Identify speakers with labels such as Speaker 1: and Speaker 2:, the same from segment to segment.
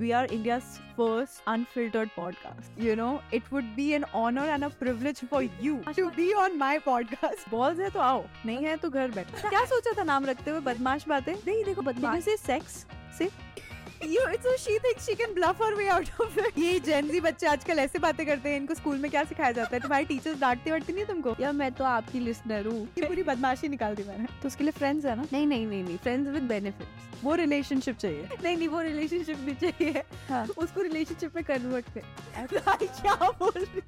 Speaker 1: We are India's first unfiltered podcast. You know, it would be an honor and a privilege for you to be on my podcast. Balls है तो आओ, नहीं है तो घर बैठो। क्या सोचा था नाम रखते हुए बदमाश बातें?
Speaker 2: नहीं देखो बदमाश
Speaker 1: से सेक्स से You, it's so she thinks she can bluff her way out of it. ये जेंजी बच्चे आजकल ऐसे बातें करते हैं इनको स्कूल में क्या सिखाया जाता है तुम्हारे टीचर्स डांटते वाटते नहीं तुमको
Speaker 2: यार मैं तो आपकी लिसनर हूँ
Speaker 1: ये पूरी बदमाशी निकाल दी मैंने तो उसके लिए फ्रेंड्स है ना
Speaker 2: नहीं नहीं नहीं नहीं फ्रेंड्स विद बेनिफिट्स
Speaker 1: वो रिलेशनशिप चाहिए
Speaker 2: नहीं नहीं वो रिलेशनशिप भी चाहिए
Speaker 1: हाँ।
Speaker 2: उसको रिलेशनशिप में कन्वर्ट कर
Speaker 1: भाई क्या बोल रही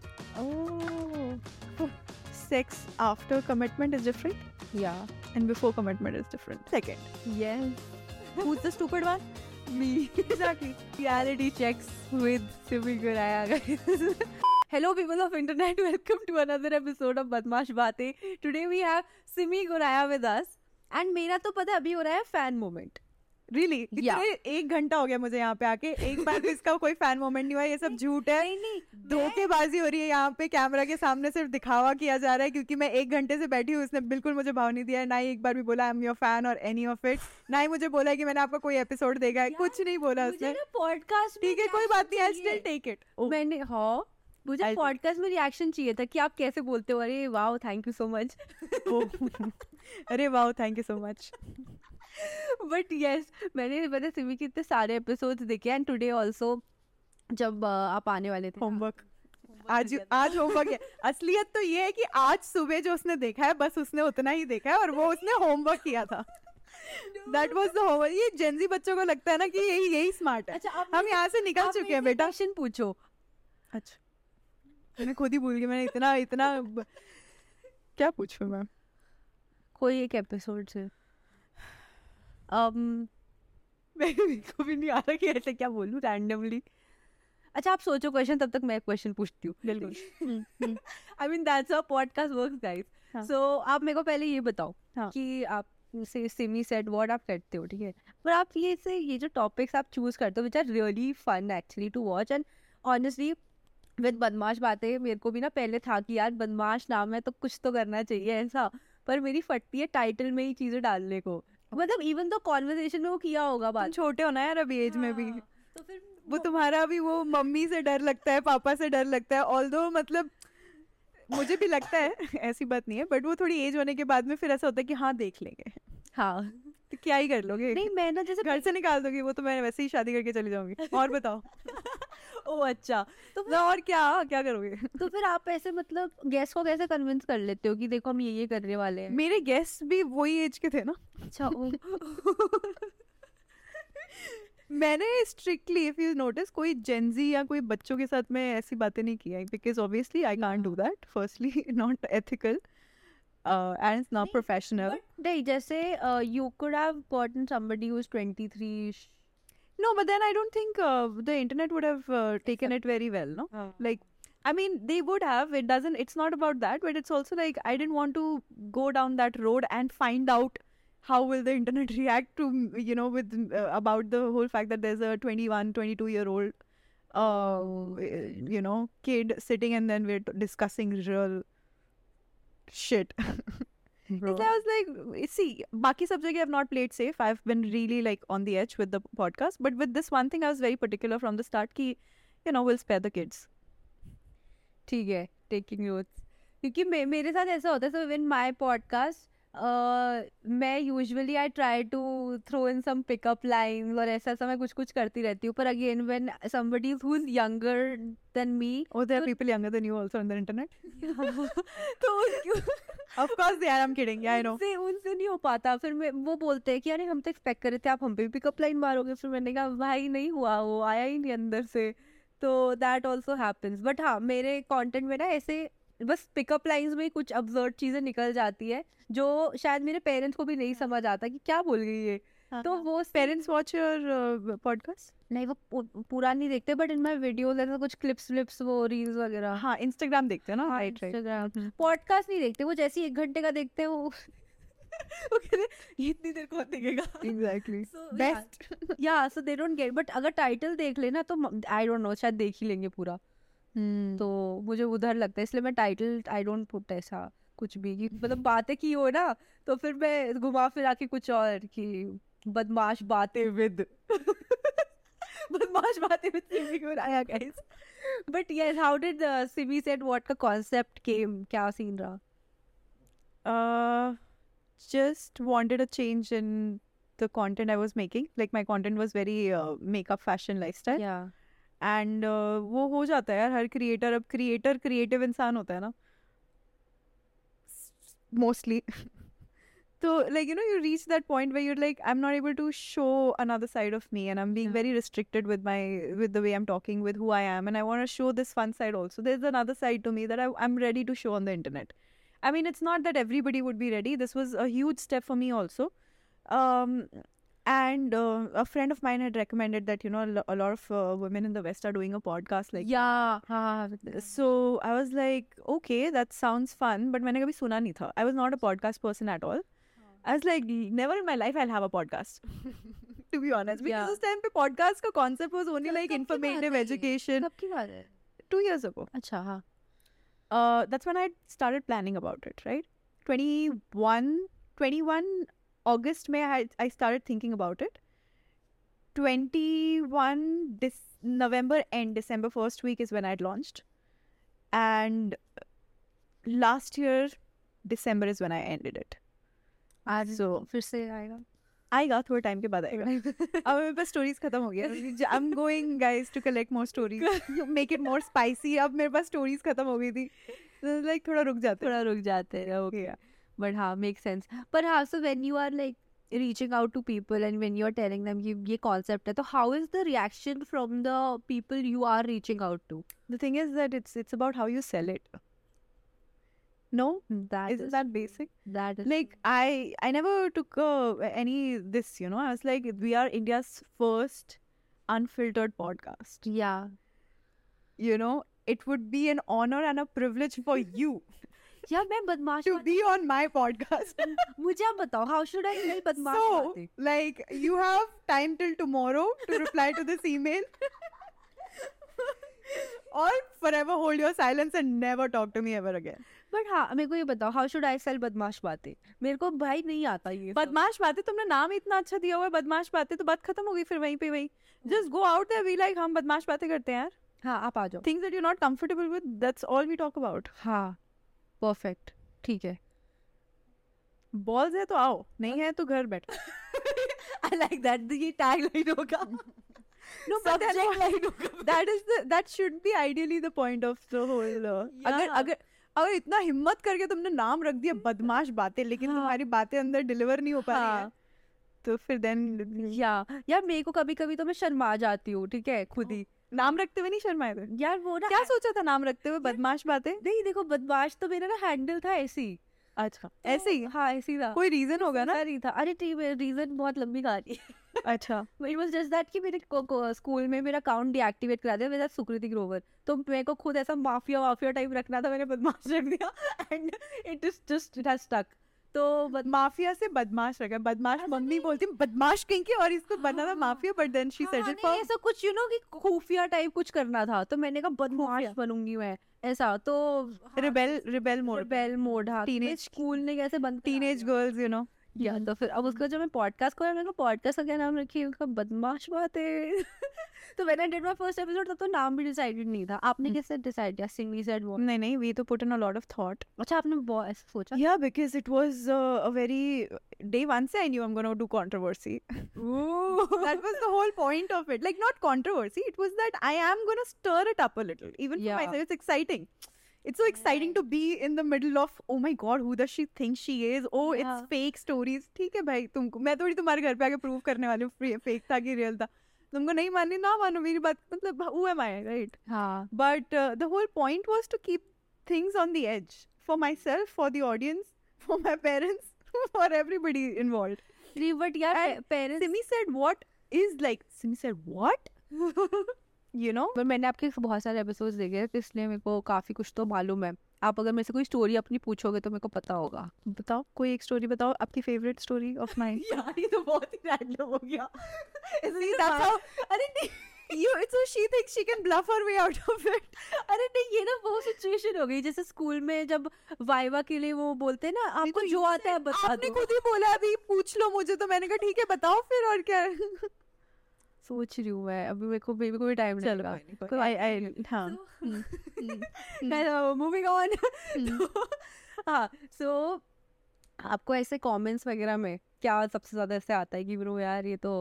Speaker 1: sex after commitment is different
Speaker 2: या
Speaker 1: and before commitment is different second
Speaker 2: yes
Speaker 1: who the stupid one me exactly
Speaker 2: reality checks with Simi Guraya guys Hello, people of internet. Welcome to another episode of बदमाश बातें. Today we have Simi Goraya with us. And मेरा तो पता है अभी हो रहा है fan moment.
Speaker 1: Really
Speaker 2: Yeah.
Speaker 1: इतने एक घंटा हो गया मुझे यहाँ पे आके एक बार भी इसका कोई फैन मोमेंट नहीं हुआ ये सब झूठ है
Speaker 2: नहीं नहीं
Speaker 1: धोखेबाजी हो रही है यहाँ पे कैमरा के सामने सिर्फ दिखावा किया जा रहा है क्योंकि मैं एक घंटे से बैठी हूँ उसने बिल्कुल मुझे भाव नहीं दिया है ना ही एक बार भी बोला आई एम योर फैन और एनी ऑफ इट ना ही मुझे बोला है कि मैंने आपका कोई एपिसोड देखा है कुछ नहीं बोला उसने
Speaker 2: पॉडकास्ट
Speaker 1: ठीक है कोई बात नहीं आई स्टिल टेक इट
Speaker 2: मैंने हाँ मुझे
Speaker 1: I'll-
Speaker 2: पॉडकास्ट में रिएक्शन चाहिए था कि आप कैसे बोलते हो अरे wow thank you so much
Speaker 1: अरे वाह thank you so much
Speaker 2: but yes मैंने पता है सिमी के इतने सारे एपिसोड्स देखे एंड टुडे आल्सो जब अ, आप आने वाले थे
Speaker 1: होमवर्क
Speaker 2: हाँ,
Speaker 1: आज आज होमवर्क है असलियत तो ये है कि आज सुबह जो उसने देखा है बस उसने उतना ही देखा है और वो उसने होमवर्क किया था दैट वाज द होमवर्क ये जेंजी बच्चों को लगता है ना कि यही यही स्मार्ट है
Speaker 2: अच्छा, आप
Speaker 1: हम यहाँ से निकल
Speaker 2: आप
Speaker 1: चुके
Speaker 2: मेरे
Speaker 1: हैं
Speaker 2: से
Speaker 1: बेटा
Speaker 2: question पूछो
Speaker 1: अच्छा मैं खुद ही भूल गई मैंने इतना इतना ब- क्या पूछूं मैं
Speaker 2: कोई एक एपिसोड से um,
Speaker 1: मेरे को भी नहीं आ रहा कि ऐसे क्या बोलूं रैंडमली
Speaker 2: अच्छा आप सोचो क्वेश्चन तब तक मैं क्वेश्चन पूछती हूँ
Speaker 1: बिल्कुल
Speaker 2: हम्म, I mean that's a podcast work
Speaker 1: हाँ।
Speaker 2: गाइस सो आप मेरे को पहले ये बताओ
Speaker 1: हाँ।
Speaker 2: कि आप से सेमी सेट वर्ड आप करते हो ठीक है पर आप ये से ये जो टॉपिक्स आप चूज करते हो which are really fun actually to watch and honestly with बदमाश बातें मेरे को भी ना पहले था कि यार बदमाश नाम है तो कुछ तो करना चाहिए ऐसा पर मेरी फटती है टाइटल में ही चीज़ें डालने को मतलब इवन तो कॉन्वर्जेशन में वो किया होगा
Speaker 1: तुम
Speaker 2: बात
Speaker 1: छोटे हो ना यार अभी एज में भी
Speaker 2: हाँ, तो फिर
Speaker 1: वो तुम्हारा भी वो मम्मी से डर लगता है पापा से डर लगता है ऑल मतलब मुझे भी लगता है ऐसी बात नहीं है बट वो थोड़ी एज होने के बाद में फिर ऐसा होता है कि हाँ देख लेंगे
Speaker 2: हाँ
Speaker 1: तो क्या ही कर लोगे
Speaker 2: नहीं मैं ना जैसे
Speaker 1: घर से निकाल दोगी वो तो मैं वैसे ही शादी करके चली जाऊंगी और बताओ
Speaker 2: ओ अच्छा तो
Speaker 1: ना और क्या क्या करोगे
Speaker 2: तो फिर आप ऐसे मतलब गेस्ट को कैसे कन्विंस कर लेते हो कि देखो हम ये ये करने वाले हैं
Speaker 1: मेरे गेस्ट भी वही एज के थे ना
Speaker 2: अच्छा ओ,
Speaker 1: मैंने स्ट्रिक्टली इफ यू नोटिस कोई जेंजी या कोई बच्चों के साथ मैं ऐसी बातें नहीं की है because obviously I can't do that firstly not ethical and not professional
Speaker 2: नहीं जैसे you could have gotten somebody who is 23
Speaker 1: No, but then I don't think uh, the internet would have uh, taken it very well, no? Like, I mean, they would have. It doesn't, it's not about that, but it's also like I didn't want to go down that road and find out how will the internet react to, you know, with uh, about the whole fact that there's a 21, 22 year old, uh, you know, kid sitting and then we're t- discussing real shit. Because I was like, eh, see, Baki subject I have not played safe. I've been really like on the edge with the podcast, but with this one thing, I was very particular from the start. Ki, you know, we'll spare the kids.
Speaker 2: ठीक है taking notes क्योंकि मे, मेरे साथ ऐसा होता है so in my podcast मैं usually I try to throw in some pickup line और ऐसा ऐसा मैं कुछ कुछ करती रहती हूँ पर again when somebody who is younger than me
Speaker 1: Oh, there are people younger than you also on the internet.
Speaker 2: तो उनकी-
Speaker 1: Of course, they are. I'm kidding. Yeah, I know.
Speaker 2: उनसे उनसे नहीं हो पाता फिर मैं वो बोलते हैं कि अरे हम तो एक्सपेक्ट कर रहे थे आप हम पे भी पिकअप लाइन मारोगे फिर मैंने कहा भाई नहीं हुआ वो आया ही नहीं अंदर से तो दैट ऑल्सो हैपन्स बट हाँ मेरे कंटेंट में ना ऐसे बस पिकअप लाइंस में ही कुछ अब्जर्व चीज़ें निकल जाती है जो शायद मेरे पेरेंट्स को भी नहीं
Speaker 1: हाँ।
Speaker 2: समझ आता कि क्या बोल गई ये
Speaker 1: तो
Speaker 2: तो वो
Speaker 1: parents watch your uh, podcast?
Speaker 2: नहीं वो पू- पूरा नहीं देखते बट इन माई वीडियोज ऐसा कुछ क्लिप्स व्लिप्स वो रील्स वगैरह
Speaker 1: हाँ, Instagram देखते हो ना?
Speaker 2: हाँ,
Speaker 1: Right, Mm-hmm. right.
Speaker 2: Instagram podcast नहीं देखते वो जैसे ही एक घंटे का देखते हैं वो वो कहते हैं, "ये इतनी देर कौन देखेगा
Speaker 1: Exactly.
Speaker 2: So,
Speaker 1: Best.
Speaker 2: या so they don't get but अगर टाइटल देख लेना तो आई डोंट नो शायद देख ही लेंगे पूरा
Speaker 1: Hmm.
Speaker 2: तो मुझे उधर लगता है इसलिए मैं टाइटल आई डोंट पुट ऐसा कुछ भी कि मतलब बातें की हो ना तो फिर मैं घुमा फिरा के कुछ और कि बदमाश बातें विद बदमाश बातें विद सिमी हो रहा है guys but yes how did Simi set what का कांसेप्ट केम क्या सीन रहा
Speaker 1: uh, just wanted a change in the content I was making. Like my content was very uh, makeup, fashion, lifestyle.
Speaker 2: या
Speaker 1: and uh, वो हो जाता है यार हर क्रिएटर अब क्रिएटर क्रिएटिव इंसान होता है ना मोस्टली तो like you know you reach that point where you're like I am not able to show another side of me and I am being
Speaker 2: Yeah.
Speaker 1: Very restricted with my with the way I am talking with who I am and I want to show this one side also there is another side to me that I am ready to show on the internet I mean it's not that everybody would be ready this was a huge step for me also Um, and uh, a friend of mine had recommended that you know a lo- a lot of uh, women in the west are doing a podcast like
Speaker 2: या हां
Speaker 1: so i was like okay that sounds fun but मैंने कभी सुना नहीं था i was not a podcast person at all i was like never in my life i'll have a podcast to be honest because
Speaker 2: Yeah.
Speaker 1: उस time पे podcast का concept was only
Speaker 2: कब-
Speaker 1: like
Speaker 2: कब की बात
Speaker 1: informative
Speaker 2: है ये?
Speaker 1: education
Speaker 2: कब की बात है
Speaker 1: two years ago
Speaker 2: अच्छा
Speaker 1: हाँ।
Speaker 2: हां
Speaker 1: uh, that's when I started planning about it, right? 21, 21 August May, I, I started thinking about it. 21 Dec November and December first week is when I'd launched. And last year, December is when I ended it.
Speaker 2: आज
Speaker 1: So-
Speaker 2: फिर से आएगा
Speaker 1: आएगा थोड़ा time के बाद आएगा अब मेरे पास स्टोरीज खत्म हो गया I am going guys to collect more stories make it more spicy अब मेरे पास स्टोरीज खत्म हो गई थी लाइक थोड़ा तो रुक जाते हैं।
Speaker 2: थोड़ा रुक जाते हैं ओके
Speaker 1: Yeah.
Speaker 2: बट हाँ मेक सेंस पर हाँ so when you are like reaching out to people and when you are telling them ये ये कॉन्सेप्ट है तो how is the reaction from the people you are reaching out to
Speaker 1: The thing is that it's it's about how you sell it. No,
Speaker 2: that
Speaker 1: isn't that basic?
Speaker 2: That is
Speaker 1: Like I I never took uh, any this. You know, I was like, we are India's first unfiltered podcast.
Speaker 2: या
Speaker 1: You know, it would be an honor and a privilege for you
Speaker 2: यार मैं बदमाश
Speaker 1: to
Speaker 2: बातें-
Speaker 1: be on my podcast.
Speaker 2: मुझे आप बताओ how should I tell बदमाश
Speaker 1: so,
Speaker 2: बातें
Speaker 1: like, you have time till tomorrow to reply to this email. Or forever hold your silence and never talk to me ever again.
Speaker 2: But हाँ मेरे को ये बताओ हाउ शुड आई सेल बदमाश बातें मेरे को भाई नहीं आता ये सब।
Speaker 1: बदमाश बातें तुमने नाम इतना अच्छा दिया हुआ है बदमाश बातें तो बात खत्म हो गई फिर वहीं पे वही
Speaker 2: Hmm.
Speaker 1: Just go out there we like हम बदमाश बातें करते हैं यार
Speaker 2: हाँ आप आ जाओ
Speaker 1: things that you not comfortable with that's all we talk about
Speaker 2: हाँ परफेक्ट ठीक है
Speaker 1: बॉल्स है तो आओ नहीं है तो घर बैठो
Speaker 2: आई लाइक दैट ये टैग लाइन होगा
Speaker 1: नो
Speaker 2: Subject line होगा
Speaker 1: that is that should be ideally the point of the whole uh, अगर
Speaker 2: Yeah.
Speaker 1: अगर अगर इतना हिम्मत करके तुमने नाम रख दिया बदमाश बातें लेकिन
Speaker 2: हाँ।
Speaker 1: तुम्हारी बातें अंदर डिलीवर नहीं हो पा रही हैं,
Speaker 2: हाँ।
Speaker 1: तो फिर देन
Speaker 2: या यार मेरे को कभी कभी तो मैं शर्मा जाती हूँ ठीक है खुद ही
Speaker 1: नाम रखते हुए नहीं शर्माए थे
Speaker 2: यार वो ना
Speaker 1: क्या सोचा था नाम रखते हुए बदमाश बातें
Speaker 2: नहीं देखो बदमाश तो मेरा ना हैंडल था ऐसे ही
Speaker 1: अच्छा
Speaker 2: तो-
Speaker 1: ऐसे ही
Speaker 2: हाँ ऐसे ही था
Speaker 1: कोई रीजन होगा ना
Speaker 2: ऐसा नहीं था अरे ठीक मेरा रीजन बहुत लंबी कहानी
Speaker 1: अच्छा
Speaker 2: इट वाज जस्ट दैट कि मेरे को, को, स्कूल में मेरा अकाउंट डीएक्टिवेट करा दिया मेरा सुकृति ग्रोवर तो मेरे को खुद ऐसा माफिया वाफिया टाइप रखना था मैंने बदमाश रख दिया and it is just it has stuck तो बद-
Speaker 1: माफिया से बदमाश रखा है। बदमाश
Speaker 2: ऐसा
Speaker 1: मम्मी
Speaker 2: नहीं।
Speaker 1: बोलती है, बदमाश किंकी और इसको बना था
Speaker 2: हाँ।
Speaker 1: Mafia but then she set
Speaker 2: हाँ,
Speaker 1: इट
Speaker 2: नहीं,
Speaker 1: फॉर
Speaker 2: ऐसा कुछ यू नो कि खुफिया टाइप कुछ करना था तो मैंने कहा बदमाश
Speaker 1: खुफिया।
Speaker 2: बनूंगी मैं ऐसा तो
Speaker 1: रिबेल रिबेल मोड
Speaker 2: बेल मोड हाँ
Speaker 1: Teenage-
Speaker 2: स्कूल ने कैसे बंद करा
Speaker 1: टीनेज
Speaker 2: दिया।
Speaker 1: गर्ल्स यू नो
Speaker 2: या तो फिर अब उसका जब मैं पॉडकास्ट खोला मैंने पॉडकास्ट का क्या नाम रखी उसका बदमाश बात है तो when I did my first episode तब तो नाम भी डिसाइडेड नहीं था आपने कैसे डिसाइड किया सिंगली सेड वो
Speaker 1: नहीं नहीं वी तो put in a lot of thought
Speaker 2: अच्छा आपने बहुत ऐसा सोचा
Speaker 1: या because it was a very day one से I knew I am gonna do controversy
Speaker 2: हाँ।
Speaker 1: That was the whole point of it like not controversy it was that I am gonna stir it up a little even for
Speaker 2: Yeah.
Speaker 1: Myself it's exciting It's so exciting to be in the middle of oh my god who does she think she is oh it's
Speaker 2: Yeah.
Speaker 1: fake stories ठीक है भाई तुमको मैं थोड़ी तुम्हारे घर पे आके प्रूव करने वाली हूँ फेक था कि रियल था तुमको नहीं माननी ना मानो मेरी बात मतलब who am I right
Speaker 2: हाँ
Speaker 1: but uh, the whole point was to keep things on the edge for myself for the audience for my parents for everybody involved
Speaker 2: नहीं बट यार parents
Speaker 1: simi said what is like simi said what you know
Speaker 2: पर मैंने आपके बहुत सारे episodes देखे हैं तो इसलिए मेरे को काफ़ी कुछ तो मालूम है आप अगर मेरे से कोई स्टोरी अपनी पूछोगे तो मेरे को पता होगा
Speaker 1: बताओ कोई एक स्टोरी बताओ आपकी फेवरेट स्टोरी ऑफ माइन
Speaker 2: यार ये तो बहुत ही रैंडम हो गया
Speaker 1: See, that's how
Speaker 2: अरे नहीं
Speaker 1: you it's so she thinks she can bluff her way out of it
Speaker 2: अरे नहीं ये ना वो सिचुएशन हो गई जैसे स्कूल में जब वाइवा के लिए वो बोलते हैं ना आपको जो आता है बता
Speaker 1: तो आपने
Speaker 2: दो
Speaker 1: खुद ही बोला अभी पूछ लो मुझे तो मैंने कहा ठीक है बताओ फिर और क्या
Speaker 2: सोच रही हूँ मैं अभी मेरे को मेरे को भी टाइम
Speaker 1: चलो हम्म।
Speaker 2: लगेगा
Speaker 1: कोई नहीं, कोई
Speaker 2: तो आई आई हाँ मूविंग ऑन uh,
Speaker 1: हम्म।
Speaker 2: हाँ सो आपको ऐसे कमेंट्स वगैरह में क्या सबसे ज्यादा ऐसे आता है कि ब्रो यार ये तो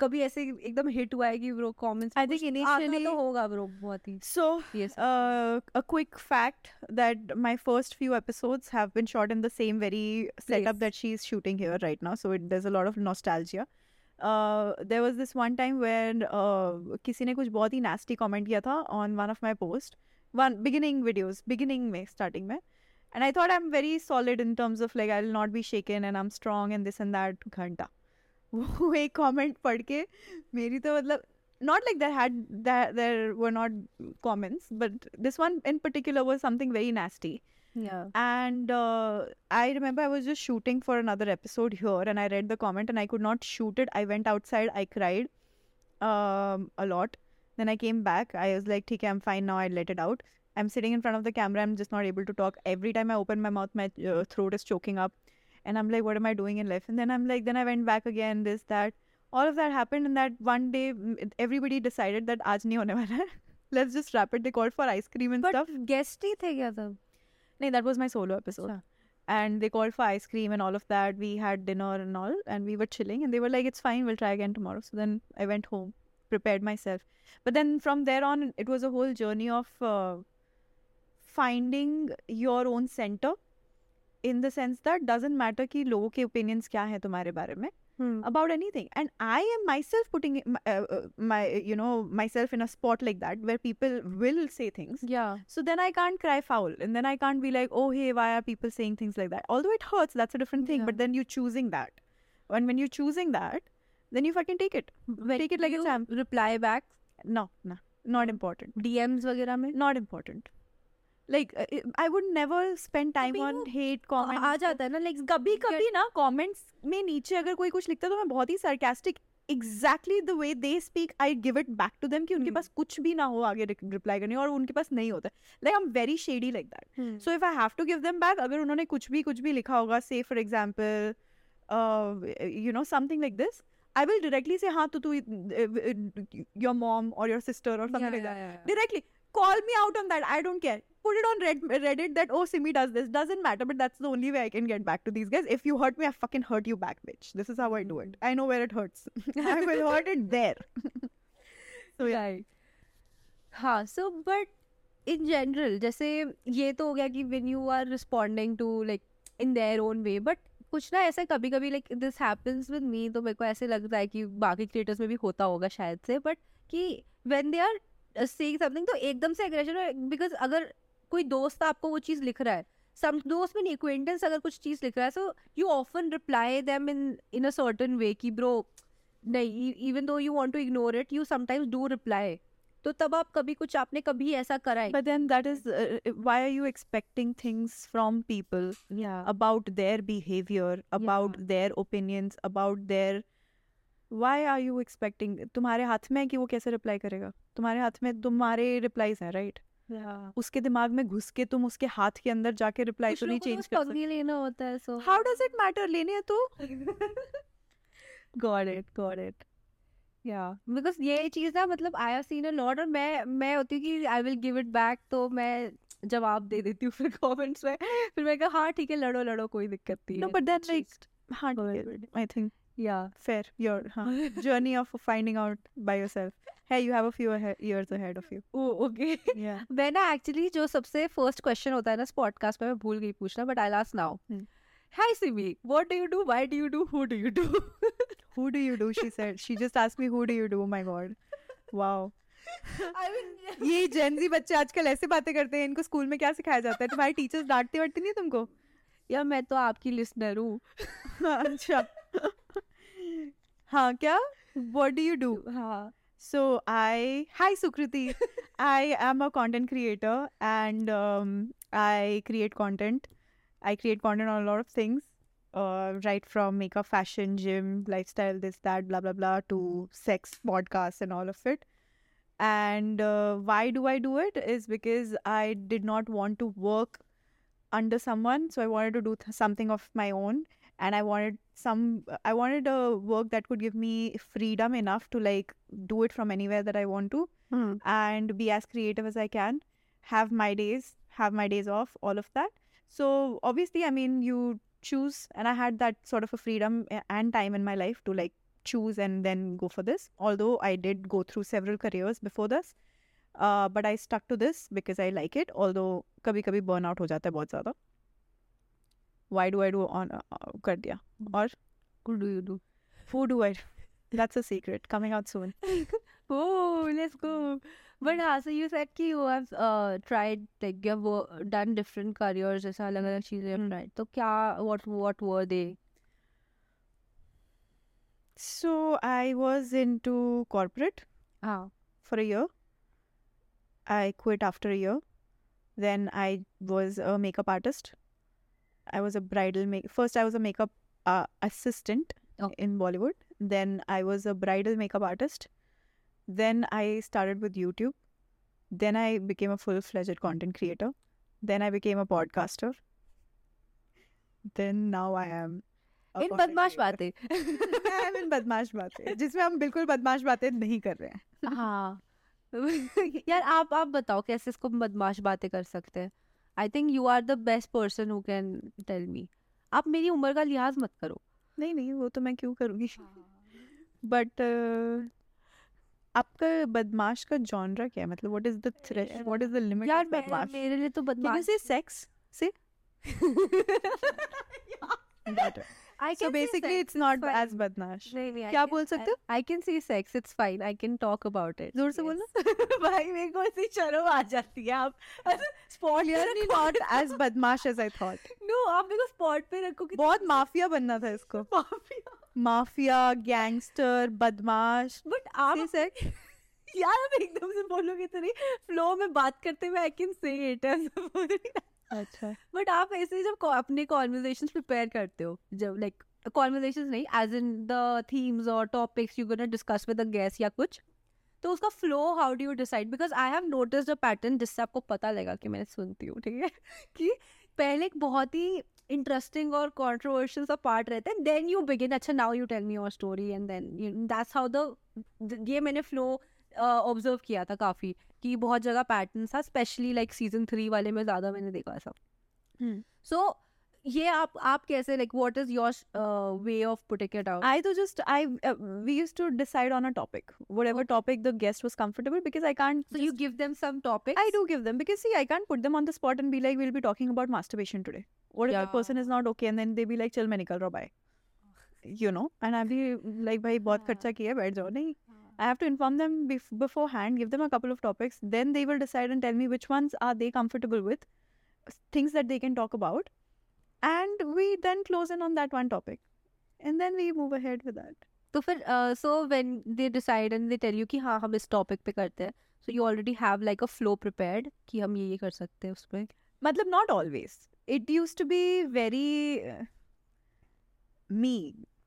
Speaker 2: कभी ऐसे एकदम हिट हुआ है कि bro comments
Speaker 1: I think initially-
Speaker 2: तो होगा ब्रो बहुत ही
Speaker 1: So,
Speaker 2: Yes.
Speaker 1: uh, a quick fact that my first few episodes have been shot in the same very setup
Speaker 2: Place.
Speaker 1: that she's shooting here right now. So, it, there's a lot of nostalgia. Uh, there was this one time when uh, किसी ने कुछ बहुत ही nasty comment किया था on one of my post, one beginning videos, beginning में, starting में. And I thought I'm very solid in terms of like I'll not be shaken and I'm strong and this and that घंटा. वो एक comment पढ़ के मेरी तो मतलब not like there had there, there were not comments but this one in particular was something very nasty and uh, i remember i was just shooting for another episode here and i read the comment and i could not shoot it i went outside i cried um, a lot then i came back i was like okay i'm fine now i let it out i'm sitting in front of the camera i'm just not able to talk every time i open my mouth my uh, throat is choking up and i'm like what am i doing in life and then i'm like then i went back again this that all of that happened and that one day mm, it- everybody decided that aaj nahi hone wala hai. let's just wrap it they called for ice cream and stuff
Speaker 2: but guest ही थे क्या तब
Speaker 1: no, that was my solo episode.
Speaker 2: Acha.
Speaker 1: And they called for ice cream and all of that. We had dinner and all, and we were chilling. And they were like, "It's fine, we'll try again tomorrow." So then I went home, prepared myself. But then from there on, it was a whole journey of uh, finding your own center. In the sense that doesn't matter कि लोगों के opinions क्या हैं तुम्हारे बारे में about anything and i am myself putting it- my, uh, uh, my you know myself in a spot like that where people will say things
Speaker 2: या
Speaker 1: so then I can't cry foul. And then I can't be like, oh, hey, why are people saying things like that? Although it hurts, that's a different thing.
Speaker 2: Yeah.
Speaker 1: But then you're choosing that. And when you're choosing that, then you fucking take it. take it like a champ.
Speaker 2: Reply back
Speaker 1: No, no, not important.
Speaker 2: DMs वगैरह में
Speaker 1: Not important. Like, uh, it- I would never spend time
Speaker 2: भी
Speaker 1: on
Speaker 2: वो
Speaker 1: hate
Speaker 2: आ- आ
Speaker 1: comments. तो
Speaker 2: जाता है ना लाइक
Speaker 1: कभी कभी ना कमेंट्स में नीचे अगर कोई कुछ लिखता है तो मैं बहुत ही sarcastic exactly the way they speak I give it back to them कि उनके
Speaker 2: Hmm.
Speaker 1: पास कुछ भी ना हो आगे रिप्लाई करने और उनके पास नहीं होता like I am very shady like that
Speaker 2: so
Speaker 1: so if I have to give them back अगर उन्होंने कुछ भी कुछ भी लिखा होगा say for example uh, you know something like this I will directly say हाँ तो तू योर मॉम और योर सिस्टर और समथिंग लाइक
Speaker 2: हाँ,
Speaker 1: that directly call me out on that I don't care put it on red reddit that oh simi does this doesn't matter but that's the only way i can get back to these guys if you hurt me i fucking hurt you back bitch this is how i do it i know where it hurts i will hurt it there
Speaker 2: तो यार हाँ so but in general जैसे ये तो हो गया कि when you are responding to like in their own way but कुछ ना ऐसा कभी कभी like this happens with me तो मेरे को ऐसे लगता है कि बाकी क्रिएटर्स में भी होता होगा शायद से बट कि when they are saying something तो एकदम से एग्रेशन बिकॉज अगर कोई दोस्त आपको वो चीज़ लिख रहा है सम दोस्त में इक्वेंटेंस अगर कुछ चीज़ लिख रहा है so you often reply them in in a certain way कि ब्रो नहीं e, even though you want to ignore it you sometimes do reply तो तब आप कभी कुछ आपने कभी ऐसा करा है
Speaker 1: but then that is uh, uh, why are you expecting things from people
Speaker 2: या
Speaker 1: about their behavior about their opinions about their why are you expecting तुम्हारे हाथ में है कि वो कैसे रिप्लाई करेगा तुम्हारे हाथ में तुम्हारे रिप्लाईज हैं राइट उसके दिमाग में घुस के तुम उसके हाथ के अंदर जाके रिप्लाई
Speaker 2: कुछ
Speaker 1: तो नहीं चेंज
Speaker 2: लोगों को बस
Speaker 1: कर सकते
Speaker 2: पगड़ी लेना होता है so
Speaker 1: how does it matter लेने हैं तो गॉट इट गॉट इट
Speaker 2: या बिकॉज ये चीज ना मतलब I have seen a lot और मैं मैं होती हूँ कि I will give it back तो मैं जवाब दे देती हूँ फिर कमेंट्स में फिर मैं कहा हाँ ठीक है लड़ो लड़ो कोई दिक्कत नहीं
Speaker 1: नो
Speaker 2: है
Speaker 1: बट दैट लाइक
Speaker 2: Just-
Speaker 1: हाँ
Speaker 2: go ahead.
Speaker 1: आई थिंक
Speaker 2: या
Speaker 1: fair your हाँ. huh, journey of finding out by yourself hey you have a few ahe- years ahead of you
Speaker 2: oh okay
Speaker 1: yeah
Speaker 2: मैं ना actually जो सबसे first question होता है ना इस पॉडकास्ट में मैं भूल गई पूछना but I last now
Speaker 1: Hmm.
Speaker 2: Hi Simi what do you do why do you do who do you do
Speaker 1: who do you do she said she just asked me who do you do oh my god wow
Speaker 2: I mean
Speaker 1: ये Gen Z बच्चे आजकल ऐसे बातें करते हैं इनको school में क्या सिखाया जाता है तुम्हारे टीचर्स डांटते वाटते नहीं है तुमको
Speaker 2: या मैं तो आपकी लिसनर हूँ
Speaker 1: अच्छा हाँ क्या what do you do
Speaker 2: हाँ
Speaker 1: So I hi Sukriti. I am a content creator and um, I create content. I create content on a lot of things. Uh, right from makeup, fashion, gym, lifestyle, this, that, blah, blah, blah, to sex, podcasts, and all of it. And uh, why do I do it? Is because I did not want to work under someone. So I wanted to do th- something of my own. and I wanted some I wanted a work that could give me freedom enough to like do it from anywhere that I want to
Speaker 2: Hmm.
Speaker 1: and be as creative as I can, have my days, have my days off, all of that. So obviously, I mean, you choose, and I had that sort of a freedom a- and time in my life to like choose and then go for this. Although I did go through several careers before this, uh, but I stuck to this because I like it. Although कभी कभी burnout हो जाता है बहुत ज़्यादा. Why do I do on uh, uh, कर दिया? और
Speaker 2: What do you do?
Speaker 1: who do I? do? That's a secret coming out soon.
Speaker 2: Oh, let's go. But yeah, so you said कि you have uh, tried like you have wo- done different careers ऐसा अलग अलग चीजें have
Speaker 1: Hmm.
Speaker 2: tried. तो क्या what what were they?
Speaker 1: So I was into corporate.
Speaker 2: हाँ
Speaker 1: for a year. I quit after a year. Then I was a makeup artist. I was a bridal make. First, I was a makeup uh, assistant
Speaker 2: Oh.
Speaker 1: in Bollywood. Then I was a bridal makeup artist. Then I started with YouTube. Then I became a full-fledged content creator. Then I became a podcaster. Then now I am. a
Speaker 2: in
Speaker 1: content
Speaker 2: बदमाश
Speaker 1: creator.
Speaker 2: बातें
Speaker 1: I am in बदमाश बातें जिसमें हम बिल्कुल बदमाश बातें नहीं कर रहे हैं
Speaker 2: हाँ यार आप आप बताओ कैसे इसको हम बदमाश बातें कर सकते हैं I think you are the best person who can tell me आप मेरी उम्र का लिहाज मत करो
Speaker 1: नहीं नहीं वो तो मैं क्यों करूँगी
Speaker 2: हाँ।
Speaker 1: बट आपका बदमाश का जॉनरा क्या है मतलब व्हाट इज द थ्रेश व्हाट इज द लिमिट
Speaker 2: यार
Speaker 1: ऑफ
Speaker 2: मेरे-
Speaker 1: बदमाश
Speaker 2: मेरे लिए तो
Speaker 1: कैन यू
Speaker 2: बदमाश
Speaker 1: से सेक्स से
Speaker 2: I
Speaker 1: so basically it's not
Speaker 2: fine.
Speaker 1: As बदमाश क्या बोल सकते हो
Speaker 2: I can see sex it's fine I can talk about it
Speaker 1: जोर से बोलना।
Speaker 2: भाई मेरे को ऐसी शर्म आ जाती है आप स्पॉट
Speaker 1: क्लियरली नॉट एज बदमाश एज आई थॉट
Speaker 2: नो आप मेरे को स्पॉट पे रखो कि
Speaker 1: बहुत माफिया बनना था इसको माफिया गैंगस्टर बदमाश
Speaker 2: बट आप
Speaker 1: से सेक्स
Speaker 2: यार आप एकदम से बोलोगे तो नहीं फ्लो में बात करते हुए आई कैन से इट
Speaker 1: अच्छा
Speaker 2: बट आप ऐसे जब को- अपने कॉन्वर्जेशन प्रिपेयर करते हो जब लाइक कॉन्वर्जेशन नहीं एज इन द थीम्स और topics you gonna discuss with a guest या कुछ तो उसका flow how do you decide because I have notice a pattern जिससे आपको पता लगा कि मैं सुनती हूँ ठीक है कि पहले एक बहुत ही इंटरेस्टिंग और कॉन्ट्रोवर्शियल सा पार्ट रहता है देन यू बिगिन अच्छा now you tell me your story and then that's how the ये मैंने फ्लो ऑब्जर्व किया था काफ़ी कि बहुत जगह पैटर्न था स्पेशली लाइक सीजन थ्री वाले में ज़्यादा मैंने देखा सब
Speaker 1: हम्म।
Speaker 2: सो ये आप आप कैसे like what is your way of putting it out
Speaker 1: I to just I uh, we used to decide on a topic, whatever topic the guest was comfortable because I can't.
Speaker 2: So you give them some topics
Speaker 1: I do give them because see I can't put them on the spot and be like we'll be talking about masturbation today. What if that person
Speaker 2: Yeah.
Speaker 1: is not okay and then they be like chal main nikal raha bye. You know, and I'll be like bhai bahut
Speaker 2: हाँ।
Speaker 1: kharcha kiya hai, baith jao nahi. I have to inform them bef- beforehand, give them a couple of topics, then they will decide and tell me which ones are they comfortable with, s- things that they can talk about, and we then close in on that one topic, and then we move ahead with that.
Speaker 2: तो फिर so when they decide and they tell you कि हाँ हम इस topic पे करते हैं so you already have like a flow prepared कि हम ये ये कर सकते हैं उसमें
Speaker 1: मतलब not always it used to be very uh, me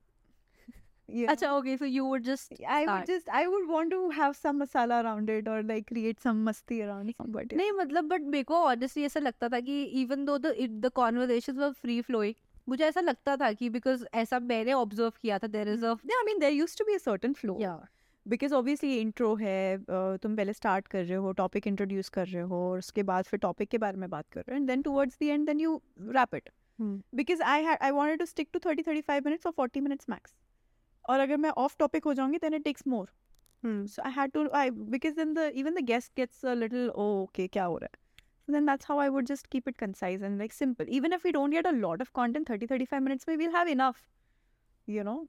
Speaker 1: You know?
Speaker 2: अच्छा okay so you would just
Speaker 1: I would
Speaker 2: start.
Speaker 1: just I would want to have some masala around it or like create some masti around somebody.
Speaker 2: नहीं मतलब but मेरे को honestly ऐसा लगता था कि even though the conversation were free flowing मुझे ऐसा लगता था कि बिकॉज ऐसा मैंने ऑब्जर्व किया था there is a
Speaker 1: Yeah, I mean there used to be a certain flow because obviously intro है uh, तुम पहले start कर रहे हो topic introduce कर रहे हो और उसके बाद फिर topic के बारे में बात कर रहे हो and then towards the end then you wrap it because I had I wanted to stick to 30 35 minutes or 40 minutes max और अगर मैं off topic हो जाऊंगी then it takes more So I had to I because then the even the guest gets a little oh okay kya ho raha hai. So then that's how I would just keep it concise and like simple. Even if we don't get a lot of content, 30 35 minutes maybe we'll have enough. You know?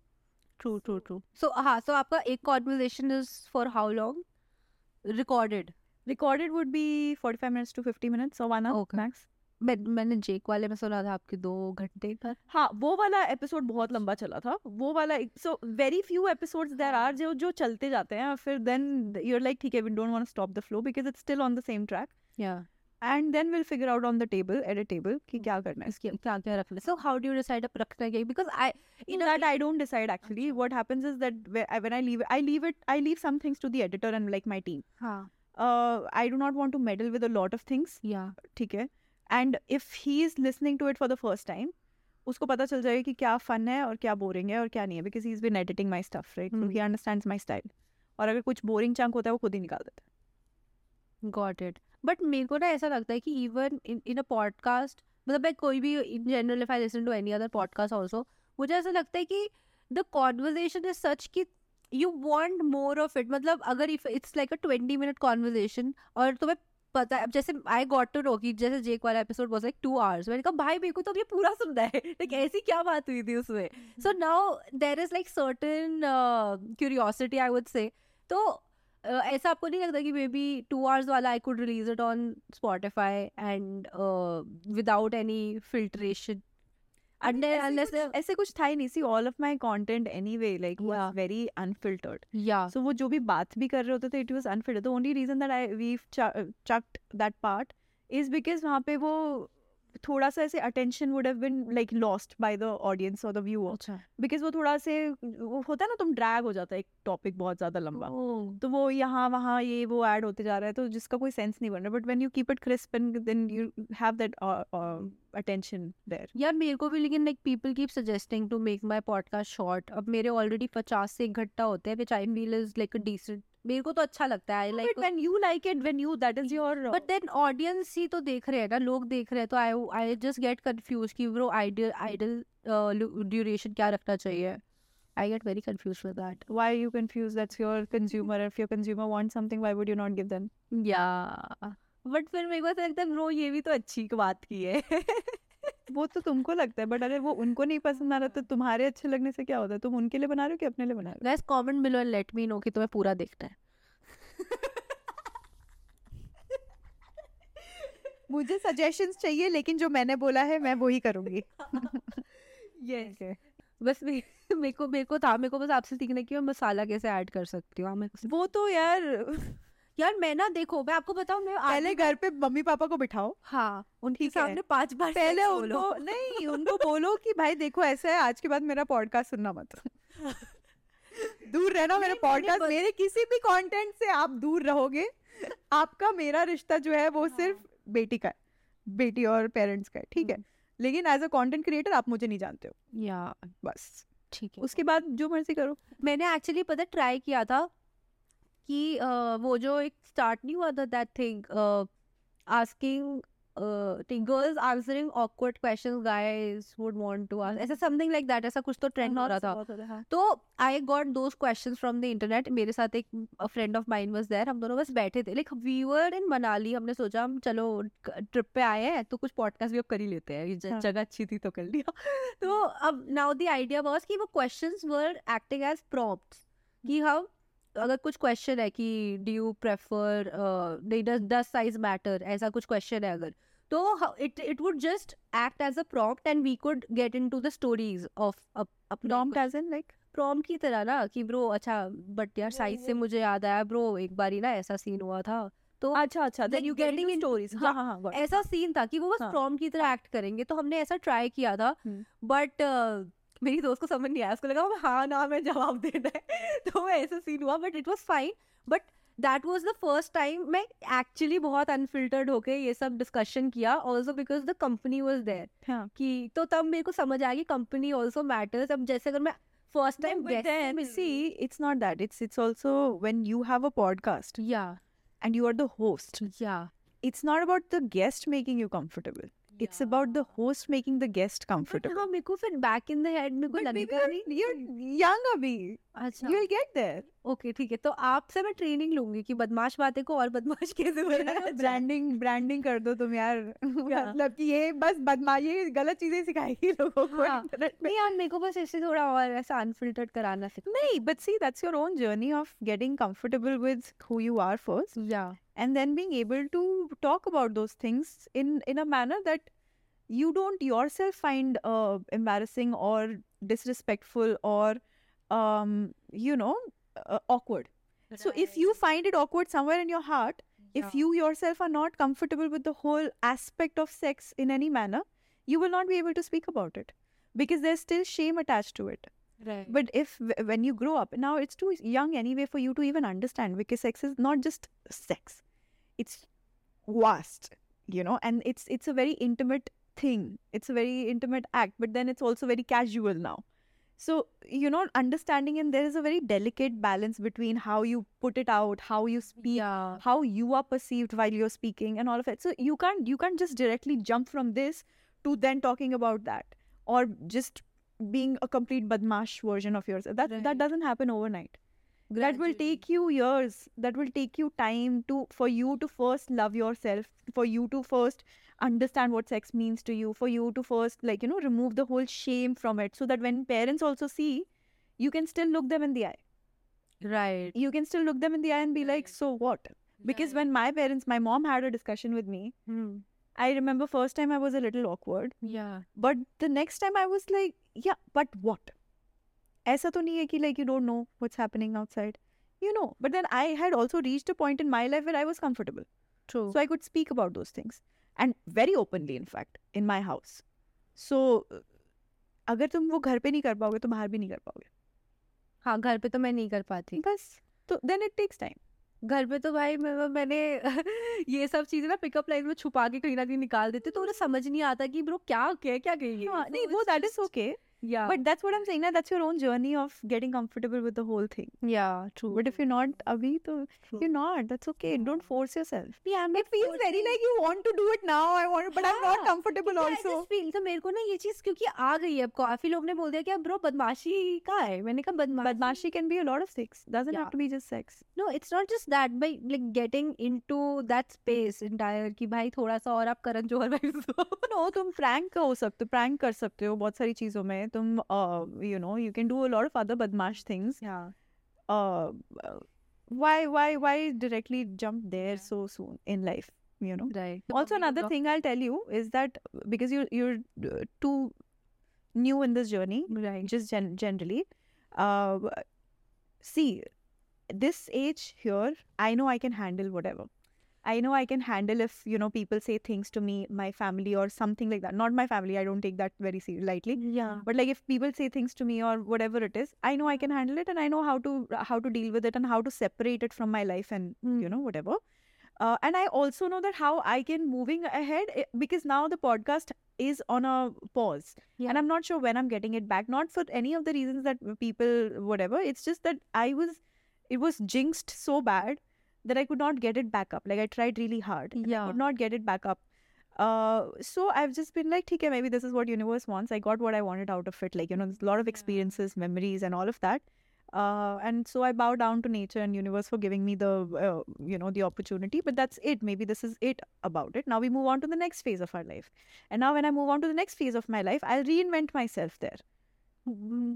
Speaker 2: True true true so हाँ so आपका एक conversation is for how long recorded
Speaker 1: Recorded would be 45 minutes to 50 minutes or one hour
Speaker 2: Okay.
Speaker 1: max.
Speaker 2: मैं मैंने Jake वाले में सुना था आपके दो घंटे का
Speaker 1: हाँ वो वाला एपिसोड बहुत लंबा चला था वो वाला so very few episodes there are जो जो चलते जाते हैं और फिर देन यू आर लाइक ठीक है we don't want to stop the flow because it's still on the same track
Speaker 2: या
Speaker 1: and then will figure out on the table at a table कि क्या करना है
Speaker 2: इसके क्या क्या रखना so how do you decide up रखना क्या because I
Speaker 1: in that I don't decide actually. What happens is that whe- I- when I leave, I leave it. I leave some things to the editor and like my team.
Speaker 2: हाँ
Speaker 1: Uh, I do not want to meddle with a lot of things.
Speaker 2: या
Speaker 1: ठीक है? And if he is listening to it for the first time, उसको पता चल जाएगा कि क्या फन है और क्या बोरिंग है और क्या नहीं है because he is been editing my stuff right
Speaker 2: hmm.
Speaker 1: He understand my style और अगर कुछ बोरिंग चंक होता है वो खुद ही निकाल देता
Speaker 2: गॉट इट बट मेरे को ना ऐसा लगता है कि even in in a podcast मतलब मैं कोई भी in general if I listen to any other podcast also मुझे ऐसा लगता है कि द कॉन्वर्जेशन इज सच कि you want more of it मतलब अगर if it's like a twenty minute conversation और तुम्हें पता है जैसे आई गॉट टू नो कि जैसे जेक वाला episode was like two hours मैंने कहा भाई मेरे को तो अब ये पूरा सुनना है लाइक ऐसी क्या बात हुई थी उसमें
Speaker 1: हम्म।
Speaker 2: So now there is like certain curiosity I would say तो अ, ऐसा आपको नहीं लगता कि मे बी टू आवर्स वाला I could release it on Spotify and uh, without any filtration
Speaker 1: है
Speaker 2: अनलेस
Speaker 1: ऐसे कुछ- ऐसे कुछ था ही नहीं see all of my content any way like
Speaker 2: Yeah.
Speaker 1: Very unfiltered
Speaker 2: या
Speaker 1: So वो जो भी बात भी कर रहे होते थे it was unfit the only reason that I we chucked that part is because वहाँ पे वो थोड़ा सा ऐसे attention would have been like lost by the audience और द व्यूअर
Speaker 2: अच्छा
Speaker 1: बिकॉज वो थोड़ा से वो होता है ना तुम ड्रैग हो जाता है एक टॉपिक बहुत ज्यादा लंबा
Speaker 2: ओह,
Speaker 1: तो वो यहाँ वहाँ ये वो ऐड होते जा रहा है तो जिसका कोई सेंस नहीं बन रहा but when you keep it crisp and then you have that uh, attention there
Speaker 2: यार मेरे को भी लेकिन like people keep suggesting to make my podcast short अब मेरे ऑलरेडी पचास से इकट्ठा होते हैं which I feel is like a decent मेरे को तो अच्छा लगता है
Speaker 1: like
Speaker 2: like
Speaker 1: when you like it when you that is your
Speaker 2: but then audience ही तो देख रहे हैं ना लोग देख रहे हैं तो I I just get confuse कि bro ideal ideal duration uh, क्या रखना चाहिए I get very confuse with that
Speaker 1: why are you confused that's your consumer if your consumer wants something why would you not give them
Speaker 2: या but फिर मेरे को ऐसा लगता है ब्रो ये भी तो अच्छी बात की है
Speaker 1: वो तो तुमको लगता है बट अरे वो उनको नहीं पसंद आ रहा तो तुम्हारे अच्छे लगने से क्या होता है तुम उनके लिए बना रहे हो कि अपने लिए बना रहे
Speaker 2: guys comment below and let me know कि तुम्हें पूरा देखना है
Speaker 1: हो मुझे सजेशंस चाहिए लेकिन जो मैंने बोला है मैं वही करूंगी
Speaker 2: यस बस मे- मेरे को मेरे को था मेरे को बस आपसे सीखना है कि मैं मसाला कैसे ऐड कर सकती हूँ हाँ, मेरे को-
Speaker 1: वो तो यार
Speaker 2: यार मैं ना देखो मैं आपको बताऊँ मैं आधी-
Speaker 1: पहले घर पे मम्मी पापा को बिठाओ
Speaker 2: हाँ उनके
Speaker 1: ठीक है।
Speaker 2: सामने पांच बार
Speaker 1: पहले
Speaker 2: sex बोलो।
Speaker 1: उनको नहीं उनको बोलो कि भाई देखो ऐसा है आज के बाद मेरा पॉडकास्ट सुनना मत दूर रहना मेरे
Speaker 2: नहीं, मैंने
Speaker 1: पॉडकास्ट
Speaker 2: बस-
Speaker 1: मेरे किसी भी कंटेंट से आप दूर रहोगे आपका मेरा रिश्ता जो है वो
Speaker 2: हाँ।
Speaker 1: सिर्फ बेटी का है बेटी और पेरेंट्स का है ठीक है
Speaker 2: हम्म।
Speaker 1: लेकिन एज अ कंटेंट क्रिएटर आप मुझे नहीं जानते हो
Speaker 2: या
Speaker 1: बस
Speaker 2: ठीक है
Speaker 1: उसके बाद जो मर्जी करो
Speaker 2: मैंने एक्चुअली पता ट्राई किया था कि अ, वो जो एक स्टार्ट नहीं हुआ था that thing asking girls answering awkward question guys would want to ask ऐसा समथिंग लाइक दैट ऐसा कुछ तो ट्रेंड हो रहा था तो I got those question from the internet मेरे साथ एक friend of mine was there हम दोनों बस बैठे थे लाइक वीवर इन मनाली हमने सोचा हम चलो ट्रिप पे आए हैं तो कुछ पॉडकास्ट भी अब कर ही लेते हैं ये ज-
Speaker 1: हाँ।
Speaker 2: जगह अच्छी थी तो कर लिया तो अब नाउ द आइडिया वॉज कि वो question were acting as prompt कि हम अगर कुछ क्वेश्चन है कि डू यू प्रेफर uh, नहीं डज डज साइज मैटर ऐसा कुछ क्वेश्चन है अगर तो it it would just act as a prompt and we could get in to the stories of
Speaker 1: डॉम डजन लाइक
Speaker 2: प्रॉम्प्ट की तरह ना कि ब्रो अच्छा बट यार
Speaker 1: Yeah,
Speaker 2: साइज से
Speaker 1: yeah.
Speaker 2: मुझे याद आया ब्रो एक बारी ना ऐसा सीन हुआ था तो
Speaker 1: अच्छा अच्छा
Speaker 2: Then you getting हाँ, into-
Speaker 1: स्टोरीज
Speaker 2: Yeah,
Speaker 1: हां हां हां
Speaker 2: ऐसा सीन था कि वो बस
Speaker 1: हाँ.
Speaker 2: प्रॉम्प्ट की तरह एक्ट करेंगे तो हमने ऐसा ट्राई किया था
Speaker 1: हम्म.
Speaker 2: बट मेरी दोस्त को समझ नहीं आया उसको लगा हाँ ना मैं जवाब देना है तो ऐसा सीन हुआ but it was fine but that was the first time मैं एक्चुअली बहुत अनफिल्टर्ड होके ये सब डिस्कशन किया also because the company was there
Speaker 1: हाँ.
Speaker 2: कि तो तब मेरे को समझ आया कि कंपनी ऑल्सो मैटर्स अब जैसे अगर मैं first time
Speaker 1: but then see it's not that it's it's also when you have a podcast
Speaker 2: या
Speaker 1: and you are the host
Speaker 2: Yeah.
Speaker 1: it's not about the guest making you comfortable. It's about the host making the guest
Speaker 2: But
Speaker 1: comfortable.
Speaker 2: हाँ मेरे को फिर back in the head मेरे को
Speaker 1: But baby,
Speaker 2: लगेगा
Speaker 1: you're, you're young, Abhi.
Speaker 2: अच्छा
Speaker 1: You'll get there.
Speaker 2: Okay ठीक है तो आपसे मैं ट्रेनिंग लूंगी कि बदमाश बातें को और बदमाश कैसे बनाया जाए
Speaker 1: ब्रांडिंग ब्रांडिंग कर दो तुम यार मतलब कि ये बस बदमा ये गलत चीजें सिखाएगी लोगों को
Speaker 2: हाँ।
Speaker 1: इंटरनेट पे
Speaker 2: नहीं यार मेरे को बस ऐसे थोड़ा और ऐसा अनफिल्टर्ड कराना सिखा
Speaker 1: नहीं but see that's your own journey of getting comfortable with who you are first
Speaker 2: या
Speaker 1: and then being able to talk about those things in in a manner that you don't yourself find uh, embarrassing or disrespectful or um, you know uh, awkward so if you find it awkward somewhere in your heart if you yourself are not comfortable with the whole aspect of sex in any manner you will not be able to speak about it because there's still shame attached to it but if w- when you grow up now it's too young anyway for you to even understand because sex is not just sex it's vast you know and it's it's a very intimate thing. It's a very intimate act, but then it's also very casual now. So, you know, understanding and there is a very delicate balance between how you put it out, how you speak,
Speaker 2: yeah
Speaker 1: how you are perceived while you're speaking and all of it. So you can't you can't just directly jump from this to then talking about that or just being a complete badmash version of yourself. That that
Speaker 2: Right.
Speaker 1: doesn't happen overnight. That will
Speaker 2: gradually.
Speaker 1: take you years. That will take you time to for you to first love yourself, for you to first understand what sex means to you, for you to first like you know remove the whole shame from it so that when parents also see you can still look them in the eye.
Speaker 2: right
Speaker 1: You can still look them in the eye and be like,
Speaker 2: Right.
Speaker 1: so what? Because when my parents, my mom had a discussion with me,
Speaker 2: when
Speaker 1: I remember first time I was a little awkward,
Speaker 2: Hmm, yeah
Speaker 1: but the next time I was like, yeah, but what? ऐसा तो नहीं है कि like you don't know what's happening outside. You know, but then I had also reached a point in my life where I was comfortable.
Speaker 2: true
Speaker 1: So I could speak about those things and very openly in fact in my house. So uh, अगर तुम वो घर पे नहीं कर पाओगे तो बाहर भी नहीं कर पाओगे
Speaker 2: हाँ घर पे तो मैं नहीं कर पाती
Speaker 1: बस तो देन इट टेक्स टाइम
Speaker 2: घर पे तो भाई मैं, मैंने ये सब चीजें ना पिकअप लाइन में छुपा के कहीं ना कहीं निकाल देते तो उन्हें समझ नहीं आता कि ब्रो क्या क्या क्या कहेंगे तो
Speaker 1: नहीं वो दैट इज ओके
Speaker 2: या
Speaker 1: but that's what I am saying ना that's your own journey of getting comfortable with the whole thing
Speaker 2: या true
Speaker 1: But if you're not Abhi, to
Speaker 2: True.
Speaker 1: you're not. That's okay. Don't force yourself.
Speaker 2: Yeah, I'm
Speaker 1: It
Speaker 2: not
Speaker 1: feels very
Speaker 2: forcing.
Speaker 1: like you want to do it now. I want, but I'm not
Speaker 2: हाँ,
Speaker 1: comfortable
Speaker 2: Yeah, I just
Speaker 1: also.
Speaker 2: feel- तो मेरे को ना ये चीज क्योंकि आ गई है अब काफी लोग ने बोल दिया कि ब्रो बदमाशी का है मैंने कहा बदमाशी
Speaker 1: Badmashi can be a lot of things. Doesn't have
Speaker 2: Yeah.
Speaker 1: to be just sex.
Speaker 2: No it's not just that by like getting into that space entire कि भाई थोड़ा सा और आप करण जोहर वाइब्स दो
Speaker 1: Oh, No, तुम prank हो सकते हो, prank कर सकते हो बहुत सारी चीजों में. तुम, uh, you know, you can do a lot of other badmash things.
Speaker 2: या
Speaker 1: Uh, uh, why, why, why directly jump there
Speaker 2: Yeah.
Speaker 1: so soon in life? You know.
Speaker 2: Right
Speaker 1: also another thing i'll tell you is that because you you're uh, too new in this journey
Speaker 2: right
Speaker 1: just gen- generally uh see this age here i know i can handle whatever i know i can handle if you know people say things to me my family or something like that not my family i don't take that very ser- lightly
Speaker 2: yeah
Speaker 1: but like if people say things to me or whatever it is i know i can handle it and i know how to uh, how to deal with it and how to separate it from my life and you know whatever uh, and i also know that how i can moving ahead eh, because now the podcast is on a pause and i'm not sure when i'm getting it back not for any of the reasons that people whatever it's just that i was it was jinxed so bad that i could not get it back up like i tried really hard
Speaker 2: yeah
Speaker 1: could not get it back up. Uh, so I've just been like, okay, maybe this is what universe wants. I got what I wanted out of it. Like, you know, there's a lot of experiences, memories, and all of that. Uh, and so I bow down to nature and universe for giving me the, uh, you know, the opportunity. But that's it. Maybe this is it about it. Now we move on to the next phase of our life. And now when I move on to the next phase of my life, I'll reinvent myself there.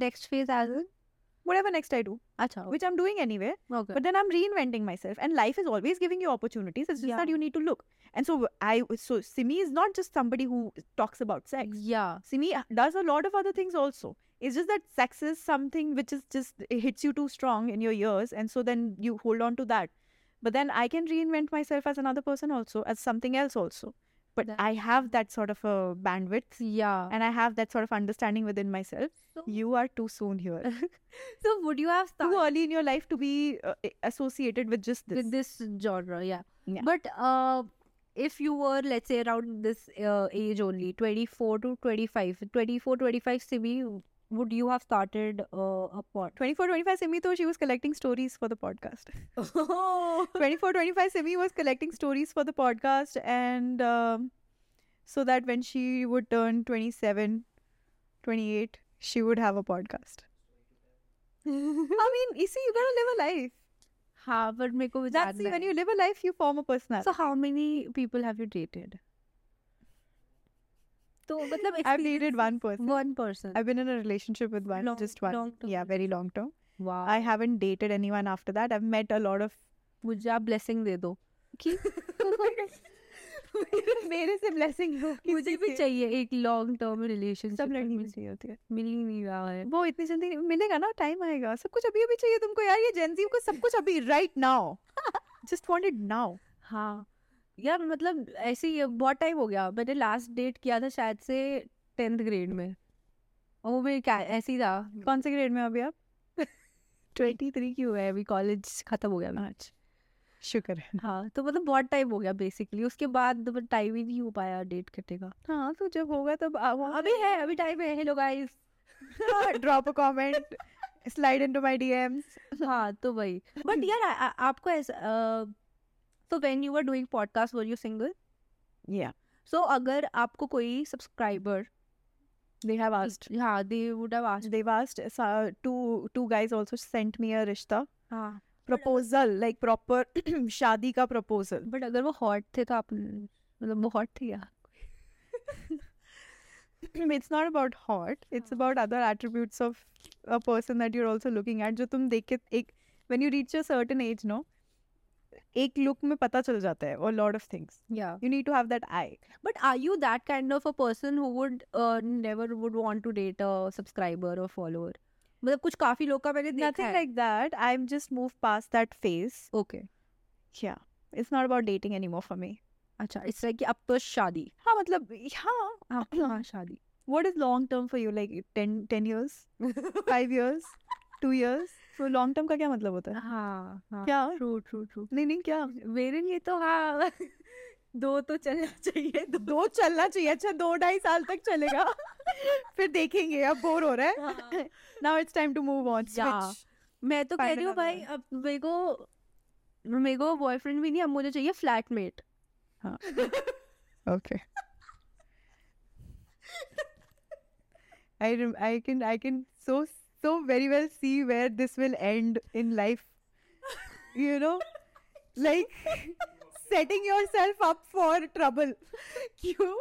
Speaker 2: Next phase as
Speaker 1: Whatever next I do,
Speaker 2: अच्छा
Speaker 1: which I'm doing anyway.
Speaker 2: Okay
Speaker 1: but then i'm reinventing myself and life is always giving you opportunities it's just that
Speaker 2: Yeah.
Speaker 1: you need to look and so i so simi is not just somebody who talks about sex
Speaker 2: yeah
Speaker 1: simi does a lot of other things also it's just that sex is something which is just it hits you too strong in your ears and so then you hold on to that but then i can reinvent myself as another person also as something else also but
Speaker 2: That-
Speaker 1: i have that sort of a bandwidth
Speaker 2: yeah
Speaker 1: and i have that sort of understanding within myself you are too soon here
Speaker 2: so would you have
Speaker 1: too early in your life to be uh, associated with just this
Speaker 2: with this genre yeah,
Speaker 1: Yeah.
Speaker 2: but uh if you were let's say around this uh, age only 24 to 25 24 25 simi would you have started uh, a pod
Speaker 1: 24 25 simi though she was collecting stories for the podcast
Speaker 2: oh
Speaker 1: 24 25 simi was collecting stories for the podcast and um, so that when she would turn 27 28 she would have a podcast i mean you see you gotta live a life
Speaker 2: हाँ but मेरे को
Speaker 1: that's
Speaker 2: जानना
Speaker 1: when
Speaker 2: है।
Speaker 1: you live a life you form a personality
Speaker 2: so how many people have you dated तो मतलब
Speaker 1: i've dated one person
Speaker 2: one person
Speaker 1: i've been in a relationship with one
Speaker 2: Long-
Speaker 1: just one
Speaker 2: long term.
Speaker 1: yeah very long term
Speaker 2: wow
Speaker 1: i haven't dated anyone after that i've met a lot of
Speaker 2: मुझे आप blessing दे दो
Speaker 1: मेरे से blessing लो
Speaker 2: मुझे भी चाहिए एक long term relationship
Speaker 1: सब
Speaker 2: but
Speaker 1: लड़की
Speaker 2: मुझे
Speaker 1: में चाहिए होती है
Speaker 2: मिल ही नहीं रहा है
Speaker 1: वो इतनी जल्दी नहीं- मिलेगा ना टाइम आएगा सब कुछ अभी अभी चाहिए तुमको यार ये जेंजी को सब कुछ अभी right now just wanted now
Speaker 2: हाँ यार मतलब ऐसे ही है, बहुत टाइम हो गया मैंने लास्ट डेट किया था शायद से टेंथ ग्रेड में और वो मेरे क्या ऐसे ही था
Speaker 1: कौन से ग्रेड में हो अभी आप
Speaker 2: अच्छा। ट्वेंटी थ्री क्यों है अभी कॉलेज खत्म हो गया मेरा।
Speaker 1: आज शुक्र है
Speaker 2: हाँ तो मतलब बहुत टाइम हो गया बेसिकली उसके बाद मतलब टाइम ही नहीं हो पाया डेट करने का
Speaker 1: हाँ तो जब होगा तब
Speaker 2: अभी है अभी टाइम है hello guys
Speaker 1: drop a comment slide into my DMs
Speaker 2: हाँ तो वही बट यार आ- आ- आपको ऐसा अ, तो when you were doing podcast were you single
Speaker 1: या
Speaker 2: सो अगर आपको कोई सब्सक्राइबर
Speaker 1: दे हैव आस्क्ड
Speaker 2: हाँ they would have asked
Speaker 1: they've asked s- uh, two two guys also sent me a rishta
Speaker 2: हाँ
Speaker 1: proposal like proper shadi ka proposal
Speaker 2: but अगर वो hot थे तो आप मतलब वो हॉट थे या
Speaker 1: it's not about hot it's
Speaker 2: हाँ.
Speaker 1: about other attributes of a person that you're also looking at जो तुम देख के एक when you reach a certain age no एक look में पता चल जाता है a lot of things
Speaker 2: yeah
Speaker 1: you need to have that eye
Speaker 2: but are you that kind of a person who would never would want to date a subscriber और follower मतलब कुछ काफी लोग का मैंने देखा
Speaker 1: nothing
Speaker 2: है
Speaker 1: like that I'm just moved past that phase
Speaker 2: okay
Speaker 1: yeah it's not about dating anymore for me
Speaker 2: अच्छा इट्स लाइक कि अब तो शादी
Speaker 1: हाँ मतलब हाँ
Speaker 2: हाँ हाँ शादी
Speaker 1: what is long term for you like 10 10 years five years two years तो लॉन्ग टर्म का क्या मतलब होता है
Speaker 2: हाँ हाँ
Speaker 1: क्या
Speaker 2: ट्रू ट्रू ट्रू
Speaker 1: नहीं नहीं क्या
Speaker 2: मेरे लिए तो हाँ दो तो चलना चाहिए दो
Speaker 1: दो चलना चाहिए अच्छा दो ढाई साल तक चलेगा फिर देखेंगे अब बोर हो रहा
Speaker 2: हाँ।
Speaker 1: है now it's time to move on
Speaker 2: yeah. मैं तो कह
Speaker 1: Final
Speaker 2: रही हूँ भाई
Speaker 1: answer।
Speaker 2: अब मेरे को मेरे को बॉयफ्रेंड भी नहीं अब मुझे चाहिए flatmate
Speaker 1: okay I I can I can so so very well see where this will end in life you know like setting yourself up for trouble क्यों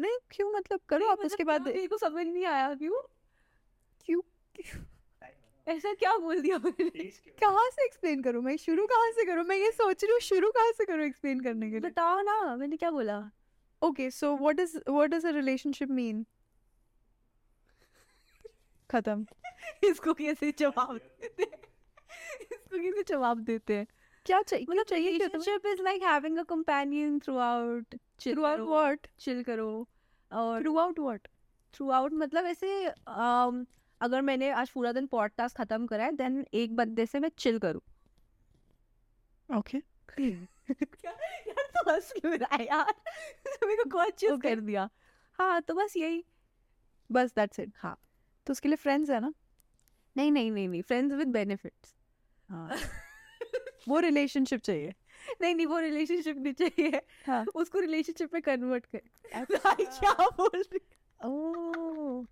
Speaker 1: नहीं क्यों मतलब करो आप उसके बाद
Speaker 2: हाँ, मेरे को समझ नहीं आया क्यों
Speaker 1: क्यों
Speaker 2: ऐसा क्या बोल दिया मैंने
Speaker 1: कहाँ से एक्सप्लेन करूँ मैं शुरू कहाँ से करूँ मैं ये सोच रही हूँ शुरू कहाँ से करूँ एक्सप्लेन करने के लिए
Speaker 2: बताओ ना मैंने क्या बोला
Speaker 1: okay so what is what does a relationship mean खत्म
Speaker 2: इसको कैसे जवाब देते हैं? इसको कैसे जवाब देते हैं
Speaker 1: क्या चाहिए मतलब चाहिए क्या तुम्हें
Speaker 2: relationship is like having a companion throughout
Speaker 1: throughout what
Speaker 2: chill करो और
Speaker 1: throughout what
Speaker 2: throughout मतलब ऐसे um, अगर मैंने आज पूरा दिन पॉडकास्ट खत्म करा है देन एक बंदे से मैं चिल करूँ
Speaker 1: ओके
Speaker 2: यार तो हंस क्यों रहा है यार मेरे को बहुत चिल
Speaker 1: Okay.
Speaker 2: कर दिया हाँ तो बस यही
Speaker 1: बस दैट्स इट
Speaker 2: हाँ।
Speaker 1: तो उसके लिए फ्रेंड्स है ना
Speaker 2: नहीं नहीं नहीं नहीं फ्रेंड्स विद बेनिफिट्स
Speaker 1: हाँ वो रिलेशनशिप चाहिए
Speaker 2: नहीं नहीं वो रिलेशनशिप नहीं चाहिए
Speaker 1: हाँ।
Speaker 2: उसको रिलेशनशिप में कन्वर्ट कर भाई क्या बोल रही
Speaker 1: ओह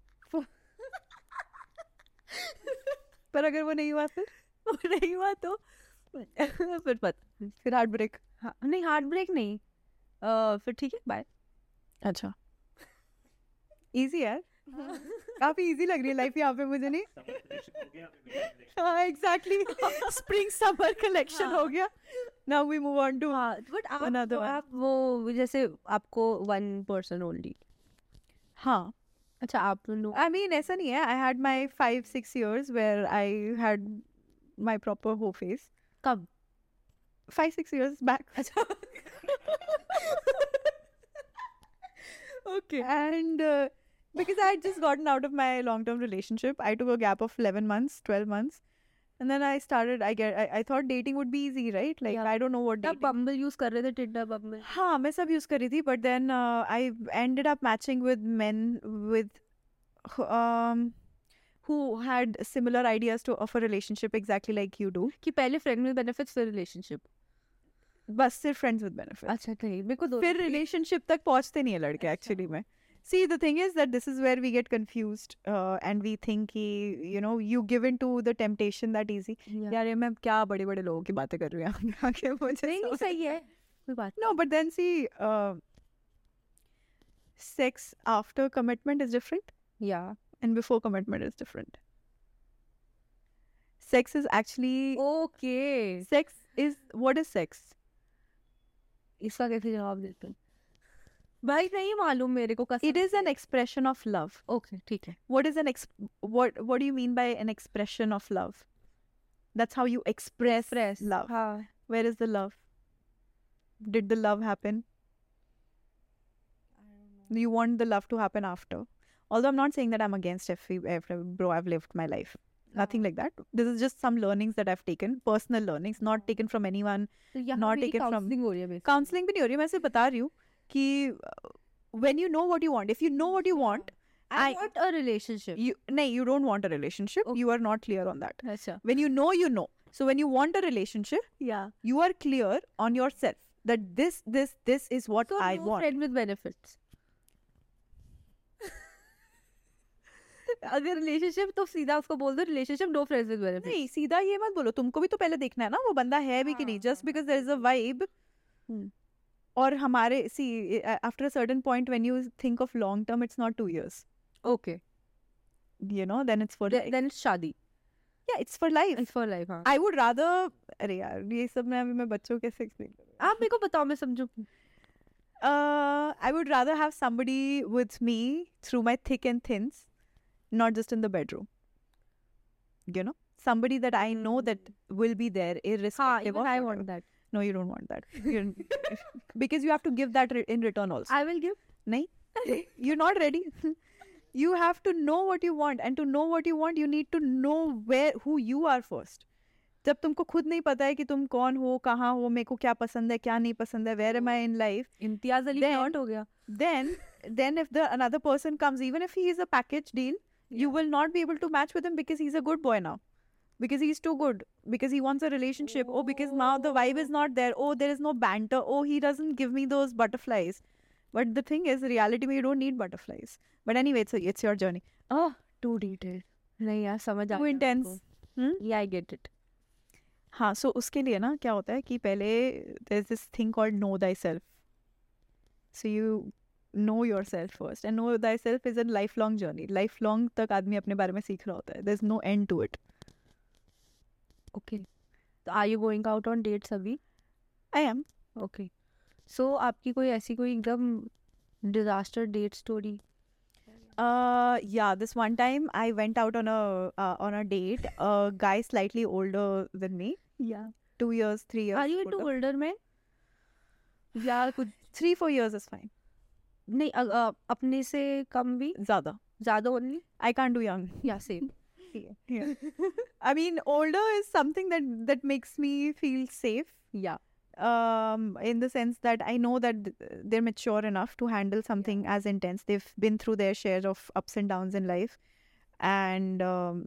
Speaker 1: पर अगर वो नहीं हुआ फिर
Speaker 2: वो नहीं हुआ तो फिर पता
Speaker 1: फिर हार्ट ब्रेक
Speaker 2: हाँ, नहीं हार्ट ब्रेक नहीं अ, फिर ठीक है बाय
Speaker 1: अच्छा इजी है काफी इजी लग रही है लाइफ यहाँ पे मुझे नहीं हाँ एग्जैक्टली स्प्रिंग समर कलेक्शन हो
Speaker 2: हाँ।
Speaker 1: गया now we move on to
Speaker 2: हाँ बट आप
Speaker 1: Another one.
Speaker 2: आप वो जैसे आपको वन पर्सन ओनली
Speaker 1: हाँ
Speaker 2: अच्छा आप नो
Speaker 1: आई मीन ऐसा नहीं है I had my five six years where I had my proper हो फेस
Speaker 2: कब
Speaker 1: फाइव सिक्स इयर्स बैक
Speaker 2: अच्छा okay
Speaker 1: and uh, because I had just gotten out of my long-term relationship, I took a gap of eleven months, twelve months, and then I started. I get. I, I thought dating would be easy, right? Like
Speaker 2: Yeah.
Speaker 1: I don't know what
Speaker 2: आप
Speaker 1: dating.
Speaker 2: बम्बल use कर रहे थे Tinder Bumble
Speaker 1: हाँ मैं सब use कर रही थी but then I ended up matching with men with um, who had similar ideas to of a relationship exactly like you do
Speaker 2: कि पहले फ्रेंड विद बेनिफिट्स फिर रिलेशनशिप
Speaker 1: बस सिर्फ friends with benefits
Speaker 2: अच्छा नहीं मेरे को दो
Speaker 1: फिर रिलेशनशिप तक पहुंचते नहीं है लड़के
Speaker 2: अच्छा।
Speaker 1: एक्चुअली में see the thing is that this is where we get confused and we think कि you know you give in to the temptation that easy यार ये मैं क्या बड़े बड़े लोगों की बातें कर रही हूँ यहाँ पे आके मुझे
Speaker 2: नहीं सही है कोई बात
Speaker 1: no but then see sex after commitment is different
Speaker 2: या
Speaker 1: and before commitment is different sex is actually
Speaker 2: okay
Speaker 1: sex is what is sex
Speaker 2: इसका कैसे जवाब देते हैं भाई नहीं मालूम मेरे को कसम
Speaker 1: it is an expression of love
Speaker 2: okay ठीक है
Speaker 1: what is an ex what what do you mean by an expression of love that's how you express,
Speaker 2: fresh
Speaker 1: love
Speaker 2: हाँ
Speaker 1: where is the love did the love happen you want the love to happen after although i'm not saying that i'm against fv bro i've lived my life nothing like that. This is just some learnings that I've taken, personal learnings, not taken from anyone.
Speaker 2: तो यहाँ
Speaker 1: Not
Speaker 2: मेरी
Speaker 1: taken from-
Speaker 2: counselling हो रही है basically.
Speaker 1: Counseling भी नहीं हो रही है, मैं सिर्फ बता रही हूँ कि uh, when you know what you want, if you know what you want,
Speaker 2: I
Speaker 1: I-
Speaker 2: want a relationship.
Speaker 1: you नहीं you don't want a relationship. You are not clear on that.
Speaker 2: अच्छा
Speaker 1: When you know, you know. So when you want a relationship,
Speaker 2: yeah
Speaker 1: you are clear on yourself that this, this, this is what
Speaker 2: so
Speaker 1: I
Speaker 2: no
Speaker 1: want.
Speaker 2: friend with benefits अगर relationship तो सीधा उसको बोल दो relationship no friends with benefit
Speaker 1: नहीं सीधा ये मत बोलो तुमको भी तो पहले देखना है ना वो बंदा है भी कि नहीं just because there is a vibe
Speaker 2: हम्म।
Speaker 1: और हमारे see after a certain point when you think of long term it's not two years
Speaker 2: okay
Speaker 1: you know then it's for yeah
Speaker 2: then शादी
Speaker 1: it's for life
Speaker 2: it's for life हां
Speaker 1: I would rather अरे यार ये सब मैं अभी मैं बच्चों को कैसे एक्सप्लेन
Speaker 2: आप मेरे को बताओ मैं समझूंगी
Speaker 1: हाँ, करूं I would rather have somebody with me through my thick and thins not just in the bedroom you know somebody that i know that will be there
Speaker 2: हाँ
Speaker 1: irrespective
Speaker 2: even
Speaker 1: of
Speaker 2: I
Speaker 1: whatever.
Speaker 2: Want that
Speaker 1: No, you don't want that. You- because you have to give that re- in return also.
Speaker 2: I will give
Speaker 1: Nahi? You're not ready. you have to know what you want, and to know what you want, you need to know where who you are first. जब तुमको खुद नहीं पता है कि तुम कौन हो कहाँ हो मेरे को क्या पसंद है क्या नहीं पसंद है where am I in life
Speaker 2: Imtiaz Ali
Speaker 1: Then-
Speaker 2: flaunt हो गया
Speaker 1: then then if the another person comes even if he is a package deal you will not be able to match with him because he is a good boy now because he's too good because he wants a relationship oh because now the vibe is not there oh there is no banter oh he doesn't give me those butterflies but the thing is reality में you don't need butterflies but anyway it's, a, it's your journey
Speaker 2: oh too detailed नहीं यार समझ आ
Speaker 1: Too
Speaker 2: गया Hmm?
Speaker 1: intense. Hmm?
Speaker 2: Yeah I get it
Speaker 1: हाँ so उसके लिए ना क्या होता है कि पहले there is this thing called know thyself so you know yourself first and know thyself is an life long journey life long तक आदमी अपने बारे में सीख रहा होता है there is no end to it
Speaker 2: okay तो are you going out on dates अभी
Speaker 1: आई एम
Speaker 2: ओके सो आपकी कोई ऐसी कोई एकदम disaster date story
Speaker 1: Uh, yeah, this one time I went out on a uh, on a date. A guy slightly older than me,
Speaker 2: या
Speaker 1: two years, three years.
Speaker 2: Are you too
Speaker 1: older.
Speaker 2: Older man या कुछ
Speaker 1: Three four years is fine.
Speaker 2: नहीं अ- अ- अपने से कम भी
Speaker 1: Zada,
Speaker 2: ज्यादा only
Speaker 1: I can't do young.
Speaker 2: या same
Speaker 1: Yeah. I mean, older is something that that makes me feel safe.
Speaker 2: या
Speaker 1: Um, in the sense that I know that th- they're mature enough to handle something as intense. They've been through their share of ups and downs in life, and um,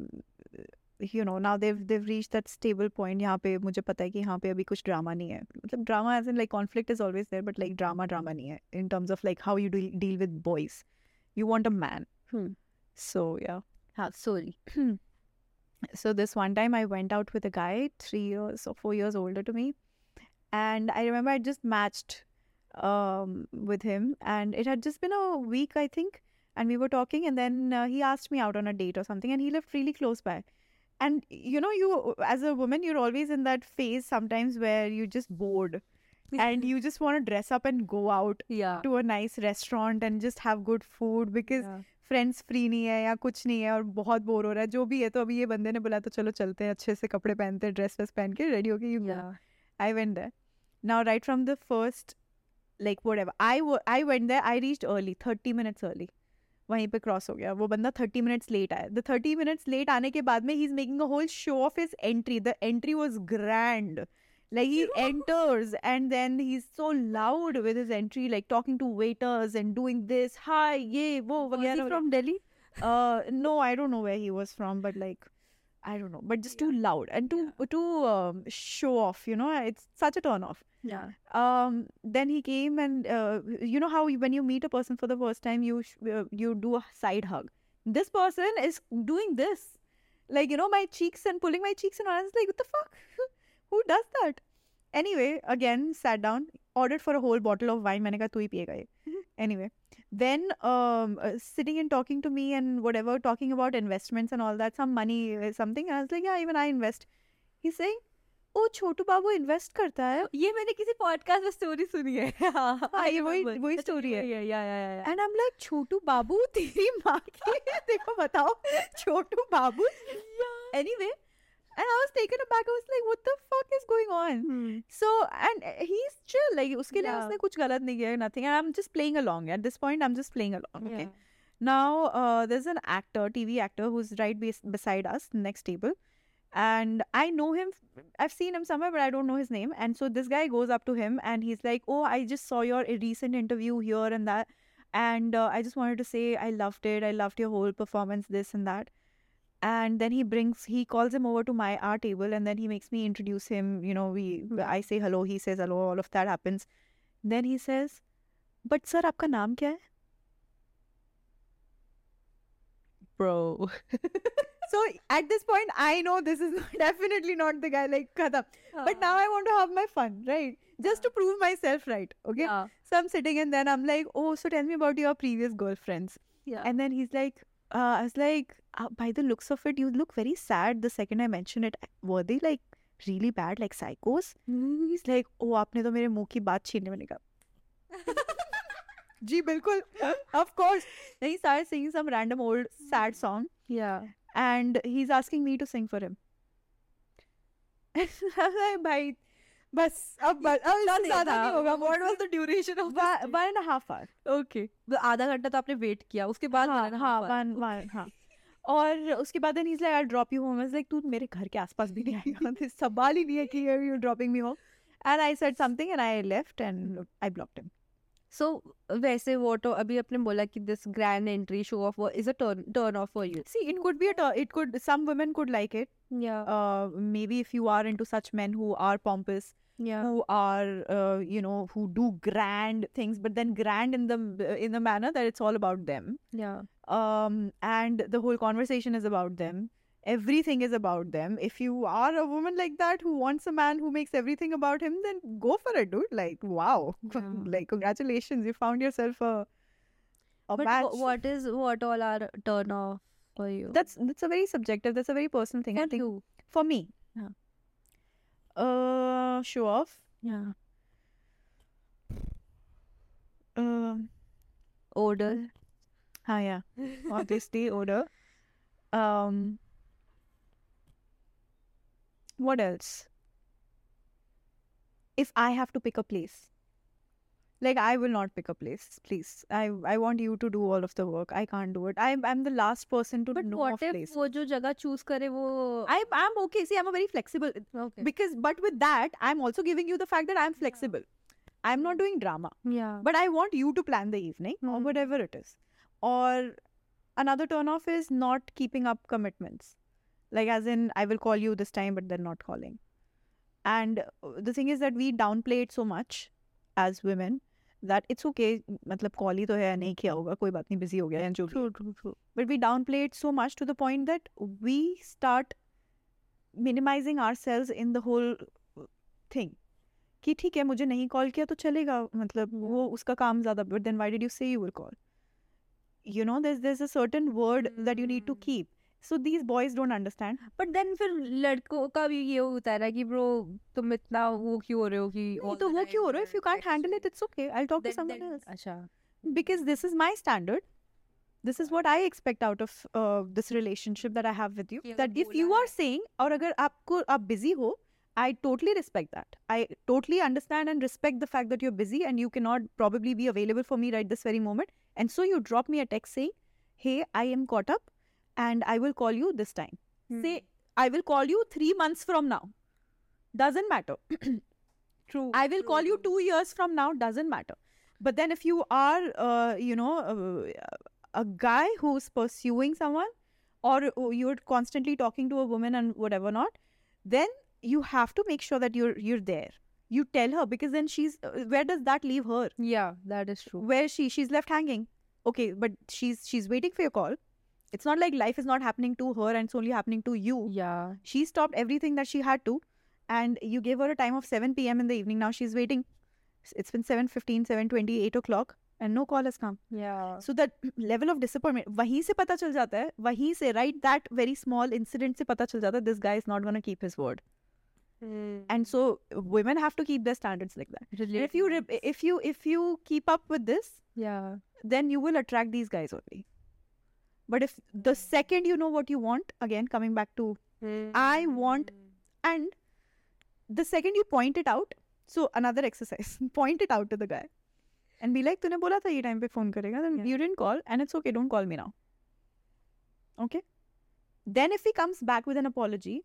Speaker 1: you know now they've they've reached that stable point यहाँ पे मुझे पता है कि यहाँ पे अभी कुछ drama नहीं है मतलब drama as in like conflict is always there but like drama drama नहीं है in terms of like how you deal deal with boys you want a man
Speaker 2: Hmm.
Speaker 1: so yeah
Speaker 2: हाँ sorry
Speaker 1: so this one time I went out with a guy three years or four years older to me and I remember I just matched um with him and it had just been a week I think and we were talking and then uh, he asked me out on a date or something and he lived really close by and you know you as a woman you're always in that phase sometimes where you're just bored and you just want to dress up and go out
Speaker 2: या
Speaker 1: to a nice restaurant and just have good food because friends free नहीं है या कुछ नहीं है और बहुत bore हो रहा है जो भी है तो अभी ये बंदे ने बोला तो चलो चलते हैं अच्छे से कपड़े पहनते हैं ड्रेस वेस पहन के रेडी होके यू
Speaker 2: या
Speaker 1: I went there now right from the first like whatever I I went there I reached early thirty minutes early वहीं पे क्रॉस हो गया वो बंदा थर्टी मिनट्स लेट आया द थर्टी मिनट्स लेट आने के बाद में he is making a whole show of his entry the entry was grand like he enters and then he's so loud with his entry like talking to waiters and doing this hi yay wo
Speaker 2: Was
Speaker 1: वगैरह
Speaker 2: he from Delhi?
Speaker 1: uh no i don't know where he was from but like i don't know but just too loud and too too um, show off you know it's such a turn off
Speaker 2: या
Speaker 1: um then he came and uh, you know how you- when you meet a person for the first time you sh- uh, you do a side hug this person is doing this like you know my cheeks and pulling my cheeks and all. i was like what the fuck who does that anyway again sat down ordered for a whole bottle of wine मैंने कहा तू ही पिएगा ये anyway then um uh, sitting and talking to me and whatever talking about investments and all that some money uh, something i was like yeah even i invest he's saying oh Chhotu Babu invest करता है
Speaker 2: ये मैंने किसी podcast में story सुनी है हाँ
Speaker 1: ये वही- वही story है।
Speaker 2: या या या या
Speaker 1: एंड आई एम लाइक छोटू बाबू तेरी माँ की देखो बताओ छोटू बाबू anyway and I was taken aback I was like what the fuck is going on so and he is chill like उसके लिए
Speaker 2: Yeah.
Speaker 1: उसने कुछ गलत नहीं किया nothing and I am just playing along at this point I am just playing along okay Now, uh, there's an actor, TV actor, who's right bes- beside us, next table. And I know him. f- I've seen him somewhere, but I don't know his name. And so this guy goes up to him and he's like, Oh, I just saw your uh, recent interview here and that. And uh, I just wanted to say, I loved it. I loved your whole performance, this and that. And then he brings, he calls him over to my our table, and then he makes me introduce him. You know, we I say hello, he says hello, all of that happens. Then he says, "But sir, आपका नाम क्या है?"
Speaker 2: bro.
Speaker 1: So at this point, I know this is not, definitely not the guy like Kada.
Speaker 2: हाँ।
Speaker 1: But
Speaker 2: Uh.
Speaker 1: now I want to have my fun, right? Just to prove myself right. Okay.
Speaker 2: yeah,
Speaker 1: So I'm sitting and then I'm like, oh, so tell me about your previous girlfriends.
Speaker 2: yeah.
Speaker 1: And then he's like, uh, I was like, uh, by the looks of it, you look very sad the second I mentioned it. Were they like really bad, like psychos?
Speaker 2: Hmm,
Speaker 1: He's like, oh, आपने तो मेरे मुंह की बात छीनने मैंने कहा जी बिल्कुल of course then he started singing some random old sad
Speaker 2: Hmm.
Speaker 1: song
Speaker 2: yeah.
Speaker 1: and he's asking me to sing for him. And I'm like, भाई बस अब बस अब इससे
Speaker 2: नहीं
Speaker 1: ज़्यादा
Speaker 2: था।
Speaker 1: नहीं होगा what was the duration of one and half hour
Speaker 2: Okay. तो आधा घंटा तो आपने वेट किया उसके बाद
Speaker 1: हाँ
Speaker 2: वन एंड
Speaker 1: हाँ
Speaker 2: हाफ
Speaker 1: वन वन हाँ और उसके बाद then is like I drop you home is like तू मेरे घर के आसपास भी नहीं आएगा दिस सवाल ही नहीं है कि you dropping me home and I said something and I left and I blocked him
Speaker 2: so वैसे वो तो अभी आपने बोला कि this grand entry show off is a turn turn off for you
Speaker 1: see it could be it could some women could like it
Speaker 2: या
Speaker 1: Uh, maybe if you are into such men who are pompous
Speaker 2: या
Speaker 1: who are uh, you know who do grand things but then grand in the in the manner that it's all about them
Speaker 2: या
Speaker 1: um and the whole conversation is about them everything is about them if you are a woman like that who wants a man who makes everything about him then go for it dude like wow
Speaker 2: Yeah.
Speaker 1: like congratulations you found yourself a a
Speaker 2: but
Speaker 1: match
Speaker 2: what is what all are turn off for you
Speaker 1: that's that's a very subjective that's a very personal thing i think
Speaker 2: you
Speaker 1: for me
Speaker 2: Yeah.
Speaker 1: uh show off
Speaker 2: या
Speaker 1: um
Speaker 2: order
Speaker 1: हाँ yeah obviously odor um what else if i have to pick a place like i will not pick a place please i i want you to do all of the work i can't do it i'm i'm the last person to
Speaker 2: but
Speaker 1: know
Speaker 2: what
Speaker 1: of
Speaker 2: if
Speaker 1: place
Speaker 2: वो जो जगह choose करे वो
Speaker 1: I, i'm okay see i'm a very flexible
Speaker 2: okay
Speaker 1: because but with that i'm also giving you the fact that i'm flexible i'm not doing drama
Speaker 2: या
Speaker 1: but I want you to plan the evening or
Speaker 2: Hmm.
Speaker 1: whatever it is. Or another turn off is not keeping up commitments. Like, as in, I will call you this time, but they're not calling. And uh, the thing is that we downplay it so much as women that it's okay. मतलब call ही तो है नहीं किया होगा कोई बात नहीं busy हो गया या जो भी
Speaker 2: true true true
Speaker 1: but we downplay it so much to the point that we start minimizing ourselves in the whole thing कि ठीक है मुझे नहीं कॉल किया तो चलेगा मतलब वो उसका काम ज़्यादा but then why did you say you will call you know this this a certain word that you need to
Speaker 2: Hmm.
Speaker 1: Keep so these boys don't understand
Speaker 2: but then फिर लड़कों का भी ये होता है ना कि ब्रो तुम इतना वो क्यों हो रहे हो कि all
Speaker 1: तो
Speaker 2: the
Speaker 1: वो
Speaker 2: time
Speaker 1: क्यों हो रहा है if
Speaker 2: you're
Speaker 1: you can't
Speaker 2: texting
Speaker 1: handle it
Speaker 2: me?
Speaker 1: It's okay I talk to
Speaker 2: Then-
Speaker 1: someone
Speaker 2: then-
Speaker 1: else
Speaker 2: अच्छा
Speaker 1: because this is my standard this is what i expect out of uh, this relationship that i have with you
Speaker 2: कि अगर
Speaker 1: that if
Speaker 2: बोला
Speaker 1: you
Speaker 2: है-
Speaker 1: are saying और अगर आपको आप busy हो i totally respect that i totally understand and respect the fact that you're busy and you cannot probably be available for me right this very moment and so you drop me a text saying hey i am caught up and i will call you this time say i will call you 3 months from now doesn't matter
Speaker 2: true
Speaker 1: I will call you two years from now, doesn't matter. But then if you are, uh, you know, uh, a guy who's pursuing someone or uh, you're constantly talking to a woman and whatever not, then you have to make sure that you're you're there. You tell her because then she's uh, where does that leave her?
Speaker 2: या that is true
Speaker 1: Where she she's left hanging. Okay, but she's she's waiting for your call. It's not like life is not happening to her and it's only happening to you
Speaker 2: या
Speaker 1: she stopped everything that she had to and you gave her a time of 7 p.m in the evening now she's waiting S- it's been 7.15 7.20 8 o'clock and no call has come
Speaker 2: या
Speaker 1: so that level of disappointment वहीं से पता चल जाता है वहीं से right that very small incident से पता चल जाता है this guy is not going to keep his word
Speaker 2: Hmm.
Speaker 1: and so women have to keep their standards like that and if you re- if you if you keep up with this
Speaker 2: या
Speaker 1: then you will attract these guys only but if the second you know what you want again coming back to
Speaker 2: Hmm.
Speaker 1: I want- And the second you point it out, so another exercise, point it out to the guy. And be like तूने बोला था ये time पे phone करेगा then
Speaker 2: Yeah.
Speaker 1: You didn't call and it's okay don't call me now okay then if he comes back with an apology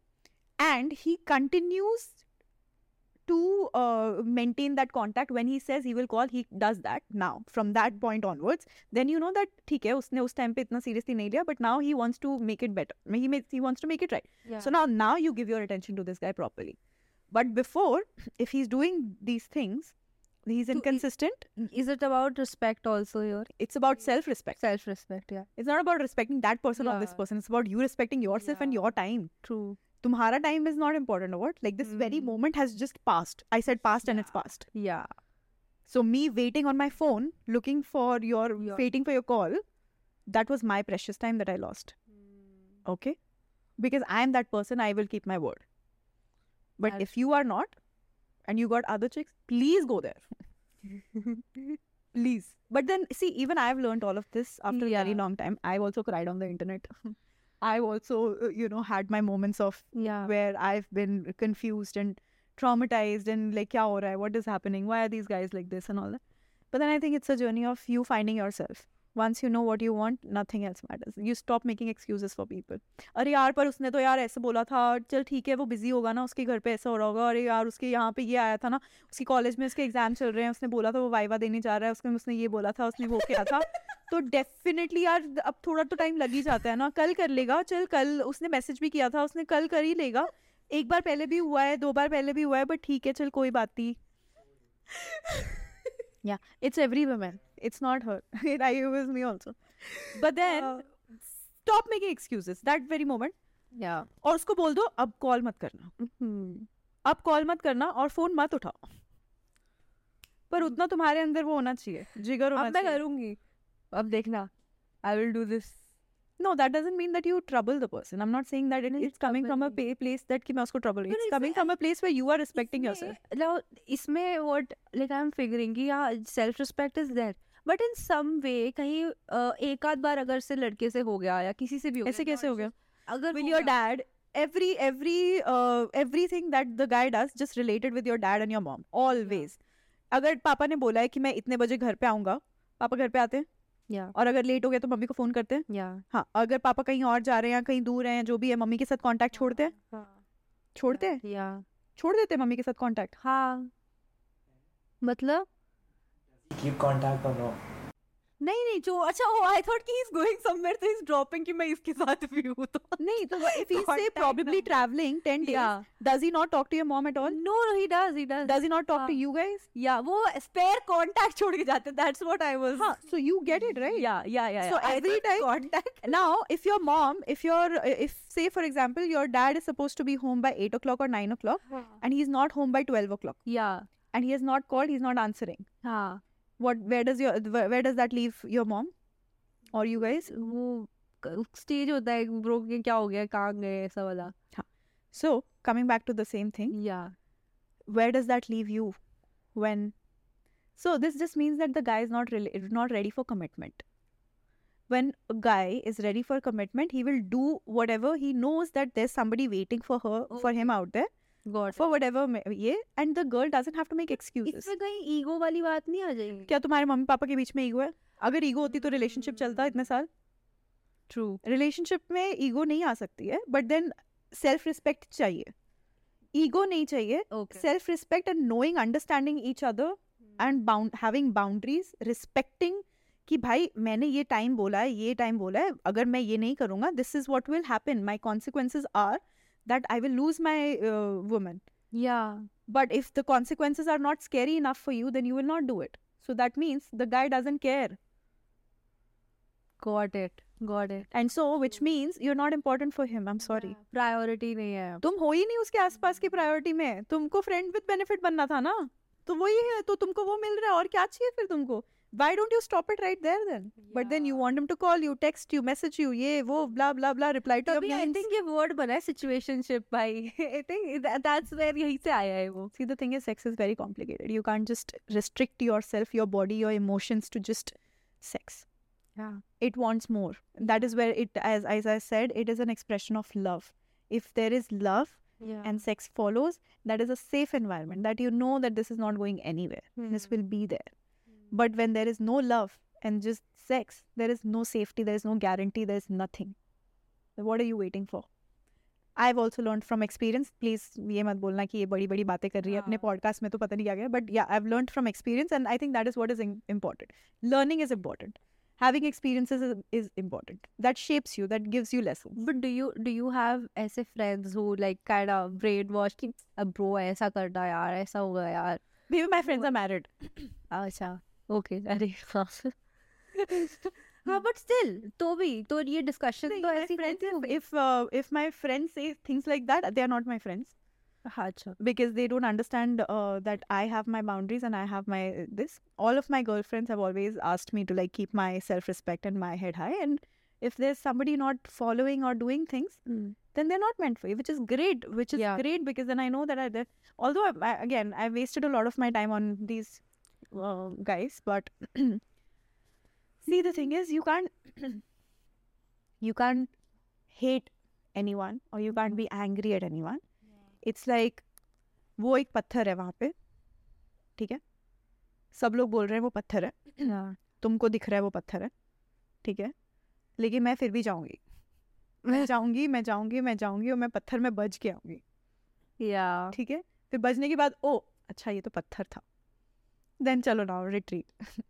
Speaker 1: and he continues to uh, maintain that contact when he says he will call he does that now from that point onwards then you know that theek hai usne us time pe itna seriously nahi liya but now he wants to make it better he makes, he wants to make it right so now now you give your attention to this guy properly but before if he's doing these things he's
Speaker 2: To- e
Speaker 1: inconsistent
Speaker 2: is it about respect also your
Speaker 1: it's about self-respect
Speaker 2: self respect yeah
Speaker 1: it's not about respecting that person or this
Speaker 2: Yeah.
Speaker 1: person it's about you respecting yourself and
Speaker 2: Yeah.
Speaker 1: your time
Speaker 2: true
Speaker 1: तुम्हारा time is not important or what like this very
Speaker 2: Hmm.
Speaker 1: moment has just passed i said past and it's past
Speaker 2: yeah
Speaker 1: so me waiting on my phone looking for your
Speaker 2: Your-
Speaker 1: waiting for your call that was my precious time that i lost
Speaker 2: Hmm.
Speaker 1: okay because i am that person i will keep my word but
Speaker 2: That's-
Speaker 1: if you are not and you got other chicks please go there please but then see even i've learned all of this after a very
Speaker 2: Yeah.
Speaker 1: long time i've also cried on the internet i've also uh, you know had my moments of
Speaker 2: yeah
Speaker 1: where I've been confused and traumatized and like kya ho raha hai? what is happening? Why are these guys like this and all that? But then I think it's a journey of you finding yourself. Once you know what you want, nothing else matters. You stop making excuses for people. अरे यार पर उसने तो यार ऐसे बोला था चल ठीक है वो बिजी होगा ना उसके घर पे ऐसा हो रहा होगा अरे यार उसके यहाँ पे ये आया था ना उसकी कॉलेज में उसके एग्जाम चल रहे हैं उसने बोला था वो वाइवा देने जा रहा है उसने उसने ये बोला था उसने वो किया था तो डेफिनेटली यार अब थोड़ा तो टाइम लग ही जाता है ना कल कर लेगा चल कल उसने मैसेज भी किया था उसने कल कर ही लेगा एक बार पहले भी हुआ है दो बार पहले भी हुआ है बट ठीक है चल कोई बात नहीं या it's every woman it's not her it I was me also but then stop making excuses that very moment
Speaker 2: yeah
Speaker 1: और उसको बोल दो अब कॉल मत करना
Speaker 2: hmm.
Speaker 1: अब कॉल मत करना और फोन मत उठाओ पर उतना तुम्हारे अंदर वो होना चाहिए जिगर होना
Speaker 2: अब तो मैं
Speaker 1: चाहिए
Speaker 2: करूंगी अब देखना I will do this
Speaker 1: No, that doesn't mean that you trouble the person. I'm not saying that it, it's coming from a
Speaker 2: trouble
Speaker 1: pa- place that कि मैं उसको trouble
Speaker 2: No,
Speaker 1: It's
Speaker 2: no,
Speaker 1: coming
Speaker 2: इसमें-
Speaker 1: from a place where you are respecting yourself.
Speaker 2: now इसमें what like I'm figuring कि yeah self respect is there but in some way कहीं uh, एक आध बार अगर से लड़के से हो गया या किसी से भी हो
Speaker 1: ऐसे
Speaker 2: गया
Speaker 1: कैसे हो
Speaker 2: not
Speaker 1: गया?
Speaker 2: just- अगर
Speaker 1: With
Speaker 2: हो
Speaker 1: your
Speaker 2: गया,
Speaker 1: dad, every every uh, everything that the guy does just related with your dad and your mom always. अगर पापा ने बोला है कि मैं इतने बजे घर पे आऊंगा पापा घर पे आते हैं
Speaker 2: yeah
Speaker 1: और अगर लेट हो गया तो मम्मी को फोन करते हैं
Speaker 2: yeah
Speaker 1: हाँ अगर पापा कहीं और जा रहे हैं या कहीं दूर हैं जो भी है मम्मी के साथ कांटेक्ट छोड़ते हैं छोड़ते हैं
Speaker 2: yeah
Speaker 1: छोड़ देते हैं मम्मी के साथ कांटेक्ट
Speaker 2: हाँ मतलब
Speaker 3: keep contact or no?
Speaker 2: नहीं नहीं जो अच्छा ओ आई थॉट कि ही इज गोइंग समवेयर तो ही इज ड्रॉपिंग कि मैं इसके साथ भी हूँ तो
Speaker 1: नहीं तो if he say
Speaker 2: Contact
Speaker 1: probably
Speaker 2: number.
Speaker 1: traveling 10 days
Speaker 2: Yeah.
Speaker 1: does he not talk to your mom at all
Speaker 2: no no he does he does
Speaker 1: does he not talk to you guys
Speaker 2: या वो spare contact छोड़ के जाते that's what I was
Speaker 1: huh, so you get it right
Speaker 2: या या या
Speaker 1: so every time now if your mom if your if say for example your dad is supposed to be home by 8 o'clock or 9 o'clock and he's not home by 12 o'clock
Speaker 2: या
Speaker 1: and he has not called he's not answering
Speaker 2: हाँ
Speaker 1: what where does your where, where does that leave your mom or you guys
Speaker 2: वो stage होता है bro के क्या हो गया कहाँ गए ऐसा वाला
Speaker 1: so coming back to the same thing
Speaker 2: या
Speaker 1: where does that leave you when so this just means that the guy is not really not ready for commitment when a guy is ready for commitment he will do whatever he knows that there's somebody waiting for her for him out there
Speaker 2: God
Speaker 1: for whatever ma- ye and the girl doesn't have to make excuses
Speaker 2: इसमें कहीं ego वाली बात नहीं आ जाएगी
Speaker 1: क्या तुम्हारे मम्मी पापा के बीच में ईगो है अगर ईगो होती तो रिलेशनशिप चलता इतने साल
Speaker 2: ट्रू
Speaker 1: रिलेशनशिप में ईगो नहीं आ सकती है बट देन सेल्फ रिस्पेक्ट चाहिए ईगो नहीं चाहिए
Speaker 2: okay
Speaker 1: self respect and knowing understanding each other and bound having boundaries respecting कि भाई मैंने ये टाइम बोला है ये टाइम बोला है अगर मैं ये नहीं करूँगा this is what will happen my consequences are that I will lose my woman
Speaker 2: या
Speaker 1: but if the consequences are not scary enough for you then you will not do it so that means the guy doesn't care
Speaker 2: got it got it
Speaker 1: and so which means you are not important for him I am sorry
Speaker 2: priority नहीं है
Speaker 1: तुम हो ही नहीं उसके आसपास की priority में तुमको फ्रेंड विद बेनिफिट बनना था ना तो वही है तो तुमको वो मिल रहा है और क्या चाहिए फिर तुमको why don't you stop it right there then but then you want him to call you text you message you ये वो blah blah blah reply to
Speaker 2: तभी आई थिंक ये वर्ड बना है सिचुएशनशिप भाई आई थिंक दैट्स वेयर यहीं से आया है वो
Speaker 1: See, the thing is, sex is very complicated. You can't just restrict yourself, your body, your emotions to just sex.
Speaker 2: Yeah.
Speaker 1: It wants more. That is where it, as, as I said, it is an expression of love. If there is love and sex follows, that is a safe environment that you know that this is not going anywhere. This will be there.
Speaker 2: Hmm.
Speaker 1: But when there is no love and just sex, there is no safety, there is no guarantee, there is nothing. So what are you waiting for? I've also learned from experience. Please ये मत बोलना कि ये बड़ी बड़ी बातें कर रही है अपने
Speaker 2: हाँ।
Speaker 1: podcast में तो पता नहीं क्या क्या but yeah I've learned from experience and I think that is what is im- important. Learning is important. Having experiences is, is important. That shapes you. That gives you lessons.
Speaker 2: But do you do you have ऐसे friends who like kind of brainwash कि अब bro ऐसा करना यार ऐसा होगा यार
Speaker 1: Maybe my friends are married.
Speaker 2: अच्छा ओके अरे हाँ हाँ बट स्टिल तो भी तो ये डिस्कशन
Speaker 1: If
Speaker 2: तो
Speaker 1: my
Speaker 2: ऐसी
Speaker 1: friends,
Speaker 2: friends
Speaker 1: if if, uh, if my friends say things like that, they are not my friends.
Speaker 2: हाँ अच्छा
Speaker 1: because they don't understand uh, that I have my boundaries and I have my uh, this. All of my girlfriends have always asked me to like keep my self respect and my head high. And if there's somebody not following or doing things, then they're not meant for you, which is great. Which is
Speaker 2: Yeah.
Speaker 1: great because then I know that I that, although I, I, again I wasted a lot of my time on these uh, guys, but see the thing is you can't you can't hate anyone or you can't be angry at anyone. It's like वो एक पत्थर है वहाँ पे ठीक है सब लोग बोल रहे हैं वो पत्थर है तुमको दिख रहा है वो पत्थर है ठीक है लेकिन मैं फिर भी जाऊंगी मैं जाऊंगी मैं जाऊंगी मैं जाऊंगी और मैं पत्थर में बज के आऊंगी
Speaker 2: या
Speaker 1: ठीक है फिर बजने के बाद ओ अच्छा ये तो पत्थर था देन चलो now retreat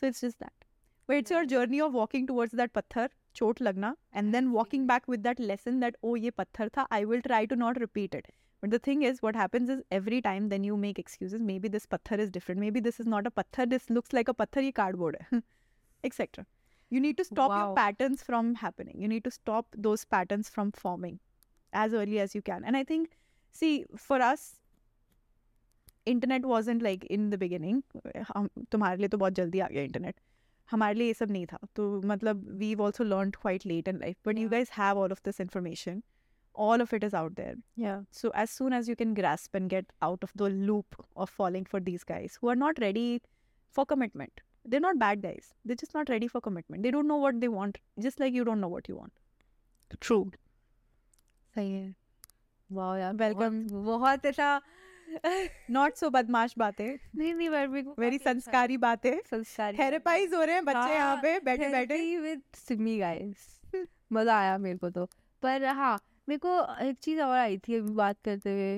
Speaker 1: so it's just that but it's your journey of walking towards that पत्थर चोट लगना and then walking back with that lesson that oh "Oh, ये पत्थर था I will try to not repeat it but the thing is what happens is every time then you make excuses maybe this पत्थर is different maybe this is not a पत्थर this looks like a पत्थर ये cardboard है etcetera you need to stop your
Speaker 2: Wow.
Speaker 1: Patterns from happening you need to stop those patterns from forming as early as you can. And I think, see, for us, internet wasn't like in the beginning. हम तुम्हारे लिए तो बहुत जल्दी आ गया internet. हमारे लिए ये सब नहीं था तो मतलब we've also learned quite late in life. But you
Speaker 2: Yeah.
Speaker 1: guys have all of this information. All of it is out there.
Speaker 2: या
Speaker 1: So as soon as you can grasp and get out of the loop of falling for these guys who are not ready for commitment. They're not bad guys. They're just not ready for commitment. They don't know what they want. Just like you don't know what you want. True.
Speaker 2: सही है वाह यार
Speaker 1: Welcome.
Speaker 2: बहुत- बहुत ऐसा
Speaker 1: Not so badmash बातें
Speaker 2: नहीं नहीं मैं मेरे को
Speaker 1: वेरी
Speaker 2: काफी अच्छा
Speaker 1: संस्कारी बातें
Speaker 2: लगा। संस्कारी
Speaker 1: थेरेपाइज हो रहे हैं बच्चे यहाँ
Speaker 2: हाँ,
Speaker 1: पे बैठे बैठे
Speaker 2: विद सिमी गाइस मजा आया मेरे को तो पर हाँ मेरे को एक चीज और आई थी अभी बात करते हुए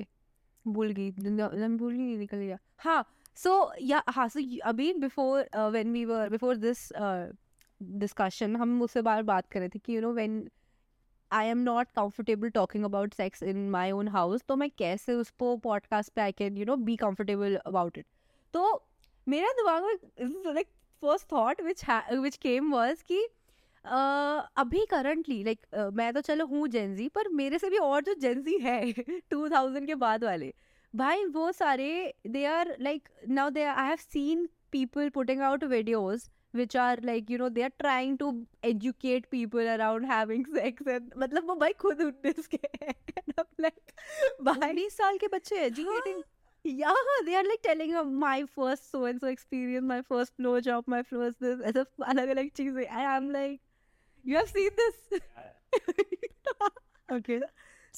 Speaker 2: भूल गई न- न- भूल ही निकल गया हाँ सो या हाँ सो अभी uh, before when we were before this discussion uh, हम उससे बार बात कर रहे थे कि you know when I am not comfortable talking about sex in my own house तो मैं कैसे उसको पॉडकास्ट पे I can you know be comfortable about it तो मेरा दिमाग में like first thought which which came was कि अ, अभी करंटली लाइक मैं तो चलो हूँ जेंजी पर मेरे से भी और जो जेंजी है टू थाउजेंड के बाद वाले भाई वो सारे they are like now they I have seen people putting out videos which are like you know they are trying to educate people around having sex and मतलब वो भाई खुद उन्नीस के हैं लाइक भाई हाँ।
Speaker 1: उन्नीस साल के बच्चे
Speaker 2: educating. Yeah, they are like telling of my first so and so experience, my first blow job, my first this, as if another like cheese. And I'm like, you have seen this.
Speaker 1: Okay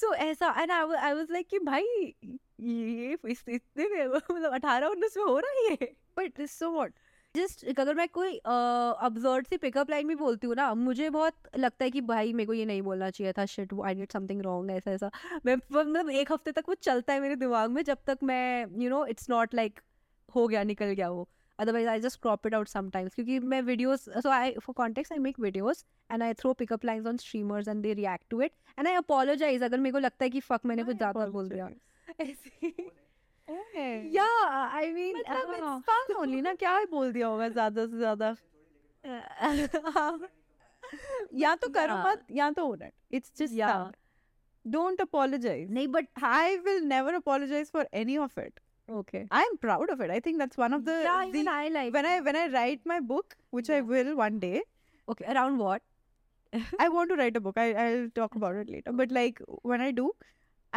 Speaker 2: So ऐसा and I was I was like कि भाई ये इस इतने में मतलब अठारह उन्नीस में हो रहा है ये
Speaker 1: बट सो व्हाट
Speaker 2: जस्ट अगर मैं कोई अब्जर्ड सी पिकअप लाइन भी बोलती हूँ ना मुझे बहुत लगता है कि भाई मेरे को ये नहीं बोलना चाहिए था shit I did something wrong ऐसा ऐसा मैं पर मतलब एक हफ्ते तक वो चलता है मेरे दिमाग में जब तक मैं you know it's not like हो गया निकल गया वो otherwise I just crop it out sometimes क्योंकि मैं videos so I for context I make videos and I throw pickup lines on streamers and they react to it and I apologize अगर मेरे को लगता है कि फक मैंने कुछ ज़्यादा बोल दिया ऐसे या आई मीन
Speaker 1: मतलब it's fun only ना क्या ही बोल दिया होगा ज्यादा से ज्यादा
Speaker 2: हाँ।
Speaker 1: या तो करो
Speaker 2: Yeah.
Speaker 1: मत या तो own it's
Speaker 2: Yeah.
Speaker 1: Just don't apologize
Speaker 2: नहीं but
Speaker 1: I will never apologize for any of it.
Speaker 2: Okay
Speaker 1: I'm proud of it. I think that's one of the,
Speaker 2: yeah, even
Speaker 1: the-
Speaker 2: Uh, I like
Speaker 1: when I when I write my book, which I
Speaker 2: Yeah.
Speaker 1: will one day,
Speaker 2: okay around what
Speaker 1: I want to write a book. I, I'll talk about it later. But like when I do,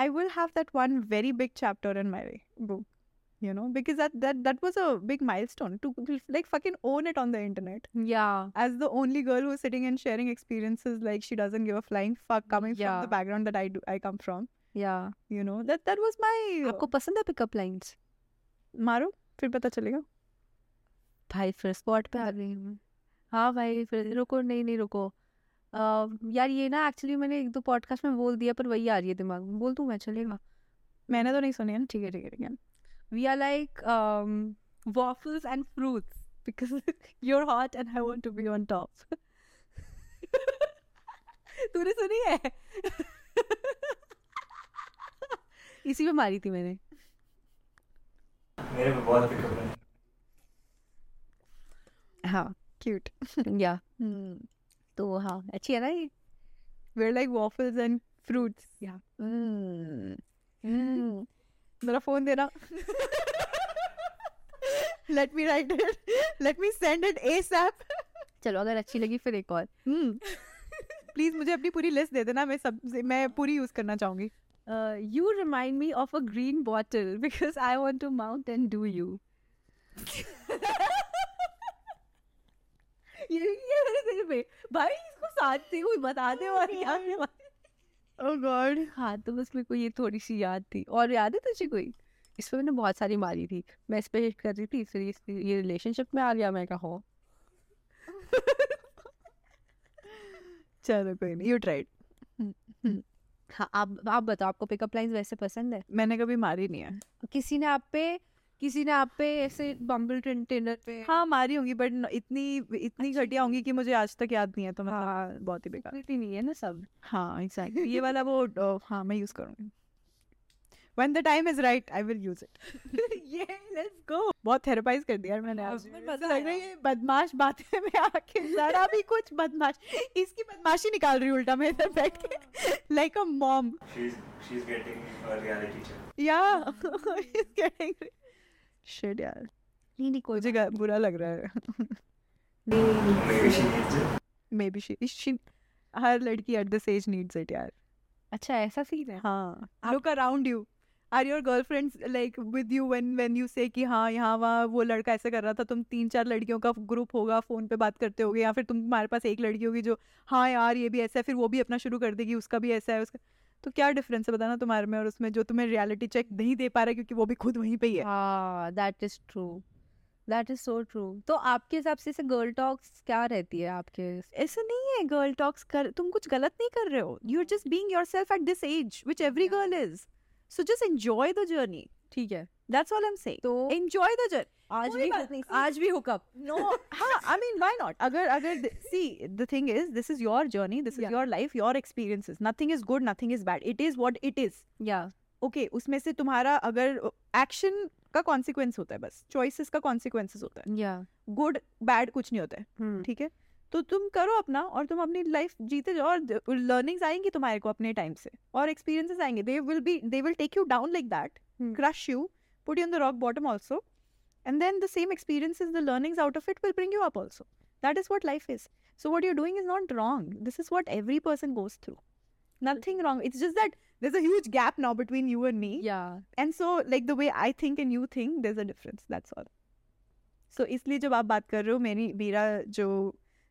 Speaker 1: I will have that one very big chapter in my book. You know, because that that that was a big milestone to like fucking own it on the internet
Speaker 2: yeah
Speaker 1: as the only girl who's sitting and sharing experiences like she doesn't give a flying fuck coming from
Speaker 2: Yeah.
Speaker 1: the background that I do I come from.
Speaker 2: yeah
Speaker 1: You know that that was my
Speaker 2: आपको पसंद है pickup lines
Speaker 1: मारो फिर पता चलेगा
Speaker 2: भाई फिर spot पे आ गई मैं हाँ भाई फिर रुको नहीं नहीं रुको अ, यार ये ना एक्चुअली मैंने एक दो पॉडकास्ट में बोल दिया पर वही आ रही है दिमाग में बोल दूं मैं चलेगा
Speaker 1: मैंने तो नहीं सुनी है ना ठीक है ठीक है ठीक है
Speaker 2: we are like um, waffles and fruits because you're hot and I want to be on top. तूने सुनी है इसी में मारी थी मैंने
Speaker 3: मेरे पे बहुत पिकअप है
Speaker 2: हाँ
Speaker 1: Cute.
Speaker 2: या
Speaker 1: Hmm.
Speaker 2: तो हाँ अच्छी है ना ये
Speaker 1: We're like waffles and fruits. Hmm.
Speaker 2: या
Speaker 1: मेरा phone देना. Let me write it. Let me send it ASAP.
Speaker 2: चलो अगर अच्छी लगी फिर एक और
Speaker 1: Hmm. प्लीज मुझे अपनी पूरी लिस्ट दे देना मैं सब मैं पूरी यूज करना चाहूंगी
Speaker 2: you remind me of a green bottle because I want to mount and do you ये ये मेरे दिल में भाई इसको साथ से कोई बताने वाली आने वाली
Speaker 1: ओह गॉड
Speaker 2: हाँ तो बस मेरे को ये थोड़ी सी याद थी और याद है तुझे कोई इस पर मैंने बहुत सारी मारी थी मैं इस पे hit कर रही थी फिर इस ये रिलेशनशिप में आ गया मैं कहा हो
Speaker 1: चलो कोई नहीं यू ट्राइड
Speaker 2: हाँ आप आप बताओ आपको पिकअप लाइंस वैसे पसंद है
Speaker 1: मैंने कभी मारी नहीं है
Speaker 2: किसी ने आप पे किसी ने आप पे ऐसे बम्बल टेंडर पे
Speaker 1: हाँ मारी होंगी बट इतनी इतनी घटिया होंगी कि मुझे आज तक याद नहीं है तो मतलब
Speaker 2: अच्छा। हाँ,
Speaker 1: बहुत ही बेकार
Speaker 2: Secret ही नहीं है ना सब
Speaker 1: हाँ एग्जैक्टली ये वाला वो अ, हाँ मैं यूज करूंगी When the time is right, I will use it.
Speaker 2: ये लेट्स गो
Speaker 1: बहुत थेरेपाइज कर दिया यार मैंने
Speaker 2: हाँ,
Speaker 1: आज
Speaker 2: पर
Speaker 1: ऐसा लग
Speaker 2: मजा
Speaker 1: रहा है
Speaker 2: आया।
Speaker 1: ये बदमाश बातें में आके जरा भी कुछ बदमाश इसकी बदमाशी निकाल रही हूँ उल्टा मैं इधर बैठ
Speaker 2: हाँ।
Speaker 1: के like a mom
Speaker 3: she's she's getting a reality check
Speaker 1: या
Speaker 2: हाँ।
Speaker 1: इज गेटिंग शिट यार
Speaker 2: नहीं नहीं कोई
Speaker 1: मुझे गा- बुरा लग रहा है
Speaker 3: maybe she needs it
Speaker 1: maybe she she हर लड़की at this age needs it यार
Speaker 2: अच्छा ऐसा सीन है
Speaker 1: हाँ look around you are your girlfriends like with you when when you say कि हाँ यहाँ वहाँ वो लड़का ऐसे कर रहा था तुम तीन चार लड़कियों का ग्रुप होगा फोन पे बात करते होगे या फिर तुम्हारे पास एक लड़की होगी जो हाँ यार ये भी ऐसा है फिर वो भी अपना शुरू कर देगी उसका भी ऐसा है उसका तो क्या डिफरेंस है बताना तुम्हारे में और उसमें जो तुम्हें रियलिटी चेक नहीं दे पा रहा क्योंकि वो भी खुद वहीं पे ही है
Speaker 2: हाँ that is true that is so true तो आपके हिसाब से ऐसे गर्ल टॉक्स क्या रहती है आपके
Speaker 1: ऐसा नहीं है गर्ल टॉक्स कर तुम कुछ गलत नहीं कर रहे हो you are just being yourself at this age which every girl is so just enjoy the journey
Speaker 2: ठीक है
Speaker 1: that's all I am saying
Speaker 2: तो
Speaker 1: एंजॉय द जर्नी
Speaker 2: आज
Speaker 1: कोई
Speaker 2: भी
Speaker 1: बात
Speaker 2: hook-
Speaker 1: नहीं,
Speaker 2: आज भी हुकअप
Speaker 1: No, हाँ, I mean, why not? अगर अगर th- see the thing is, this is your journey, this is
Speaker 2: Yeah.
Speaker 1: your life, your experiences. Nothing is good, nothing is bad. It is what it is.
Speaker 2: या
Speaker 1: Okay, उसमें से तुम्हारा अगर action का consequence होता है बस चॉइसेस का कॉन्सिक्वेंसेस होता
Speaker 2: या
Speaker 1: है गुड बैड कुछ नहीं होता है ठीक है तो तुम करो अपना और तुम अपनी लाइफ जीते जाओ और लर्निंग्स आएंगी तुम्हारे को अपने टाइम से और एक्सपीरियंसेस आएंगे they will be they will take you down like that
Speaker 2: Hmm.
Speaker 1: Crush you put you on the rock bottom also and then the same experiences the learnings out of it will bring you up also that is what life is so what you're doing is not wrong this is what every person goes through nothing wrong it's just that there's a huge gap now between you and me
Speaker 2: या
Speaker 1: and so like the way i think and you think there's a difference that's all so इसलिए जब आप बात कर रहे हो मेरी मेरा जो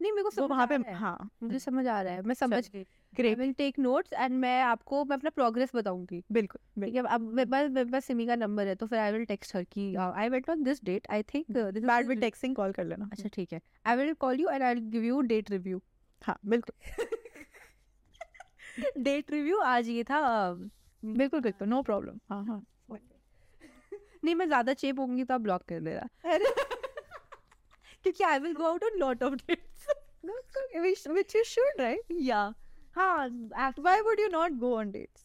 Speaker 2: नहीं मेरे को
Speaker 1: वो
Speaker 2: समझ
Speaker 1: वहाँ
Speaker 2: आ
Speaker 1: पे
Speaker 2: रहा है। अच्छा,
Speaker 1: हाँ
Speaker 2: मुझे समझ आ रहा है मैं समझ गई I
Speaker 1: great
Speaker 2: will take notes and मैं आपको मैं अपना प्रोग्रेस बताऊंगी
Speaker 1: बिल्कुल
Speaker 2: ठीक है अब मेरे पास मेरे पास सिमी का नंबर है तो फिर आई विल टेक्स्ट हर कि uh, I went on this date I think this
Speaker 1: bad with texting call कर लेना
Speaker 2: अच्छा ठीक है I will call you and I will give you date review
Speaker 1: हाँ बिल्कुल
Speaker 2: डेट रिव्यू आज ये था um, अम,
Speaker 1: बिल्कुल बिल्कुल नो प्रॉब्लम हाँ हाँ
Speaker 2: नहीं मैं ज्यादा चेप होंगी तो आप ब्लॉक कर देना क्योंकि I will go out on lot of dates
Speaker 1: which you should right
Speaker 2: या हाँ after-
Speaker 1: why would you not go on dates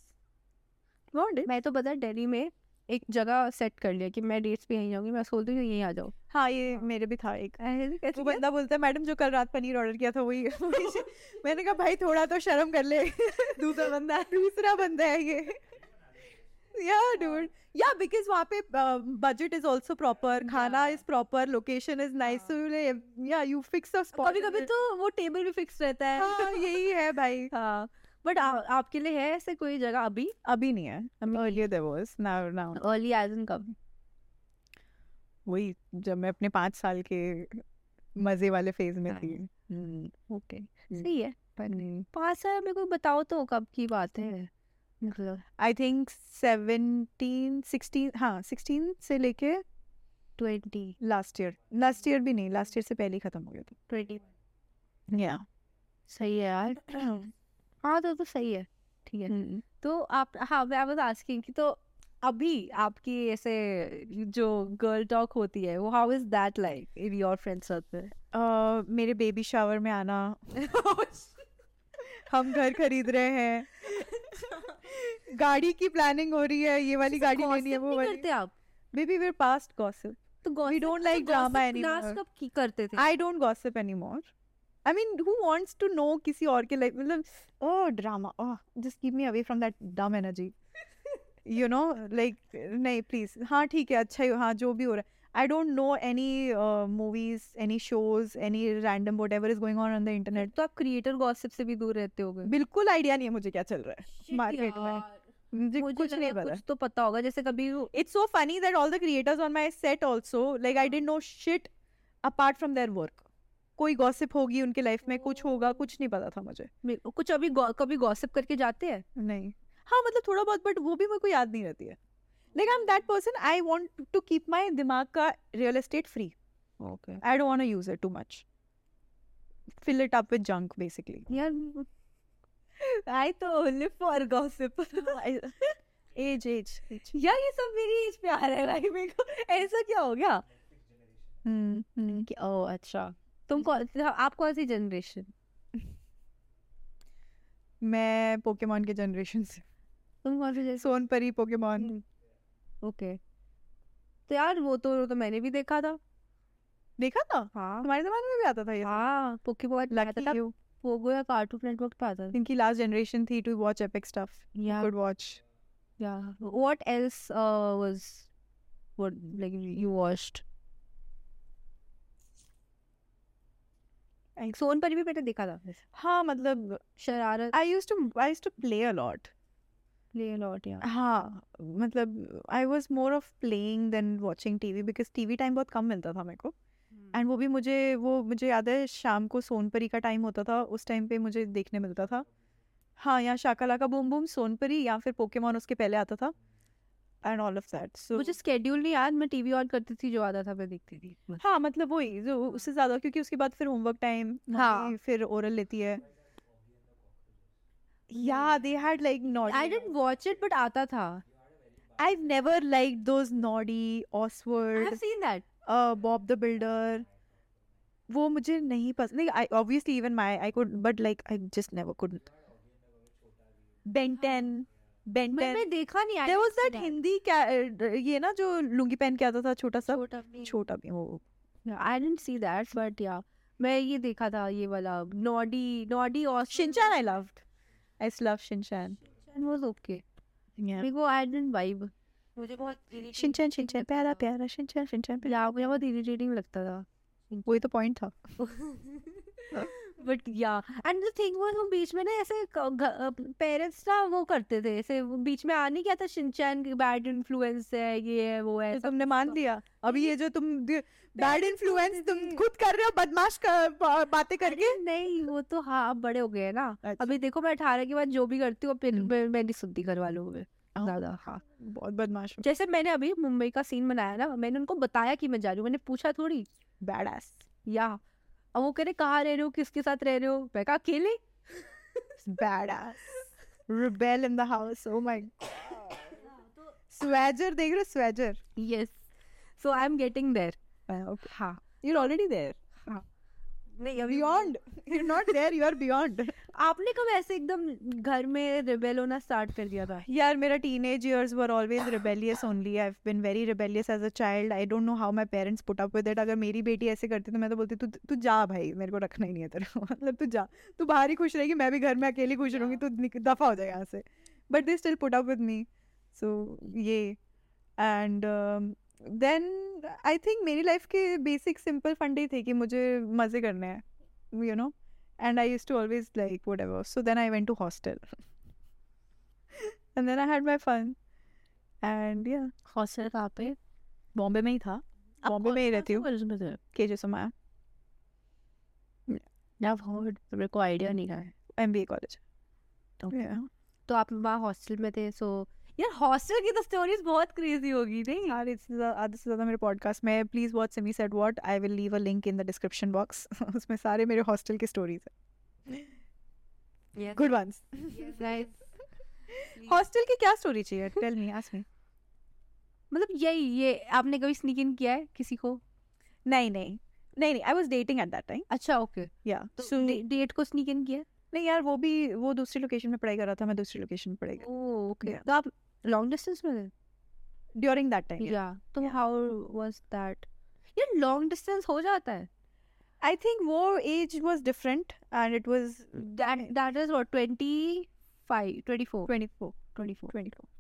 Speaker 1: go on dates
Speaker 2: मैं तो पता दिल्ली में एक जगह सेट कर लिया कि मैं डेट्स पे यहीं जाऊंगी मैं उसको बोलती हूँ यहीं आ जाओ
Speaker 1: हाँ ये मेरे भी था एक वो
Speaker 2: कैसे
Speaker 1: बंदा बोलता है मैडम जो कल रात पनीर ऑर्डर किया था वही वही-" मैंने कहा भाई थोड़ा तो शर्म कर ले दूसरा बंदा हाँ। दूसरा बंदा है ये या डूड या बिकॉज वहाँ पे बजट इज ऑल्सो प्रॉपर खाना is proper location is nice या यू फिक्स अ स्पॉट
Speaker 2: कभी कभी तो वो टेबल भी फिक्स रहता है
Speaker 1: हाँ यही है भाई
Speaker 2: हाँ बट आपके लिए है ऐसे कोई जगह अभी
Speaker 1: अभी नहीं है earlier there was now now
Speaker 2: early age in कब
Speaker 1: वही जब मैं अपने पाँच साल के मजे वाले फेज में
Speaker 2: हाँ।
Speaker 1: थी हम्म,
Speaker 2: ओके सही है पाँच साल मेरे को बताओ तो कब की बात है मतलब
Speaker 1: आई थिंक सेवनटीन सिक्सटीन हाँ सिक्सटीन से लेके
Speaker 2: twenty
Speaker 1: last year last year भी नहीं लास्ट ईयर से पहले ही खत्म हो गया
Speaker 2: ट्वेंटी
Speaker 1: था या
Speaker 2: सही है यार हाँ तो तो सही है ठीक है तो आप हाँ मैं वाज आस्किंग कि तो अभी आपकी ऐसे जो गर्ल टॉक होती है वो how is that like in your friend circle
Speaker 1: uh, मेरे बेबी शावर में आना
Speaker 2: Oh,
Speaker 1: हम घर खरीद रहे हैं गाड़ी की प्लानिंग हो रही है ये वाली गाड़ी लेनी है वो वाली
Speaker 2: करते आप
Speaker 1: बेबी वीर पास्ट गॉसिप
Speaker 2: तो gossip-
Speaker 1: don't
Speaker 2: तो
Speaker 1: like drama
Speaker 2: gossip last
Speaker 1: anymore.
Speaker 2: कब की करते थे
Speaker 1: I don't gossip anymore I mean who wants to know किसी और के लाइफ मतलब oh, oh drama oh just keep me away from that dumb energy you know like नहीं please हाँ ठीक है अच्छा ही हो, हाँ जो भी हो रहा है I don't know any movies any shows any random whatever is going on on the internet
Speaker 2: तो आप क्रिएटर गॉसिप से भी दूर रहते होगे
Speaker 1: बिल्कुल आइडिया नहीं है मुझे क्या चल रहा है market में। मुझे
Speaker 2: मुझे
Speaker 1: कुछ नहीं
Speaker 2: लगा
Speaker 1: पता
Speaker 2: कुछ तो पता होगा जैसे कभी वो-
Speaker 1: it's so funny that all the creators on my set also like I didn't know shit apart from their work. कोई गॉसिप होगी उनके लाइफ में कुछ होगा कुछ नहीं पता था मुझे
Speaker 2: मे- कुछ अभी गौ- कभी गॉसिप करके जाते हैं
Speaker 1: नहीं हाँ मतलब थोड़ा बहुत बट वो भी मेरे को याद नहीं रहती है like I am that person I want to keep my दिमाग का real estate free
Speaker 2: okay
Speaker 1: I don't want to use it too much fill it up with junk basically
Speaker 2: यार आई तो live for gossip
Speaker 1: as age
Speaker 2: यार ये सब मेरी as पे आ रहा है भाई मेरे को ऐसा क्या हो गया
Speaker 1: Hmm,
Speaker 2: कि ओ अच्छा तुम कौन आप कौन सी जनरेशन
Speaker 1: मैं पोकेमॉन के जनरेशन से
Speaker 2: तुम कौन सी
Speaker 1: सोनपरी पोकेमॉन
Speaker 2: ओके तो यार वो तो वो तो मैंने भी देखा था
Speaker 1: देखा था
Speaker 2: हाँ
Speaker 1: हमारे जमाने में भी आता था ये सब।
Speaker 2: हाँ पोकेमॉन आता
Speaker 1: Lucky
Speaker 2: था
Speaker 1: you.
Speaker 2: पोगो या कार्टून नेटवर्क पे आता था
Speaker 1: इनकी लास्ट जनरेशन थी टू वॉच एपिक स्टफ
Speaker 2: या
Speaker 1: गुड वॉच
Speaker 2: या what else was what like you watched
Speaker 1: I-
Speaker 2: Sonpari भी मैंने देखा था
Speaker 1: हाँ मतलब
Speaker 2: Shararat
Speaker 1: I use to I use to play a lot
Speaker 2: play lot या
Speaker 1: हाँ मतलब I was more of playing then watching T V because T V time बहुत कम मिलता था मेरे को एंड वो भी मुझे वो मुझे याद है शाम को सोनपरी का टाइम होता था उस टाइम पे मुझे देखने मिलता था हाँ या शाकाला का बूम बूम सोनपरी या फिर पोकेमॉन उसके पहले आता था and all of that so
Speaker 2: मुझे स्केड्यूल नहीं याद मैं टीवी ऑन करती थी जो आता था मैं देखती थी बस।
Speaker 1: हाँ मतलब वही जो उससे ज़्यादा क्योंकि उसके बाद फिर होमवर्क टाइम
Speaker 2: हाँ।
Speaker 1: फिर ओरल लेती है Yeah, they had like naughty.
Speaker 2: I dent watch it but आता था
Speaker 1: I've never liked those naughty
Speaker 2: I
Speaker 1: Oswald,
Speaker 2: have seen that
Speaker 1: uh, Bob the Builder. वो मुझे नहीं पसंद नहीं I obviously even my I could but like I just never could Ben Ten
Speaker 2: मैं
Speaker 1: Ben Ten
Speaker 2: मैं देखा नहीं
Speaker 1: देयर वाज दैट हिंदी क्या uh, ये ना जो लुंगी पहन के आता था छोटा सा
Speaker 2: हिंदी
Speaker 1: छोटा भी वो
Speaker 2: I dent see that but या मैं ये देखा था ये वाला नॉडी नॉडी और
Speaker 1: Shinchan I loved I love Shinchan
Speaker 2: was okay मेरे को आई डेंट वाइब मुझे बहुत
Speaker 1: शिनचैन शिनचैन प्यारा प्यारा शिनचैन शिनचैन प्यारा
Speaker 2: या मुझे बहुत इरिटेटिंग लगता था
Speaker 1: वही तो पॉइंट था
Speaker 2: बट या एंड द थिंग वाज वो बीच में ना ऐसे पेरेंट्स ना वो करते थे ऐसे वो बीच में आ नहीं गया था शिनचैन बैड इन्फ्लुएंस है ये है वो है
Speaker 1: तो
Speaker 2: सब
Speaker 1: तुमने मान लिया अभी ये जो तुम बैड
Speaker 2: Bad
Speaker 1: इन्फ्लुएंस तुम खुद कर रहे हो बदमाश का- बा- बातें करके
Speaker 2: अरे नहीं वो तो हाँ अब बड़े हो गए हैं ना
Speaker 1: अच्छा।
Speaker 2: अभी देखो मैं अठारह के बाद जो भी करती हूँ अब फिर
Speaker 1: हम्म।
Speaker 2: मैं मैं नहीं सुनती घर वालों में
Speaker 1: हाँ।
Speaker 2: ज्यादा हाँ
Speaker 1: बहुत बदमाश
Speaker 2: जैसे मैंने अभी मुंबई का सीन बनाया ना मैंने उनको बताया कि मैं जा रही हूँ मैंने पूछा थोड़ी
Speaker 1: बैड एस
Speaker 2: या अब वो कह रहे कहाँ रह रहे हो किसके साथ रह रहे हो मैं कहा अकेले
Speaker 1: bad S rebel in the house oh my swagger देख रहे हो swagger
Speaker 2: yes so I am getting there
Speaker 1: okay
Speaker 2: हाँ
Speaker 1: यू आर ऑलरेडी देयर
Speaker 2: नहीं अभी
Speaker 1: beyond you are not there you are beyond
Speaker 2: आपने कब ऐसे एकदम घर में रिबेल होना स्टार्ट कर दिया था
Speaker 1: यार मेरा teenage years were always rebellious only i've been very rebellious as a child i don't know how my parents put up with it अगर मेरी बेटी ऐसे करती तो मैं तो बोलती तू तू जा भाई मेरे को रखना ही नहीं है तेरे को मतलब तू जा तू बाहर ही खुश रहेगी मैं भी घर में अकेली खुश रहूंगी तू निक- दफा हो जाए यहाँ से but they still put up with me so ये um, and then I think मेरी लाइफ के बेसिक सिंपल फंडे ही थे कि मुझे मज़े करने हैं you know and I use to always like whatever so then I went to hostel and then I had my fun and या
Speaker 2: हॉस्टल कहाँ पे
Speaker 1: बॉम्बे में ही था बॉम्बे में ही रहती हूँ
Speaker 2: हूँ
Speaker 1: के जे सोमाया
Speaker 2: मेरे को आइडिया नहीं है
Speaker 1: एम बी ए कॉलेज
Speaker 2: तो आप वहाँ हॉस्टल में थे सो यार हॉस्टल की तो स्टोरीज बहुत क्रेजी होगी नहीं
Speaker 1: यार इससे ज्या- आधे से ज्यादा मेरे पॉडकास्ट में please watch semi set what I will leave a link in the description box उसमें सारे मेरे हॉस्टल की स्टोरीज है गुड वंस हॉस्टल की क्या स्टोरी चाहिए टेल मी आस्क मी
Speaker 2: मतलब यही ये आपने कभी स्नीक इन किया है किसी को
Speaker 1: नहीं नहीं नहीं नहीं I was dating at that time
Speaker 2: अच्छा ओके
Speaker 1: या
Speaker 2: तो डेट को स्नीक इन किया
Speaker 1: नहीं यार वो भी वो दूसरी लोकेशन में पढ़ाई कर रहा था मैं दूसरी लोकेशन में पढ़ाई
Speaker 2: ओह ओके
Speaker 1: Yeah.
Speaker 2: तो आप लॉन्ग डिस्टेंस में थे
Speaker 1: कर ड्यूरिंग दैट टाइम
Speaker 2: या तो हाउ वाज दैट यार लॉन्ग डिस्टेंस हो जाता है
Speaker 1: आई थिंक वो age was different and it was
Speaker 2: that that is what 25 24
Speaker 1: 24
Speaker 2: 24
Speaker 1: 24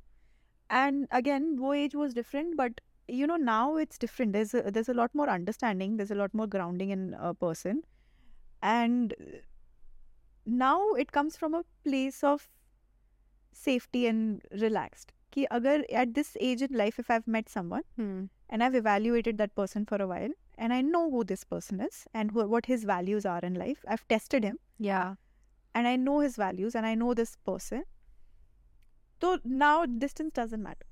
Speaker 1: and again wo age was different but you know now it's different there's a, there's a lot more understanding there's a lot more grounding in a person and uh, now it comes from a place of safety and relaxed ki agar at this age in life if i've met someone
Speaker 2: hmm
Speaker 1: and i've evaluated that person for a while and i know who this person is and who, what his values are in life i've tested him
Speaker 2: या
Speaker 1: and I know his values and I know this person. So now distance doesn't matter.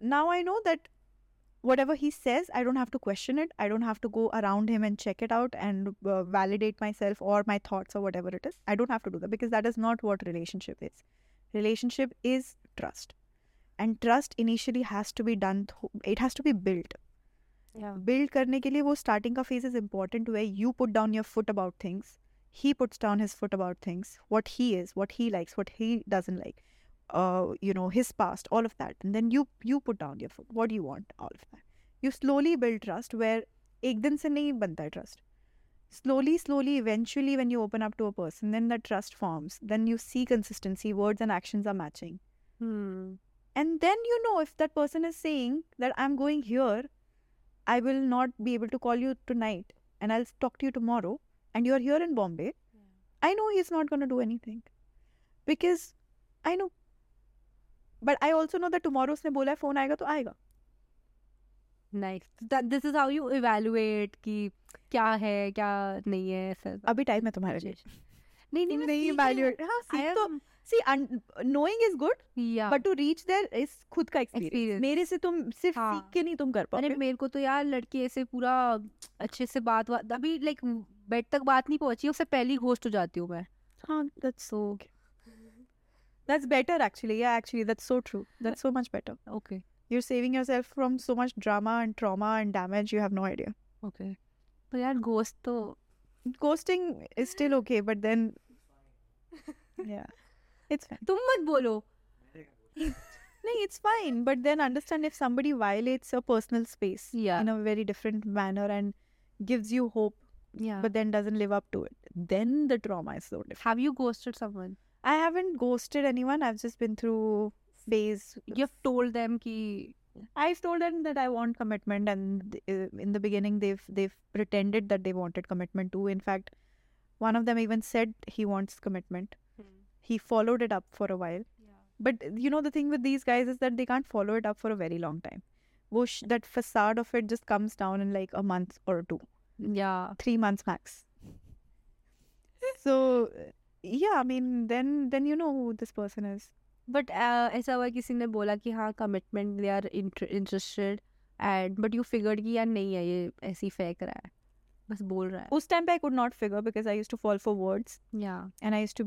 Speaker 1: Now I know that whatever he says, I don't have to question it. I don't have to go around him and check it out and uh, validate myself or my thoughts or whatever it is. I don't have to do that because that is not what relationship is. Relationship is trust. And trust initially has to be done, th- it has to be built. Build करने के लिए वो starting का phase is important where you put down your foot about things. He puts down his foot about things. What he is, what he likes, what he doesn't like. His past, all of that. And then you put down your foot. What do you want? All of that. You slowly build trust where ek din se nahi banta hai trust. Slowly, eventually when you open up to a person, then that trust forms. Then you see consistency, words and actions are matching.
Speaker 2: And
Speaker 1: then you know if that person is saying that I'm going here, I will not be able to call you to and I'll talk to you tomorrow, and you're here in Bombay, I know he's not going to do anything. Because I know. But I also know that tomorrow उसने बोला है phone आएगा तो आएगा
Speaker 2: nice this is how you evaluate कि क्या है क्या नहीं है ऐसा
Speaker 1: अभी टाइम है तुम्हारे लिए
Speaker 2: situation. नहीं नहीं मैं
Speaker 1: नहीं
Speaker 2: सीख रही हूँ।
Speaker 1: evaluate हाँ
Speaker 2: I
Speaker 1: सीख तो
Speaker 2: am-
Speaker 1: see un- knowing is good
Speaker 2: yeah.
Speaker 1: but to reach there is खुद का experience
Speaker 2: Experience.
Speaker 1: मेरे से तुम सिर्फ
Speaker 2: हाँ।
Speaker 1: सीख के नहीं तुम कर
Speaker 2: अरे
Speaker 1: पाओगे
Speaker 2: मेरे को तो यार लड़की ऐसे पूरा अच्छे से बात बात अभी लाइक बेड तक बात नहीं पहुंची उससे पहले ही घोस्ट हो जाती हूँ मैं
Speaker 1: हाँ that's
Speaker 2: so
Speaker 1: That's better, actually. Yeah, actually, that's so true. That's so much better.
Speaker 2: Okay
Speaker 1: You're saving yourself from so much drama and trauma and damage. You have no idea.
Speaker 2: Okay तो यार ghost तो
Speaker 1: Ghosting is still okay, but then, yeah, it's fine.
Speaker 2: तुम मत बोलो
Speaker 1: No, it's fine. But then understand if somebody violates your personal space
Speaker 2: Yeah.
Speaker 1: in a very different manner and gives you hope,
Speaker 2: या
Speaker 1: but then doesn't live up to it, then the trauma is so different.
Speaker 2: Have you ghosted someone
Speaker 1: I haven't ghosted anyone. I've just been through phase.
Speaker 2: You have told them कि
Speaker 1: I've told them that I want commitment, and th- uh, in the beginning, they've they've pretended that they wanted commitment too. In fact, one of them even said he wants commitment.
Speaker 2: Hmm.
Speaker 1: He followed it up for a while, but uh, you know the thing with these guys is that they can't follow it up for a very long time. Wo sh- that facade of it just comes down in like a month or two,
Speaker 2: या
Speaker 1: three months max. so, uh, yeah, I mean, then then you know who this person is.
Speaker 2: But uh, ऐसा हुआ किसी ने बोला कि हाँ commitment they are interested and but you figured कि यार नहीं है ये ऐसे ही फेंक रहा है बस बोल रहा है
Speaker 1: Us time pe I could not figure because I used to fall for words
Speaker 2: या
Speaker 1: and I used to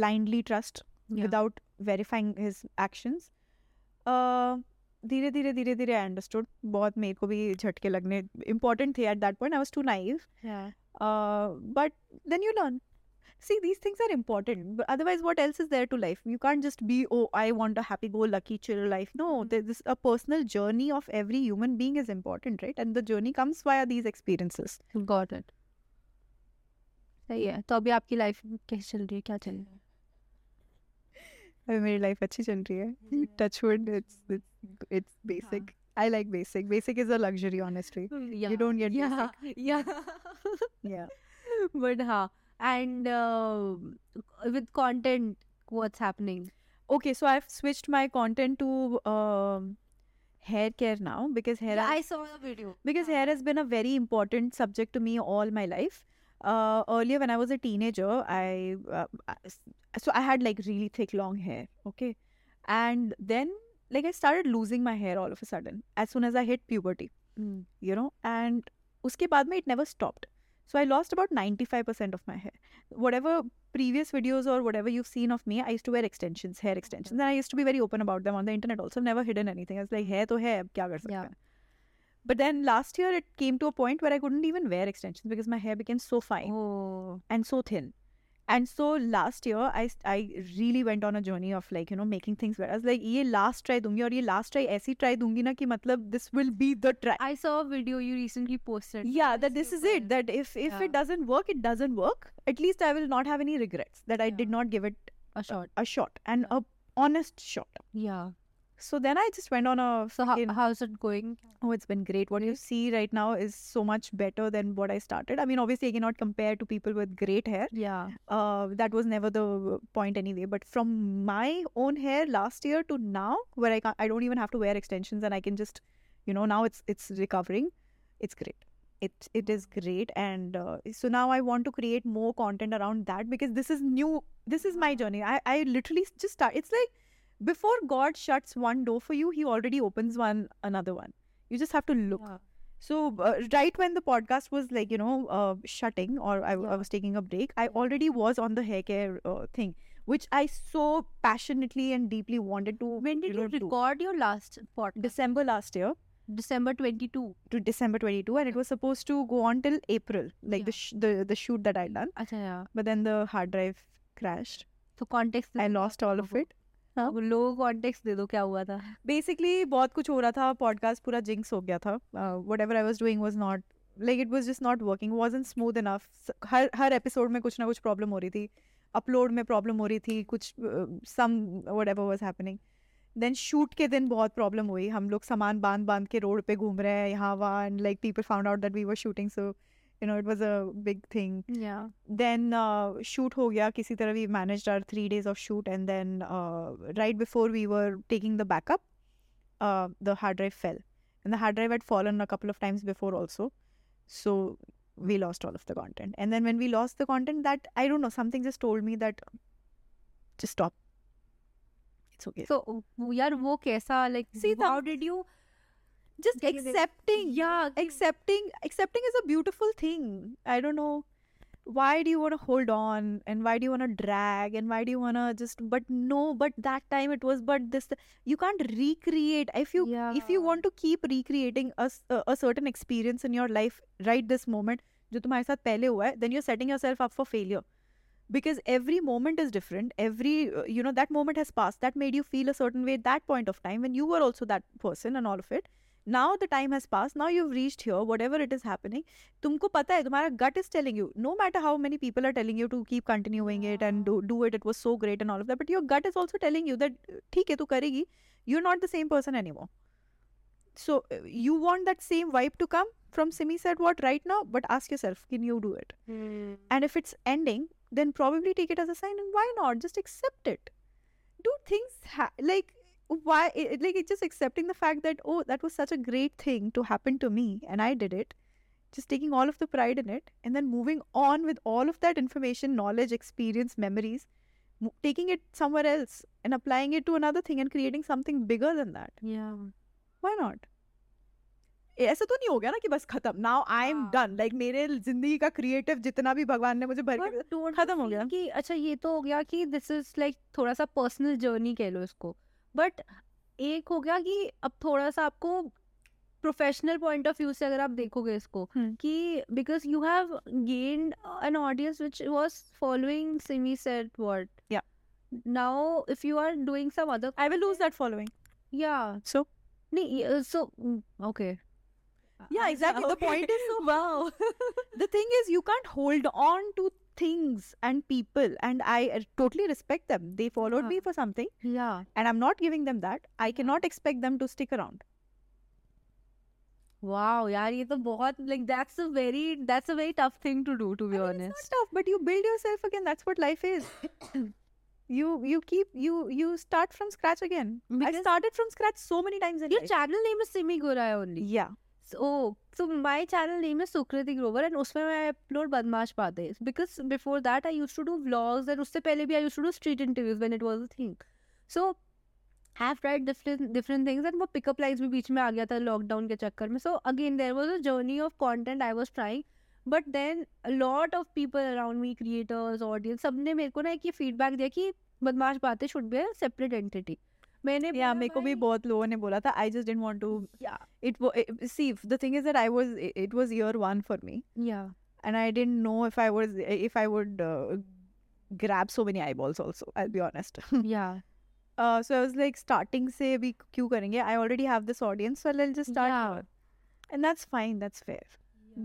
Speaker 1: blindly trust without verifying his actions. Uh, धीरे धीरे धीरे धीरे आई अंडरस्टूड बहुत मेरे को भी झटके लगने इंपॉर्टेंट थे at that point I was too naive but then you learn see these things are important otherwise what else is there to life you can't just be oh I want a happy go lucky chill life no this a personal journey of every human being is important right and the journey comes via these experiences
Speaker 2: got it सही है तो अभी आपकी life कैसे चल रही है क्या चल रहा है
Speaker 1: अभी मेरी लाइफ अच्छी चल रही है touch wood it's it's basic I like basic basic is a luxury honestly
Speaker 2: Hmm, Yeah,
Speaker 1: don't get
Speaker 2: yeah, yeah.
Speaker 1: Yeah.
Speaker 2: But हाँ and uh, with content what's happening
Speaker 1: okay so i've switched my content to um, hair care now because hair
Speaker 2: Yeah,
Speaker 1: has-
Speaker 2: I saw the video
Speaker 1: because hair has been a very important subject to me all my life uh, earlier when i was a teenager i uh, I- so i had like really thick long hair okay And then, like, I started losing my hair all of a sudden as soon as I hit puberty, you know, and uske baad mein, it never stopped. So I lost about 95% of my hair. Whatever previous videos or whatever you've seen of me, I used to wear extensions, hair extensions. And I used to be very open about them on the internet also. I've never hidden anything. I was like, hair to hair, ab kya kar sakte
Speaker 2: Yeah.
Speaker 1: hain? But then last year, it came to a point where I couldn't even wear extensions because my hair became so fine
Speaker 2: Oh.
Speaker 1: and so thin. And so last year, I, s- I really went on a journey of like, you know, making things better. I was like, ये last try दूंगी और ये last try ऐसी try दूंगी ना कि मतलब this will be the try.
Speaker 2: I saw a video you recently posted.
Speaker 1: yeah, that this
Speaker 2: Yes,
Speaker 1: is
Speaker 2: ऊपर
Speaker 1: it. That if if
Speaker 2: Yeah.
Speaker 1: it doesn't work, it doesn't work. At least I will not have any regrets that I did
Speaker 2: Yeah.
Speaker 1: not give it
Speaker 2: a shot.
Speaker 1: a shot and
Speaker 2: Yeah.
Speaker 1: a honest shot.
Speaker 2: Yeah.
Speaker 1: So then I just went on a
Speaker 2: So how,
Speaker 1: fucking-
Speaker 2: how's it going?
Speaker 1: oh, it's been great. What you see right now is so much better than what I started. I mean, obviously, I cannot compare to people with great hair.
Speaker 2: Yeah.
Speaker 1: uh, that was never the point anyway. But from my own hair last year to now, where I can't, I don't even have to wear extensions and I can just, you know, now it's it's recovering. It's great. It it is great, and uh, so now I want to create more content around that because this is new. This is my journey. I I literally just start. It's like before God shuts one door for you, He already opens one another one. You just have to look.
Speaker 2: Yeah.
Speaker 1: So uh, right when the podcast was like you know uh, shutting or I, I
Speaker 2: Yeah. Mm-hmm.
Speaker 1: was taking a break, I already was on the hair care uh, thing, which I so passionately and deeply wanted to.
Speaker 2: When did you,
Speaker 1: know, do.
Speaker 2: record your last podcast?
Speaker 1: December last year
Speaker 2: December 22.
Speaker 1: to December 22, and it was supposed to go on till April, like the
Speaker 2: Yeah.
Speaker 1: sh- the the shoot that I done.
Speaker 2: Acha, yeah.
Speaker 1: But then the hard drive crashed.
Speaker 2: So context they
Speaker 1: I
Speaker 2: दो क्या
Speaker 1: lost all
Speaker 2: हुआ
Speaker 1: of
Speaker 2: वो-
Speaker 1: it. हाँ।
Speaker 2: वो लोगों को context दे दो क्या हुआ था
Speaker 1: basically बहुत कुछ हो रहा था podcast पूरा jinx हो गया था uh, whatever I was doing was not like it was just not working wasn't smooth enough स- हर हर एपिसोड में कुछ ना कुछ प्रॉब्लम हो रही थी अपलोड में प्रॉब्लम हो रही थी कुछ some whatever was happening then shoot के दिन बहुत प्रॉब्लम हुई हम लोग सामान बांध बांध के रोड पे घूम रहे हैं यहाँ वहाँ and like people found out that we were shooting so you know it was a big thing
Speaker 2: या
Speaker 1: then uh, shoot ho gaya kisi tarah we managed our three days of shoot and then uh, right before we were taking the backup uh, the hard drive fell and the hard drive had fallen a couple of times before also so we lost all of the content and then when we lost the content that i don't know something just told me that just stop it's okay
Speaker 2: तो वो- यार वो कैसा like
Speaker 1: See,
Speaker 2: how
Speaker 1: some-
Speaker 2: did you
Speaker 1: just
Speaker 2: give it-
Speaker 1: accepting
Speaker 2: yeah कि-
Speaker 1: accepting accepting is a beautiful thing i don't know why do you want to hold on and why do you want to drag and why do you want to just but no but that time it was but this you can't recreate if you if you
Speaker 2: Yeah.
Speaker 1: want to keep recreating a, s- a- a certain experience in your life right this moment जो तुम्हारे साथ पहले हुआ है then you're setting yourself up for failure because every moment is different every uh, you know that moment has passed that made you feel a certain way at that point of time when you were also that person and all of it now the time has passed now you've reached here whatever it is happening तुमको पता है तुम्हारा gut is telling you no matter how many people are telling you to keep continuing it and do, do it it was so great and all of that but your gut is also telling you that "Uh, ठीक है तू करेगी you're not the same person anymore so uh, you want that same vibe to come from simi said what right now but ask yourself can you do it
Speaker 2: Hmm.
Speaker 1: and if it's ending then probably take it as a sign and why not just accept it do things ha- like why it, it- like it's just accepting the fact that oh that was such a great thing to happen to me and i did it just taking all of the pride in it and then moving on with all of that information knowledge experience memories mo- taking it somewhere else and applying it to another thing and creating something bigger than that
Speaker 2: yeah
Speaker 1: why not ए- ऐसा तो नहीं हो गया ना कि बस खत्म now I am
Speaker 2: हाँ।
Speaker 1: डन लाइक मेरे जिंदगी का क्रिएटिव जितना भी भगवान ने मुझे भर के
Speaker 2: But don't you
Speaker 1: खत्म हो
Speaker 2: feel
Speaker 1: गया।
Speaker 2: कि अच्छा ये तो हो गया कि दिस इज लाइक थोड़ा सा पर्सनल जर्नी कह लो इसको बट एक हो गया कि अब थोड़ा सा आपको प्रोफेशनल पॉइंट ऑफ व्यू से अगर आप देखोगे इसको
Speaker 1: हम्म।
Speaker 2: कि because you have gained an audience which was following Simi said word
Speaker 1: Yeah.
Speaker 2: Now if you are doing some other
Speaker 1: I will lose that following
Speaker 2: या
Speaker 1: So?
Speaker 2: नहीं uh, so okay
Speaker 1: yeah exactly the point is so
Speaker 2: wow
Speaker 1: the thing is you can't hold on to things and people and i uh, totally respect them they followed
Speaker 2: Yeah.
Speaker 1: me for something
Speaker 2: या
Speaker 1: and i'm not giving them that i cannot expect them to stick around
Speaker 2: wow यार ये तो बहुत like that's a very that's a very tough thing to do to be
Speaker 1: I mean, it's
Speaker 2: honest
Speaker 1: not tough but you build yourself again that's what life is you you keep you you start from scratch again i
Speaker 2: Because-
Speaker 1: started from scratch so many times in
Speaker 2: your
Speaker 1: life.
Speaker 2: Channel name is Simi Goraya only
Speaker 1: yeah
Speaker 2: oh so my channel name is Sukriti Grover and उसमें मैं upload Badmaash Baatein because before that I use to do vlogs and उससे पहले भी I use to do street interviews when it was a thing so have tried different different things and वो pickup lines भी बीच में आ गया था लॉकडाउन के चक्कर में सो again there was a journey of content I was trying but then lot of people around me creators audience सब ने मेरे को ना एक ये फीडबैक दिया कि Badmaash Baatein should be separate entity मैंने
Speaker 1: या
Speaker 2: बोला,
Speaker 1: मेरे को भी
Speaker 2: "भाई,
Speaker 1: बहुत लोगों ने बोला था I just didn't want to
Speaker 2: Yeah.
Speaker 1: It see the thing is that I was it was year one for me
Speaker 2: yeah
Speaker 1: and I didn't know if I was if I would uh, grab so many eyeballs. Also, I'll be honest.
Speaker 2: yeah
Speaker 1: uh, so I was like, starting say we क्यों करेंगे? I already have this audience, so I'll just start,
Speaker 2: Yeah.
Speaker 1: here. and that's fine. That's fair.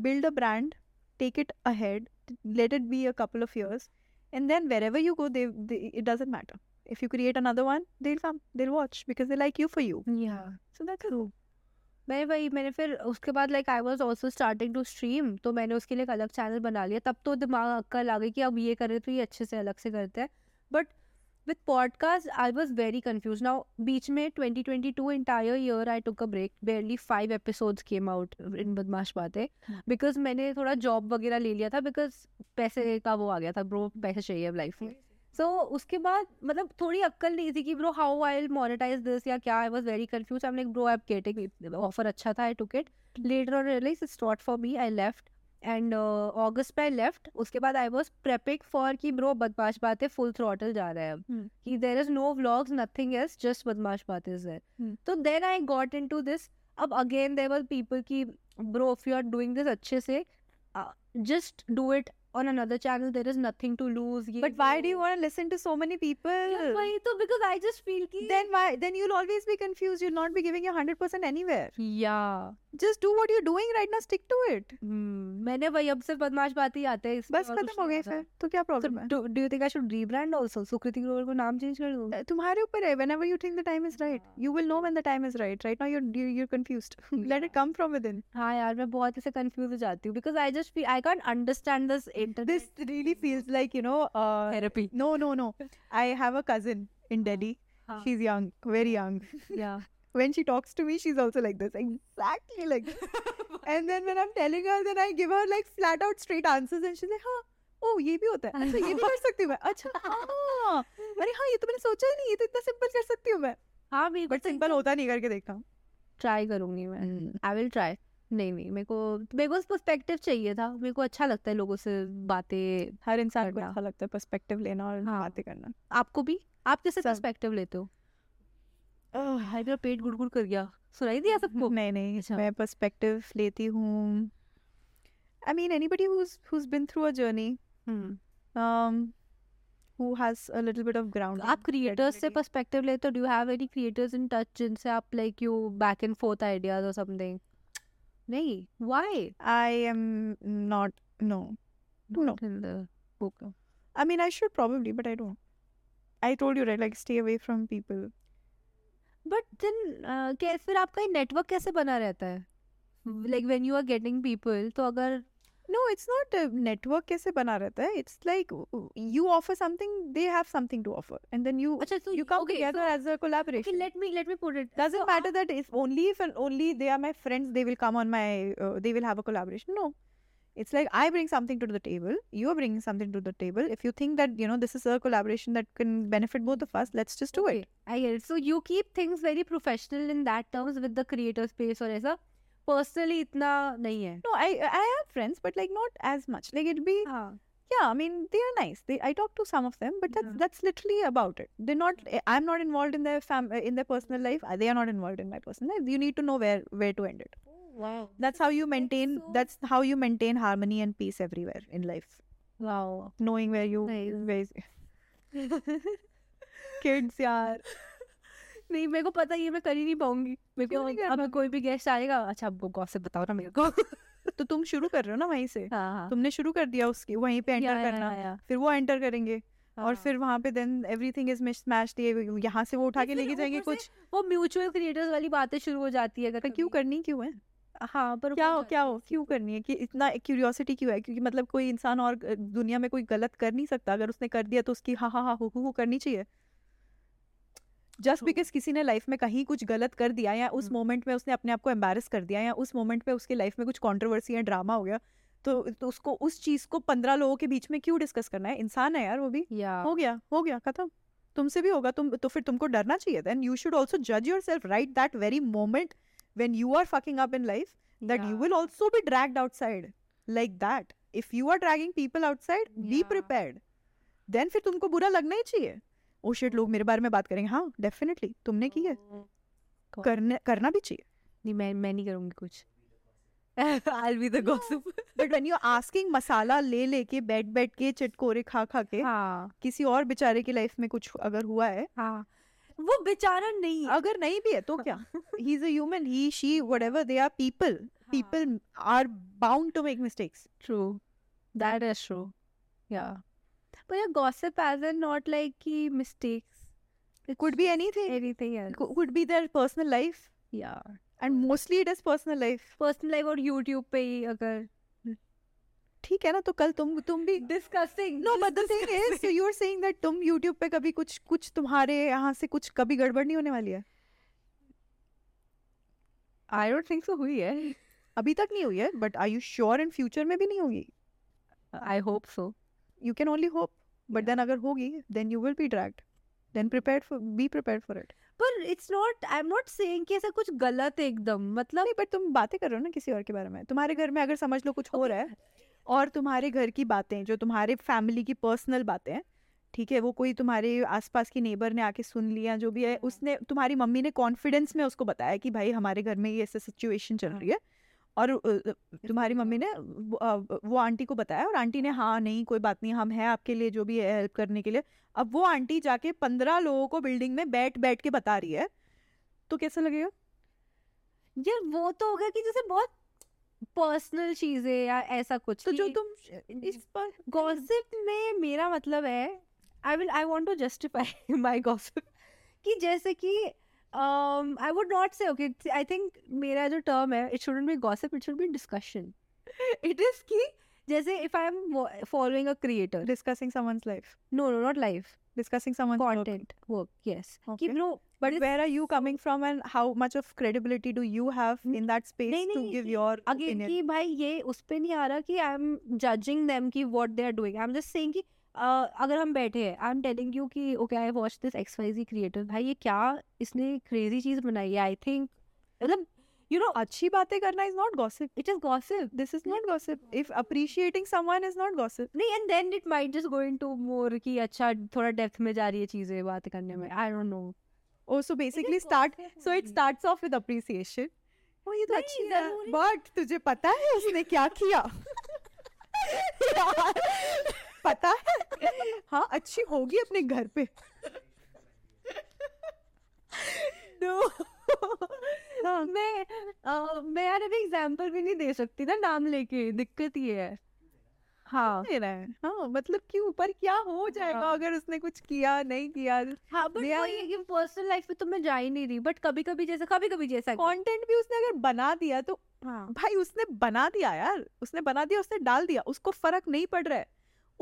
Speaker 1: Build a brand, take it ahead, t- let it be a couple of years, and then wherever you go, they, they it doesn't matter. If you create another one, they'll come, they'll watch because they like you for you.
Speaker 2: yeah
Speaker 1: So that's cool.
Speaker 2: मैंने वही मैंने फिर उसके बाद like I was also starting to stream तो मैंने उसके लिए एक अलग चैनल बना लिया तब तो दिमाग अक्कल आ गई कि अब ये करें तो ये अच्छे से अलग से करते हैं but with podcast I was very confuse now बीच में twenty twenty two entire year I took a break barely five episodes came out in Badmaash Baatein because मैंने थोड़ा जॉब वगैरह ले लिया था बिकॉज पैसे का वो आ गया था ब्रो पैसे चाहिए अब लाइफ में सो उसके बाद मतलब थोड़ी अक्कल नहीं थी कि bro how I will monetize this या क्या I was very confuse I am like bro I am getting offer अच्छा था I took it later on realize it's not for me I left and August में I left उसके बाद I was prepping for कि bro Badmaash Baatein full throttle जा रहा है अब
Speaker 1: Hmm.
Speaker 2: कि there is no vlogs nothing else just Badmaash Baatein is there
Speaker 1: Hmm.
Speaker 2: तो then I got into this अब अगेन देयर वर पीपल कि bro if you are doing this अच्छे से uh, just do it on another channel there is nothing to lose
Speaker 1: But why do you want to listen to so many people?
Speaker 2: Yeah, वही तो because I just feel कि
Speaker 1: Then why? Then you'll always be confused. You'll not be giving your hundred percent anywhere.
Speaker 2: yeah
Speaker 1: just do what you're doing right now stick to it
Speaker 2: हम्म मैंने वही अब सिर्फ बदमाश बात ही आते हैं इसमें
Speaker 1: बस
Speaker 2: और कुछ
Speaker 1: खत्म हो
Speaker 2: नहीं
Speaker 1: गई
Speaker 2: आता।
Speaker 1: फिर तो क्या प्रॉब्लम है
Speaker 2: So, do- do you think I should rebrand also? Sukriti Grover को नाम change कर दूं?
Speaker 1: अ, तुम्हारे ऊपर है whenever you think the time is right you will know when the time is right right now you're you're, you're confused let it come from within
Speaker 2: हाँ यार मैं बहुत ऐसे confused हो जाती हूँ because I just feel I can't understand this internet
Speaker 1: this really feels like you know uh,
Speaker 2: therapy.
Speaker 1: no no no i have a cousin in delhi
Speaker 2: हाँ.
Speaker 1: she's young very young
Speaker 2: Yeah.
Speaker 1: when she talks to me she's also like this exactly like this. and then when i'm telling her then i give her like flat out straight answers and she's like huh oh ये भी होता है अच्छा ये भी कर सकती हूँ मैं अच्छा हाँ अरे हाँ ये तो मैंने सोचा ही नहीं ये तो इतना सिंपल कर सकती हूँ मैं
Speaker 2: हाँ मेरे
Speaker 1: बट सिंपल होता नहीं करके देखा
Speaker 2: ट्राई करूंगी मैं
Speaker 1: हूँ
Speaker 2: आई विल ट्राई नहीं नहीं मेरे को मेरे को पर्सपेक्टिव चाहिए था मेरे को अच्छा लगता है लोगों से बातें
Speaker 1: हर इंसान को
Speaker 2: करना।
Speaker 1: अच्छा लगता है पर्सपेक्टिव लेना और
Speaker 2: हाँ।
Speaker 1: बातें करना
Speaker 2: आपको भी आप कैसे
Speaker 1: सब।
Speaker 2: पर्सपेक्टिव लेते हो हाय मेरा पेट गुड़गुड़ कर गया सुनाई दिया सबको
Speaker 1: नहीं नहीं
Speaker 2: अच्छा।
Speaker 1: मैं पर्सपेक्टिव लेती हूँ I mean anybody who's who's been through a journey
Speaker 2: hmm.
Speaker 1: um who has a little bit of ground
Speaker 2: आप क्रिएटर्स से पर्सपेक्टिव लेते हो do have any creators in touch जिनसे आप like you back and forth ideas और something नहीं why
Speaker 1: I am not no No.
Speaker 2: Okay
Speaker 1: I mean I should probably but I don't I told you right like stay away from people
Speaker 2: but then क्या uh, फिर आपका ये network कैसे बना रहता है like when you are getting people तो अगर
Speaker 1: नो इट्स नॉट नेटवर्क कैसे बना रहता है it's like you offer something they have something to offer and then you
Speaker 2: अच्छा तो
Speaker 1: you come together as a collaboration
Speaker 2: let me let me put it
Speaker 1: doesn't matter that if only if and only they are my friends they will come on my uh, they will have a collaboration no it's like i bring something to the table you are bringing something to the table if you think that you know this is a collaboration that can benefit both of us let's just do it
Speaker 2: I get it. So you keep things very professional in that terms with the creator space or ऐसा personally इतना नहीं है
Speaker 1: no i i have friends but like not as much like it'd be
Speaker 2: हाँ
Speaker 1: yeah i mean they are nice they i talk to some of them but that's
Speaker 2: Yeah.
Speaker 1: that's literally about it they're not eh, i'm not involved in their fam eh, in their personal life Uh, they are not involved in my personal life you need to know where where to end it
Speaker 2: Oh, wow
Speaker 1: that's how you maintain
Speaker 2: so-
Speaker 1: that's how you maintain harmony and peace everywhere in life
Speaker 2: wow
Speaker 1: knowing where you
Speaker 2: Nice.
Speaker 1: where kids yaar
Speaker 2: नहीं मेरे को पता ये मैं कर ही नहीं पाऊंगी मेरे
Speaker 1: क्यों नहीं
Speaker 2: को
Speaker 1: कर
Speaker 2: अब कोई भी गेस्ट आएगा अच्छा आपको गॉसिप बताओ ना मेरे को
Speaker 1: तो तुम शुरू कर रहे हो ना वहीं से
Speaker 2: हाँ हाँ
Speaker 1: तुमने शुरू कर दिया उसकी वहीं पे
Speaker 2: या,
Speaker 1: एंटर
Speaker 2: या,
Speaker 1: करना
Speaker 2: या, या,
Speaker 1: फिर वो एंटर करेंगे और
Speaker 2: हाँ।
Speaker 1: फिर वहां पे देन एवरीथिंग इज मिसमैच्ड ये यहाँ से वो उठा
Speaker 2: नहीं,
Speaker 1: के
Speaker 2: फिर
Speaker 1: लेके जाएंगे
Speaker 2: ऊपर
Speaker 1: कुछ
Speaker 2: से वो म्यूचुअल क्रिएटर्स वाली बातें शुरू हो जाती है अगर
Speaker 1: क्यों
Speaker 2: कभी-
Speaker 1: करनी क्यों है
Speaker 2: हाँ पर
Speaker 1: क्या
Speaker 2: हो
Speaker 1: हो
Speaker 2: जाती
Speaker 1: क्या
Speaker 2: है
Speaker 1: हो
Speaker 2: इसकी।
Speaker 1: क्यों करनी है कि इतना क्यूरियोसिटी क्यों है क्योंकि मतलब कोई इंसान और अ, दुनिया में कोई गलत कर नहीं सकता अगर उसने कर दिया तो उसकी हाँ हाँ हाँ हु हु हु करनी चाहिए जस्ट
Speaker 2: True.
Speaker 1: बिकॉज किसी ने लाइफ में कहीं कुछ गलत कर दिया या उस
Speaker 2: हम्म।
Speaker 1: मोमेंट में उसने अपने आप को एम्बेरस कर दिया या उस मोमेंट में उसकी लाइफ में कुछ कंट्रोवर्सी या ड्रामा हो गया तो, तो उसको उस चीज को पंद्रह लोगों के बीच में क्यों डिस्कस करना है इंसान है यार वो भी
Speaker 2: या
Speaker 1: हो गया हो गया खत्म तुमसे भी होगा तुम तो फिर तुमको डरना चाहिए देन यू शुड ऑल्सो जज yourself right that very moment when you are fucking up in life that you will also be dragged outside like that if you are dragging people outside be
Speaker 2: Yeah.
Speaker 1: prepared then फिर तुमको बुरा लगना ही चाहिए oh shit लोग मेरे बारे में बात करेंगे हाँ डेफिनेटली तुमने की है
Speaker 2: हाँ. God.
Speaker 1: करने करना भी चाहिए
Speaker 2: नहीं मैं मैं नहीं करूंगी कुछ I'll be the gossip.
Speaker 1: But when you asking मसाला ले लेके बैठ बैठ के चटकोरे खा खा के
Speaker 2: हाँ
Speaker 1: किसी और बेचारे की लाइफ में कुछ अगर हुआ है
Speaker 2: हाँ वो बेचारा नहीं
Speaker 1: अगर नहीं भी है तो क्या he is a human he she whatever they are people people are bound to make mistakes
Speaker 2: हाँ। True. That is true. Yeah. But yeah, gossip as in not like ki mistakes. It
Speaker 1: could be anything
Speaker 2: anything else.
Speaker 1: Could be their personal life
Speaker 2: Yeah.
Speaker 1: And mostly it is personal life
Speaker 2: Personal life और YouTube पे ही अगर
Speaker 1: ठीक है ना तो कल तुम तुम भी
Speaker 2: discussing.
Speaker 1: No but the thing is you are saying that तुम YouTube पे कभी कुछ कुछ तुम्हारे यहाँ से कुछ कभी गड़बड़ नहीं होने वाली है
Speaker 2: I don't think so हुई है.
Speaker 1: अभी तक नहीं हुई है but are you sure in future में भी नहीं होगी
Speaker 2: I hope so.
Speaker 1: You can only hope but then अगर होगी then you will be dragged then prepare for be prepare for it
Speaker 2: पर it's not. I'm not saying कि ऐसा कुछ गलत है एकदम मतलब
Speaker 1: नहीं बट तुम बातें कर रहे हो ना किसी और के बारे में तुम्हारे घर में अगर समझ लो कुछ हो रहा है और तुम्हारे घर की बातें जो तुम्हारे फैमिली की पर्सनल बातें हैं ठीक है वो कोई तुम्हारे आसपास की नेबर ने आके सुन लिया जो भी है उसने तुम्हारी मम्मी ने कॉन्फिडेंस में उसको बताया कि भाई हमारे घर में ये ऐसे सिचुएशन चल रही है और अ, अ, तुम्हारी मम्मी ने वो अ, वो आंटी को बताया और आंटी ने हाँ नहीं कोई बात नहीं हम हैं आपके लिए जो भी है हेल्प करने के लिए अब वो आंटी जाके पंद्रह लोगों को बिल्डिंग में बैठ बैठ के बता रही है तो कैसा लगेगा
Speaker 2: यार वो तो हो गया कि जैसे बहुत पर्सनल चीजें या ऐसा कुछ
Speaker 1: तो जो
Speaker 2: कि-
Speaker 1: तुम इस पर
Speaker 2: गॉसिप में मेरा मतलब है I will I want to justify my gossip कि जैसे कि um, I would not say okay I think मेरा जो टर्म है it shouldn't be gossip it should be discussion it is कि जैसे if I am following a creator
Speaker 1: discussing someone's life
Speaker 2: no no not life
Speaker 1: discussing someone's work.
Speaker 2: Content work yes कि
Speaker 1: Okay.
Speaker 2: No but
Speaker 1: where are you coming from and how much of credibility do you have in that space
Speaker 2: नहीं,
Speaker 1: to
Speaker 2: नहीं,
Speaker 1: give your
Speaker 2: again
Speaker 1: opinion
Speaker 2: कि भाई ये उस पे नहीं आ रहा कि आई एम जजिंग देम कि what they are doing I am just saying कि अ, अगर हम बैठे हैं आई एम टेलिंग यू कि okay I watch this X Y Z creator भाई ये क्या इसने क्रेजी चीज बनाई है आई थिंक मतलब यू नो
Speaker 1: अच्छी बातें करना is not gossip
Speaker 2: it is gossip
Speaker 1: this is not gossip if appreciating someone is not gossip
Speaker 2: नहीं and then it might just going to more कि अच्छा थोड़ा डेप्थ में जा रही है चीजें बात करने में I don't know
Speaker 1: oh so basically start so it starts off with appreciation oh ये तो
Speaker 2: नहीं,
Speaker 1: अच्छी है
Speaker 2: जरूरी-
Speaker 1: but तुझे पता है उसने क्या किया यार, पता है हाँ अच्छी होगी अपने घर पे हाँ
Speaker 2: मैं अ, मैं यार अभी एग्जांपल भी नहीं दे सकती ना नाम लेके दिक्कत ये है हाँ
Speaker 1: दे रहा है हाँ मतलब कि ऊपर क्या हो जाएगा
Speaker 2: हाँ।
Speaker 1: अगर उसने कुछ किया नहीं किया
Speaker 2: हाँ बट
Speaker 1: They are-
Speaker 2: वही है कि पर्सनल लाइफ पे तो मैं जा ही नहीं रही बट कभी कभी जैसा कभी कभी जैसा
Speaker 1: कंटेंट भी उसने अगर बना दिया तो
Speaker 2: हाँ
Speaker 1: भाई उसने बना दिया यार उसने बना दिया उसने डाल दिया उसको फर्क नहीं पड़ रहा है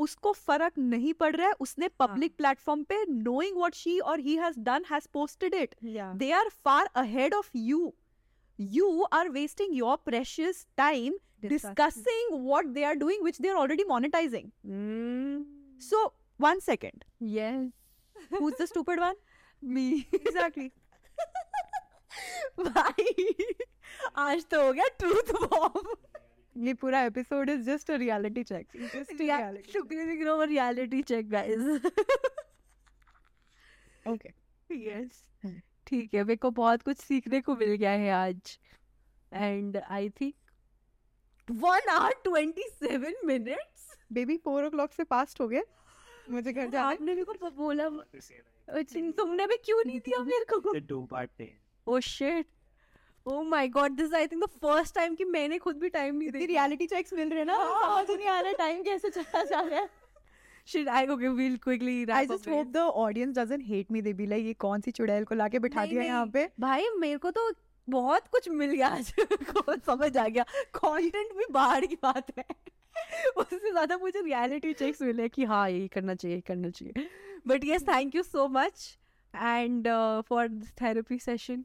Speaker 1: उसको फर्क नहीं पड़ रहा है उसने पब्लिक प्लेटफॉर्म पे नोइंग व्हाट शी और he has done has posted it
Speaker 2: या
Speaker 1: they are far ahead of you you are wasting your precious time discussing what they are doing which they are already monetizing
Speaker 2: Hmm,
Speaker 1: so one second
Speaker 2: yes
Speaker 1: who's the stupid one
Speaker 2: me
Speaker 1: exactly
Speaker 2: भाई आज तो हो गया truth bomb
Speaker 1: ये पूरा episode is just a reality check just reality
Speaker 2: शुक्रिया निकलो और reality check guys
Speaker 1: okay
Speaker 2: yes Hmm. ठीक है मेरे को बहुत कुछ सीखने को मिल गया है आज and I think one hour twenty seven minutes
Speaker 1: baby 4 o'clock से पास्ट हो गया मुझे घर जाना है।
Speaker 2: अच्छा, आपने मेरे को बोला
Speaker 3: It's
Speaker 2: अच्छा, तुमने भी क्यों नहीं दिया मेरे को
Speaker 3: a two-part thing.
Speaker 2: Oh shit oh my god this I think the first time कि मैंने खुद भी टाइम नहीं
Speaker 1: इतनी
Speaker 2: देखा
Speaker 1: रियलिटी चेक्स मिल रहे हैं ना
Speaker 2: हाँ,
Speaker 1: समझ ही नहीं आ रहा है टाइम कैसे चला जा रहा है
Speaker 2: shit I okay we'll quickly
Speaker 1: I just hope the audience doesn't hate me they be like ये कौन सी चुड़ैल को लाके बिठा
Speaker 2: नहीं,
Speaker 1: दिया
Speaker 2: नहीं।
Speaker 1: यहाँ पे
Speaker 2: भाई मेरे को तो बहुत कुछ मिल गया आज को समझ आ गया कंटेंट भी बाहर की बात है उससे ज्यादा मुझे रियलिटी चेक्स मिले कि हाँ यही करना चाहिए यही करना चाहिए but yes thank you so much and for this therapy session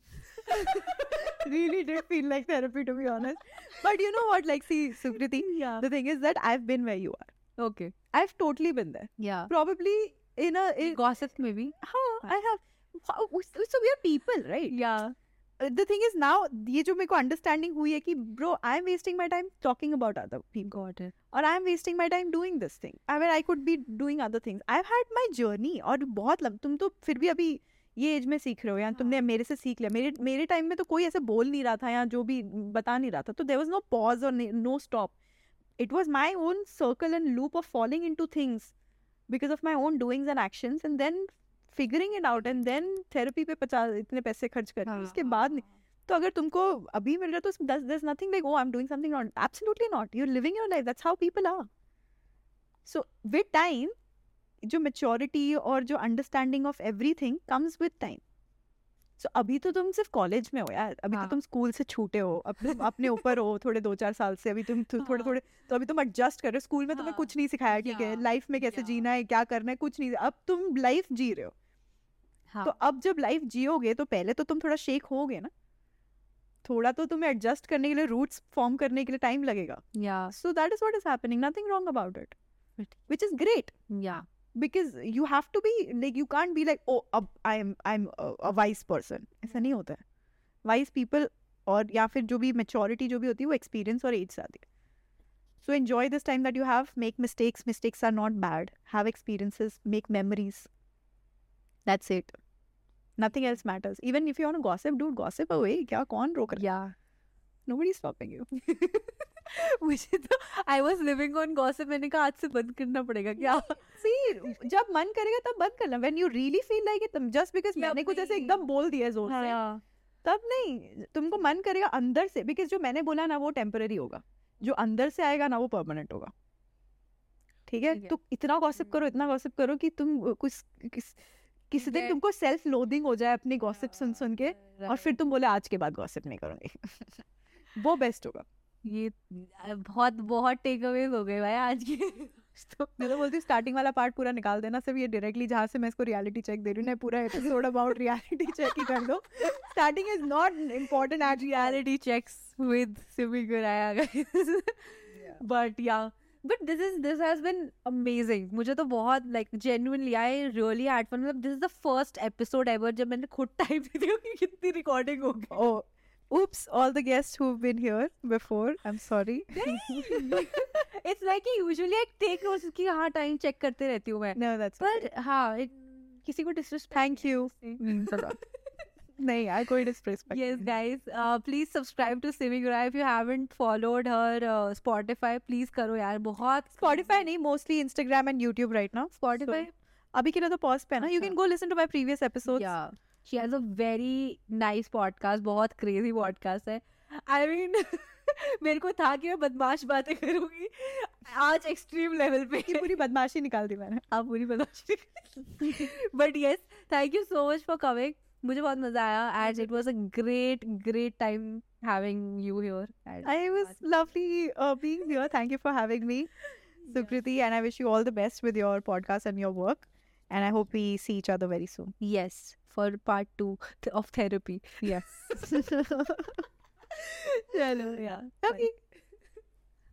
Speaker 1: really did feel like therapy to be honest. But you know what? Like, see, Sukriti,
Speaker 2: yeah
Speaker 1: the thing is that I've been where you are.
Speaker 2: Okay
Speaker 1: I've totally been there.
Speaker 2: Yeah
Speaker 1: Probably in a in,
Speaker 2: gossip maybe.
Speaker 1: हाँ, I have wow, we- so we are people right
Speaker 2: Yeah.
Speaker 1: Uh, the thing is now ये जो मेरे को understanding हुई है कि bro I am wasting my time talking about other people
Speaker 2: Got it.
Speaker 1: और I am wasting my time doing this thing I mean I could be doing other things I had my journey और बहुत लंब तुम तो फिर भी अभी ये एज में सीख रहे
Speaker 2: हाँ।
Speaker 1: हो या तुमने मेरे से सीख लिया मेरे मेरे टाइम में तो कोई ऐसे बोल नहीं रहा था या जो भी बता नहीं रहा था तो देर वॉज नो पॉज और no stop it was my own circle and loop of following into things because of my own doings and actions and then figuring it out and then therapy पे पचास इतने पैसे खर्च करके उसके
Speaker 2: हाँ,
Speaker 1: बाद नहीं तो अगर तुमको अभी मिल रहा है तो दस दस nothing like oh I am doing something not absolutely not you living your life that's how people are so with time जो मेच्योरिटी और जो understanding of everything comes with time so अभी तो तुम सिर्फ कॉलेज में हो यार अभी
Speaker 2: हाँ।
Speaker 1: तो तुम स्कूल से छूटे हो अब तुम अपने ऊपर हो थोड़े दो चार साल से अभी तुम थो- थोड़े
Speaker 2: हाँ।
Speaker 1: थोड़े तो अभी तुम एडजस्ट कर रहे हो स्कूल में तुम्हें
Speaker 2: हाँ।
Speaker 1: कुछ नहीं सिखाया ठीक है
Speaker 2: Yeah.
Speaker 1: लाइफ में कैसे
Speaker 2: Yeah.
Speaker 1: जीना है क्या करना है कुछ नहीं अब तुम लाइफ जी रहे हो
Speaker 2: हाँ.
Speaker 1: तो अब जब लाइफ जियोगे तो पहले तो तुम थोड़ा शेक होगे ना थोड़ा तो तुम्हें एडजस्ट करने के लिए रूट्स फॉर्म करने के लिए टाइम लगेगा
Speaker 2: Yeah.
Speaker 1: So that is what is happening nothing wrong about it
Speaker 2: Right.
Speaker 1: Which is great
Speaker 2: Yeah.
Speaker 1: Because you have to be like you can't be like oh अब I am I am a wise person ऐसा नहीं होता है wise people और या फिर जो भी मेच्योरिटी जो भी होती है वो एक्सपीरियंस और एज से आती है so enjoy this time that you have make mistakes mistakes are not bad have experiences make memories that's it nothing else matters even if you on gossip do gossip away क्या कौन रोक रहा
Speaker 2: Yeah.
Speaker 1: है nobody stopping you
Speaker 2: मुझे तो I was living on gossip मैंने कहा आज से बंद करना पड़ेगा क्या
Speaker 1: सी जब मन करेगा तब बंद करना when you really feel like it just because मैंने कुछ ऐसे
Speaker 2: नहीं।
Speaker 1: एकदम बोल दिया है जोर से तब नहीं तुमको मन करेगा अंदर से बिकॉज जो मैंने बोला ना वो टेम्पररी होगा जो अंदर से आएगा ना वो परमानेंट होगा ठीक है
Speaker 2: ठीक है। हम्म।
Speaker 1: तो इतना गॉसिप करो इतना गॉसिप करो कि तुम अ, कुछ किस किसी दिन
Speaker 2: Get-
Speaker 1: तुमको सेल्फ लोदिंग हो जाए अपने गॉसिप सुन सुन के और फिर तुम बोले आज के बाद गॉसिप नहीं करूंगी वो बेस्ट होगा
Speaker 2: ये बहुत बहुत टेक अवेज हो गए भाई आज के तो
Speaker 1: मैं तो बोलती हूँ स्टार्टिंग वाला पार्ट पूरा निकाल देना सिर्फ ये डायरेक्टली जहाँ से मैं इसको रियलिटी चेक दे रही हूँ ना, पूरा एपिसोड अबाउट रियलिटी चेक ही कर दो starting is not important at reality
Speaker 2: reality checks with Simi Guraya guys. But yeah. But this is this has been amazing. मुझे तो बहुत like genuinely I really had fun. मतलब this is the first episode ever जब मैंने खुद time दी थी कि कितनी recording हो गई.
Speaker 1: Oh, oops, all the guests who've been here before. I'm sorry.
Speaker 2: It's like कि usually I take notes कि हाँ time check करते रहती हूँ मैं.
Speaker 1: no, that's okay. Mm,
Speaker 2: But हाँ it- किसी को disrespect
Speaker 1: Thank you.
Speaker 2: नहीं करना चाहिए.
Speaker 1: नहीं यार कोई disrespect
Speaker 2: Yes,
Speaker 1: नहीं।
Speaker 2: guys. Uh, please subscribe to Simi Guraya if you haven't followed her uh, Spotify. Please करो यार बहुत
Speaker 1: Spotify नहीं mostly Instagram and YouTube right now.
Speaker 2: Spotify.
Speaker 1: So, अभी के लिए तो पॉज पे है ना यू कैन
Speaker 2: अच्छा।
Speaker 1: Go listen to my previous episodes
Speaker 2: yeah she has a very nice podcast बहुत crazy podcast है I mean मेरे को था कि मैं बदमाश बातें करूंगी आज extreme level पे
Speaker 1: की पूरी बदमाशी निकाल दी मैंने
Speaker 2: आप पूरी बदमाश but yes thank you so much for coming मुझे बहुत मजा आया and it was a great great time having you here and
Speaker 1: I was lovely being here thank you for having me Sukriti and I wish you all the best with your podcast and your work and I hope we see each other very soon
Speaker 2: yes for part two th- of therapy
Speaker 1: yes चलो
Speaker 2: yeah
Speaker 1: Okay.